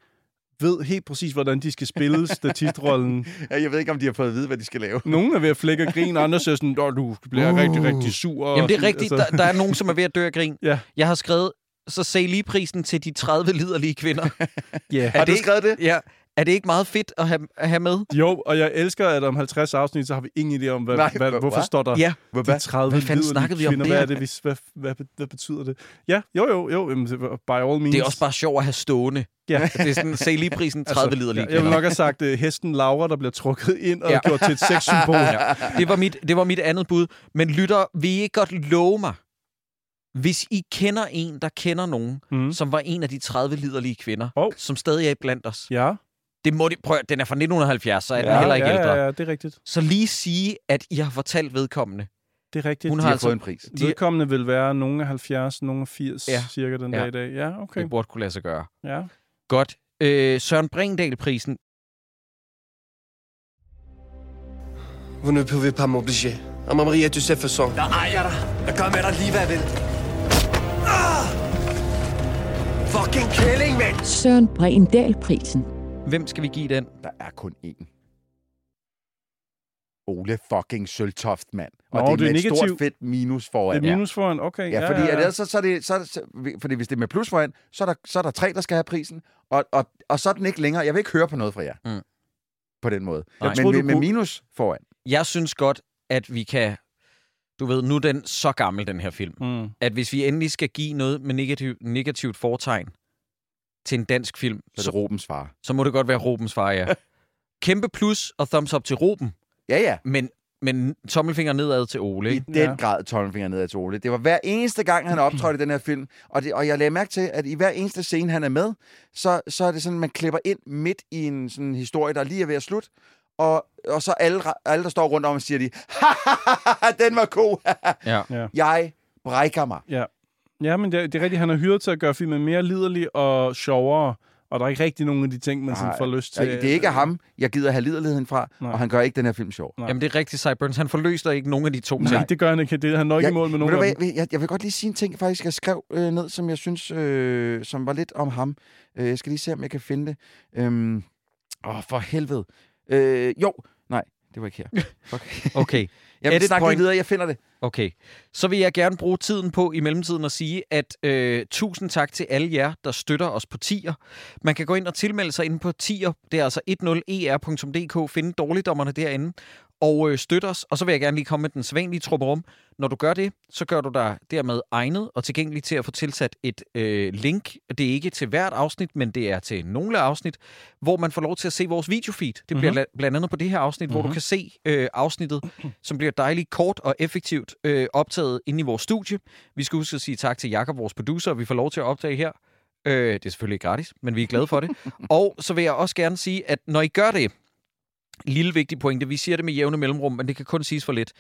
Speaker 3: ved helt præcis, hvordan de skal
Speaker 1: *laughs*
Speaker 3: spille statistrollen.
Speaker 2: Ja, Jeg ved ikke, om de har fået at vide, hvad de skal lave.
Speaker 3: Nogle er ved at flække og grine, andre siger sådan, "Åh, du bliver
Speaker 1: Uh.
Speaker 3: uh. rigtig, rigtig sur. og
Speaker 1: Jamen, det er
Speaker 3: sådan, Altså,
Speaker 1: rigtigt. Der, der er nogen, som er ved at dø af grin.
Speaker 3: Ja.
Speaker 1: Jeg har skrevet, så CLI-prisen til de 30 liderlige kvinder.
Speaker 3: Ja.
Speaker 1: Er
Speaker 2: Har
Speaker 1: det
Speaker 2: du
Speaker 1: ikke-
Speaker 2: skrevet det?
Speaker 1: ja. Er det ikke meget fedt at have, at have med?
Speaker 3: Jo, og jeg elsker, at om 50 afsnit, så har vi ingen idé om, hvad,
Speaker 2: Nej,
Speaker 3: Nej, hvad,
Speaker 2: hvor-
Speaker 3: hvorfor
Speaker 2: hvad?
Speaker 3: står der
Speaker 1: Ja.
Speaker 2: Hvad?
Speaker 3: de 30
Speaker 1: hvad fanden
Speaker 3: liderlige
Speaker 1: snakkede vi om
Speaker 3: kvinder?
Speaker 1: der?
Speaker 3: Hvad, er det, vi, hvad, hvad, hvad, betyder det? Ja, jo, jo, jo. Jamen, det var by all means.
Speaker 1: Det er også bare sjovt at have stående.
Speaker 3: Ja.
Speaker 1: Det er sådan CLI-prisen 30 altså, liderlige
Speaker 3: Jeg
Speaker 1: kvinder.
Speaker 3: ville nok have sagt uh, hesten Laura, der bliver trukket ind og
Speaker 1: Ja.
Speaker 3: ja. gjort til et sexsymbol. Ja.
Speaker 1: *laughs* Det var, mit, det var mit andet bud. Men lytter, vil I ikke godt love mig, hvis I kender en, der kender nogen, mm.
Speaker 3: Mm.
Speaker 1: som var en af de 30 liderlige kvinder, oh.
Speaker 3: Hov.
Speaker 1: som stadig er blandt os.
Speaker 3: ja.
Speaker 1: Det må de, prøv, at- den er fra 1970, så er den
Speaker 3: ja,
Speaker 1: heller ikke
Speaker 3: ja,
Speaker 1: ældre.
Speaker 3: Ja, ja, det er rigtigt.
Speaker 1: Så lige sige, at I har fortalt vedkommende.
Speaker 3: Det er
Speaker 1: Hun
Speaker 3: rigtigt. Hun
Speaker 2: De
Speaker 1: har
Speaker 2: har,
Speaker 3: har
Speaker 2: har
Speaker 1: altså-
Speaker 2: fået en pris.
Speaker 1: de-
Speaker 3: de... Vedkommende vil være nogle af 70, nogle af 80
Speaker 1: Ja.
Speaker 3: ja. cirka den
Speaker 1: Ja.
Speaker 3: ja. dag i dag. Ja, okay.
Speaker 1: Det burde kunne lade sig gøre.
Speaker 3: Ja.
Speaker 1: Godt. Øh, Søren Brindahl-prisen.
Speaker 4: Vous ne pouvez pas m'obliger. À Maria, tu sais, façon.
Speaker 6: Der ejer dig. Jeg gør med dig lige, hvad jeg vil. Ah! Fucking kælling, mand!
Speaker 7: Søren Bregendahl-prisen.
Speaker 1: Hvem skal vi give den?
Speaker 2: Der er kun én. Ole fucking Søltoft, mand. Og
Speaker 3: Nå,
Speaker 2: det er
Speaker 3: det er
Speaker 2: med et stort
Speaker 3: negativ.
Speaker 2: fedt minus
Speaker 3: Det
Speaker 2: foran.
Speaker 3: er minus foran, okay.
Speaker 2: Ja, fordi, ja, ja. Ellers, så, så er det, så, er det- så, fordi hvis det er med plus foran, så er, der, så er der tre, der skal have prisen, og, og, og så er den ikke længere. Jeg vil ikke høre på noget fra jer.
Speaker 1: Mm.
Speaker 2: På den måde.
Speaker 1: Jeg
Speaker 2: men
Speaker 3: troede,
Speaker 2: med,
Speaker 3: du
Speaker 2: med
Speaker 3: kunne-
Speaker 2: minus foran.
Speaker 1: Jeg synes godt, at vi kan... Du ved, nu er den så gammel, den her film.
Speaker 3: Mm.
Speaker 1: At hvis vi endelig skal give noget med negativ, negativt foretegn til en dansk film,
Speaker 2: Så er det Robens far.
Speaker 1: så må det godt være Robens far,
Speaker 3: *laughs*
Speaker 1: ja. Kæmpe plus og thumbs up til Roben,
Speaker 2: Ja, ja.
Speaker 1: men, men tommelfinger nedad til Ole.
Speaker 2: I
Speaker 1: Ikke?
Speaker 2: den
Speaker 3: Ja.
Speaker 2: grad tommelfinger nedad til Ole. Det var hver eneste gang, han optrådte i den her film. Og, det, og jeg lagde mærke til, at i hver eneste scene, han er med, så, så er det sådan, man klipper ind midt i en sådan, historie, der lige er ved at slutte. Og, og så alle, alle, der står rundt om, siger de, den var god.
Speaker 1: Ja.
Speaker 2: jeg brækker mig.
Speaker 3: Ja. ja, men det, det er rigtigt. Han er hyret til at gøre filmen mere liderlig og sjovere, og der er ikke rigtig nogen af de ting, man sådan
Speaker 2: Nej.
Speaker 3: får lyst til. øh,
Speaker 2: Jeg, det er ikke af ham, jeg gider have liderligheden fra,
Speaker 3: Nej.
Speaker 2: og han gør ikke den her film sjov.
Speaker 3: Nej.
Speaker 1: Jamen, det er rigtigt, Cyburns. Han forløser ikke nogen af de to
Speaker 3: Nej,
Speaker 1: ting.
Speaker 3: det gør han ikke. Det, han når ikke i mål
Speaker 2: ved
Speaker 3: med
Speaker 2: du
Speaker 3: nogen af
Speaker 2: hvad,
Speaker 3: dem.
Speaker 2: jeg, jeg vil godt lige sige en ting, faktisk, jeg skrev øh, ned, som jeg synes, øh, som var lidt om ham. Øh, jeg skal lige se, om jeg kan finde det. Øhm, åh, for helvede. Øh, jo, nej, det var ikke
Speaker 3: *laughs*
Speaker 2: her. Fuck.
Speaker 1: Okay.
Speaker 2: Jamen,
Speaker 1: Edit
Speaker 2: snak lige
Speaker 1: point.
Speaker 2: videre, jeg finder det.
Speaker 1: Okay, så vil jeg gerne bruge tiden på i mellemtiden at sige, at øh, tusind tak til alle jer, der støtter os på tier. Man E kan gå ind og tilmelde sig inde på tier, det er altså 10er.dk, finde dårligdommerne derinde. og øh, støt os. Og så vil jeg gerne lige komme med den sædvanlige trummerum. Når du gør det, så gør du dig dermed egnet og tilgængelig til at få tilsat et øh, link. Det er ikke til hvert afsnit, men det er til nogle af afsnit, hvor man får lov til at se vores videofeed. Det bliver la- blandt andet på det her afsnit, hvor du kan se øh, afsnittet, som bliver dejligt kort og effektivt øh, optaget inde i vores studie. Vi skal huske at sige tak til Jakob, vores producer, og vi får lov til at optage her. Øh, det er selvfølgelig ikke gratis, men vi er glade for det. og så vil jeg også gerne sige, at når I gør det, lille vigtig pointe, vi siger det med jævne mellemrum, men det kan kun siges for lidt.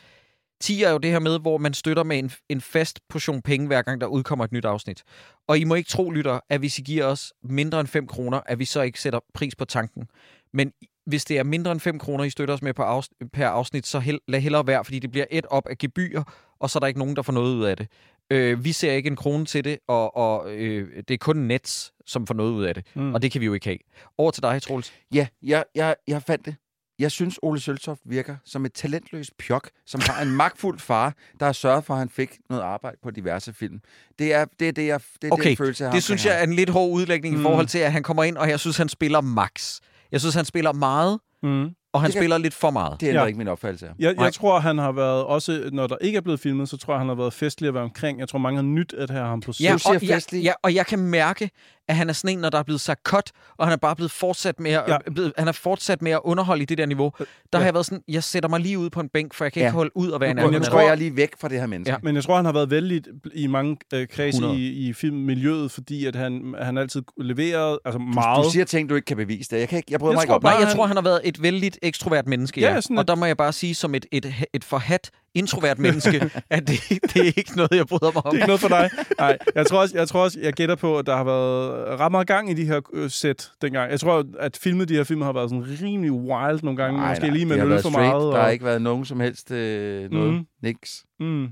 Speaker 1: 10 er jo det her med, hvor man støtter med en, en fast portion penge, hver gang der udkommer et nyt afsnit. Og I må ikke tro, lytter, at hvis I giver os mindre end 5 kroner, at vi så ikke sætter pris på tanken. Men hvis det er mindre end 5 kroner, I støtter os med på afs- per afsnit, så hel- lad hellere være, fordi det bliver et op af gebyr, og så er der ikke nogen, der får noget ud af det. Øh, vi ser ikke en krone til det, og, og øh, det er kun Nets, som får noget ud af det. Mm. Og det kan vi jo ikke have. Over til dig, Troels.
Speaker 2: Ja, jeg, jeg, jeg fandt det. Jeg synes, Ole Søltoft virker som et talentløst pjok, som har en magtfuld far, der har sørget for, at han fik noget arbejde på diverse film. Det er det, er det jeg det er
Speaker 1: Okay,
Speaker 2: den følelse, jeg har.
Speaker 1: det synes jeg er en lidt hård udlægning mm. i forhold til, at han kommer ind, og jeg synes, han spiller max. Jeg synes, han spiller meget,
Speaker 3: Mm.
Speaker 1: og han
Speaker 2: Det kan-
Speaker 1: spiller lidt for meget.
Speaker 2: Det ændrer
Speaker 3: Ja.
Speaker 2: ja. ikke min opfattelse af.
Speaker 3: Jeg,
Speaker 1: Nej.
Speaker 3: jeg tror, han har været, også når der ikke er blevet filmet, så tror jeg, han har været festlig at være omkring. Jeg tror, mange har nyt at have ham på
Speaker 2: du
Speaker 1: Ja,
Speaker 2: siger
Speaker 1: og, jeg,
Speaker 2: festlig.
Speaker 1: ja, og jeg kan mærke, at han er sådan en, når der er blevet sagt cut, og han er bare blevet fortsat med at,
Speaker 3: Ja.
Speaker 1: ja. blevet, han er fortsat med at underholde i det der niveau. Der ja. har jeg været sådan, jeg sætter mig lige ud på en bænk, for jeg kan ikke
Speaker 2: Øh, Ja.
Speaker 1: holde ud og være en
Speaker 3: Men
Speaker 2: Men
Speaker 1: anden.
Speaker 2: nu
Speaker 3: jeg
Speaker 2: jeg
Speaker 1: end
Speaker 2: tror,
Speaker 1: at-
Speaker 2: jeg er lige væk fra det her menneske.
Speaker 1: Ja.
Speaker 2: Ja.
Speaker 3: Men jeg tror, han har været vældig i mange øh, kredse
Speaker 1: 100.
Speaker 3: i, i filmmiljøet, fordi at han, han altid leveret altså meget.
Speaker 2: Du siger ting, du ikke kan bevise det. Jeg, kan ikke, jeg bryder
Speaker 3: Jeg
Speaker 2: jeg mig ikke
Speaker 3: tror
Speaker 2: om
Speaker 1: Nej,
Speaker 2: det.
Speaker 3: bare-
Speaker 1: jeg tror, han har været et vældigt ekstrovert menneske,
Speaker 3: Ja,
Speaker 1: ja.
Speaker 3: sådan
Speaker 1: og
Speaker 3: et-
Speaker 1: der må jeg bare sige, som et, et, et forhat introvert menneske,
Speaker 3: *laughs*
Speaker 1: at det, det er ikke noget, jeg bryder mig om.
Speaker 3: Det er ikke noget for dig. Nej, jeg tror også, jeg, tror også, jeg gætter på, at der har været ret meget gang i de her øh, sæt dengang. Jeg tror, at filmet de her film har været sådan rimelig wild nogle gange.
Speaker 2: Nej,
Speaker 3: måske
Speaker 2: nej,
Speaker 3: lige med
Speaker 2: det har
Speaker 3: en øl
Speaker 2: været
Speaker 3: for
Speaker 2: straight.
Speaker 3: meget.
Speaker 2: Der har ikke været nogen som helst øh, noget.
Speaker 3: Mhm.
Speaker 2: Mm. Niks.
Speaker 3: Mm.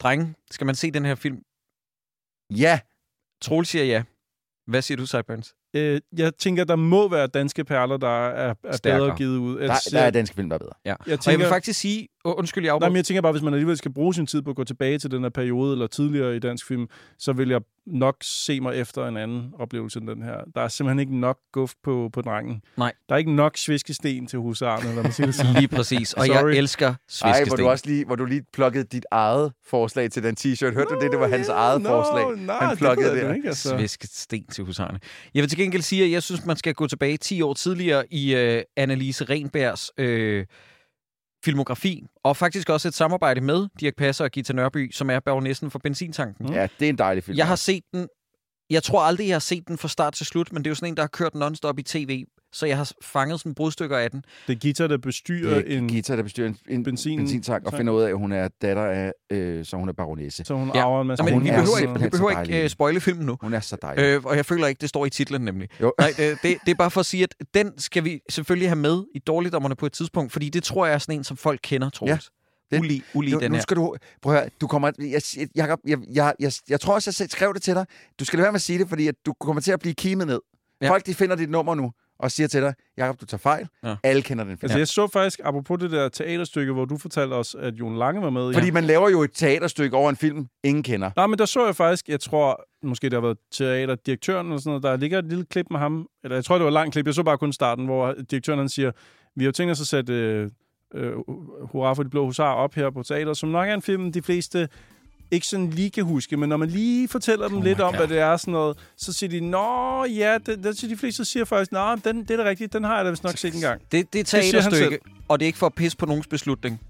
Speaker 1: Drenge, skal man se den her film?
Speaker 2: Ja,
Speaker 1: Troel siger ja. Hvad siger du, Cyburns?
Speaker 3: Øh, jeg tænker, der må være danske perler, der er, er
Speaker 1: Stærkere.
Speaker 3: bedre givet ud. Jeg,
Speaker 2: der, der er
Speaker 3: jeg,
Speaker 2: danske film, der er bedre.
Speaker 3: jeg
Speaker 1: Og jeg vil
Speaker 3: tænker,
Speaker 1: faktisk sige... Oh, undskyld, jeg
Speaker 3: nej, men
Speaker 1: afbryder.
Speaker 3: jeg tænker bare, hvis man alligevel skal bruge sin tid på at gå tilbage til den her periode, eller tidligere i dansk film, så vil jeg nok se mig efter en anden oplevelse end den her. Der er simpelthen ikke nok guf på, på drengen.
Speaker 1: Nej.
Speaker 3: Der er ikke nok sviskesten til husarerne, lad mig sige det sådan.
Speaker 1: Lige præcis. Og
Speaker 3: Sorry.
Speaker 1: jeg elsker
Speaker 2: Ej, hvor
Speaker 1: sviskesten.
Speaker 2: du også lige, hvor du lige plukkede dit eget forslag til den t-shirt. *laughs* Hørte du det? Det var hans eget forslag.
Speaker 3: Nej,
Speaker 2: Han plukkede
Speaker 3: det. ved jeg
Speaker 2: det.
Speaker 3: nu Ikke, altså.
Speaker 1: Sviskesten til husarne. Jeg vil til gengæld sige, at jeg synes, man skal gå tilbage 10 år tidligere i øh, Annelise Renbergs øh, filmografi, og faktisk også et samarbejde med Dirk Passer og Gita Nørby, som er baronessen for benzintanken.
Speaker 2: Ja, det er en dejlig film.
Speaker 1: Jeg har set den... Jeg tror aldrig, jeg har set den fra start til slut, men det er jo sådan en, der har kørt non-stop i tv, så jeg har fanget sådan brudstykker af den.
Speaker 3: Det er guitar, der bestyrer
Speaker 2: det er
Speaker 3: en...
Speaker 2: Gita, der bestyrer en, en
Speaker 3: Benzin-
Speaker 2: benzin, benzintank og
Speaker 3: tank.
Speaker 2: finder ud af, at hun er datter af, øh, så hun er baronesse.
Speaker 3: Så hun
Speaker 1: Ja.
Speaker 3: ja. arver en masse...
Speaker 1: Nå, men
Speaker 2: Altså, hun
Speaker 1: vi
Speaker 2: er
Speaker 1: behøver ikke,
Speaker 2: simpelthen
Speaker 1: vi
Speaker 2: så
Speaker 1: behøver
Speaker 2: dejlig.
Speaker 1: ikke uh, spoile filmen nu.
Speaker 2: Hun er så dejlig.
Speaker 1: Øh, og jeg føler ikke, det står i titlen nemlig.
Speaker 2: Jo.
Speaker 1: Nej, det, det, det er bare for at sige, at den skal vi selvfølgelig have med i dårligdommerne på et tidspunkt, fordi det tror jeg er sådan en, som folk kender, Troels. Ja,
Speaker 2: den-
Speaker 1: ulig, ulig
Speaker 2: nu,
Speaker 1: den
Speaker 2: nu
Speaker 1: her.
Speaker 2: skal du... Prøv at høre, du kommer... Jeg, jeg, Jacob, jeg, jeg, jeg, jeg tror også, jeg selv skrev det til dig. Du skal lade være med at sige det, fordi at du kommer til at blive kimet ned.
Speaker 1: Ja.
Speaker 2: Ja. Folk, de finder dit nummer nu og siger til dig, Jacob, du tager fejl.
Speaker 1: Ja.
Speaker 2: Ja. Alle kender den film.
Speaker 3: Altså,
Speaker 2: Ja.
Speaker 3: jeg så faktisk, apropos det der teaterstykke, hvor du fortalte os, at Jon Lange var med i...
Speaker 2: Fordi man laver jo et teaterstykke over en film, ingen kender.
Speaker 3: Nej, men der så jeg faktisk, jeg tror, måske der har været teaterdirektøren eller sådan noget, der ligger et lille klip med ham, eller jeg tror, det var et langt klip, jeg så bare kun starten, hvor direktøren han siger, vi har jo tænkt os at sætte øh, øh, Hurra for de blå husarer op her på teater, som nok er en film, de fleste ikke sådan lige kan huske, men når man lige fortæller dem oh lidt om, hvad det er sådan noget, så siger de, nå ja, det, det, så de fleste siger faktisk, nej, den, det er da rigtigt, den har jeg da vist nok set en gang.
Speaker 1: Det, det er et
Speaker 3: siger han
Speaker 1: teaterstykke, og det er ikke for at pisse på nogens beslutning,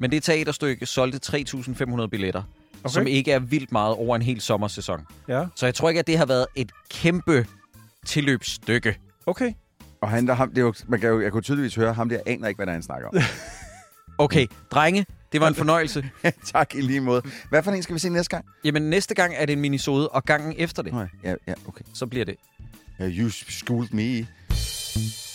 Speaker 1: men det er et teaterstykke solgte 3.500 billetter, okay. som ikke er vildt meget over en hel sommersæson.
Speaker 3: Ja,
Speaker 1: Så jeg tror ikke, at det har været et kæmpe tilløbsstykke.
Speaker 3: okay.
Speaker 2: Og han der, ham, det er jo, man kan jo, jeg kunne tydeligvis høre, ham der aner ikke, hvad der er, han *laughs* snakker om.
Speaker 1: Okay, drenge, det var en fornøjelse.
Speaker 2: tak i lige måde. Hvad for en skal vi se næste gang?
Speaker 1: Jamen, næste gang er det en minisode, og gangen efter det,
Speaker 2: Nej. Ja, ja, okay.
Speaker 1: så bliver det
Speaker 2: Yeah, you schooled me.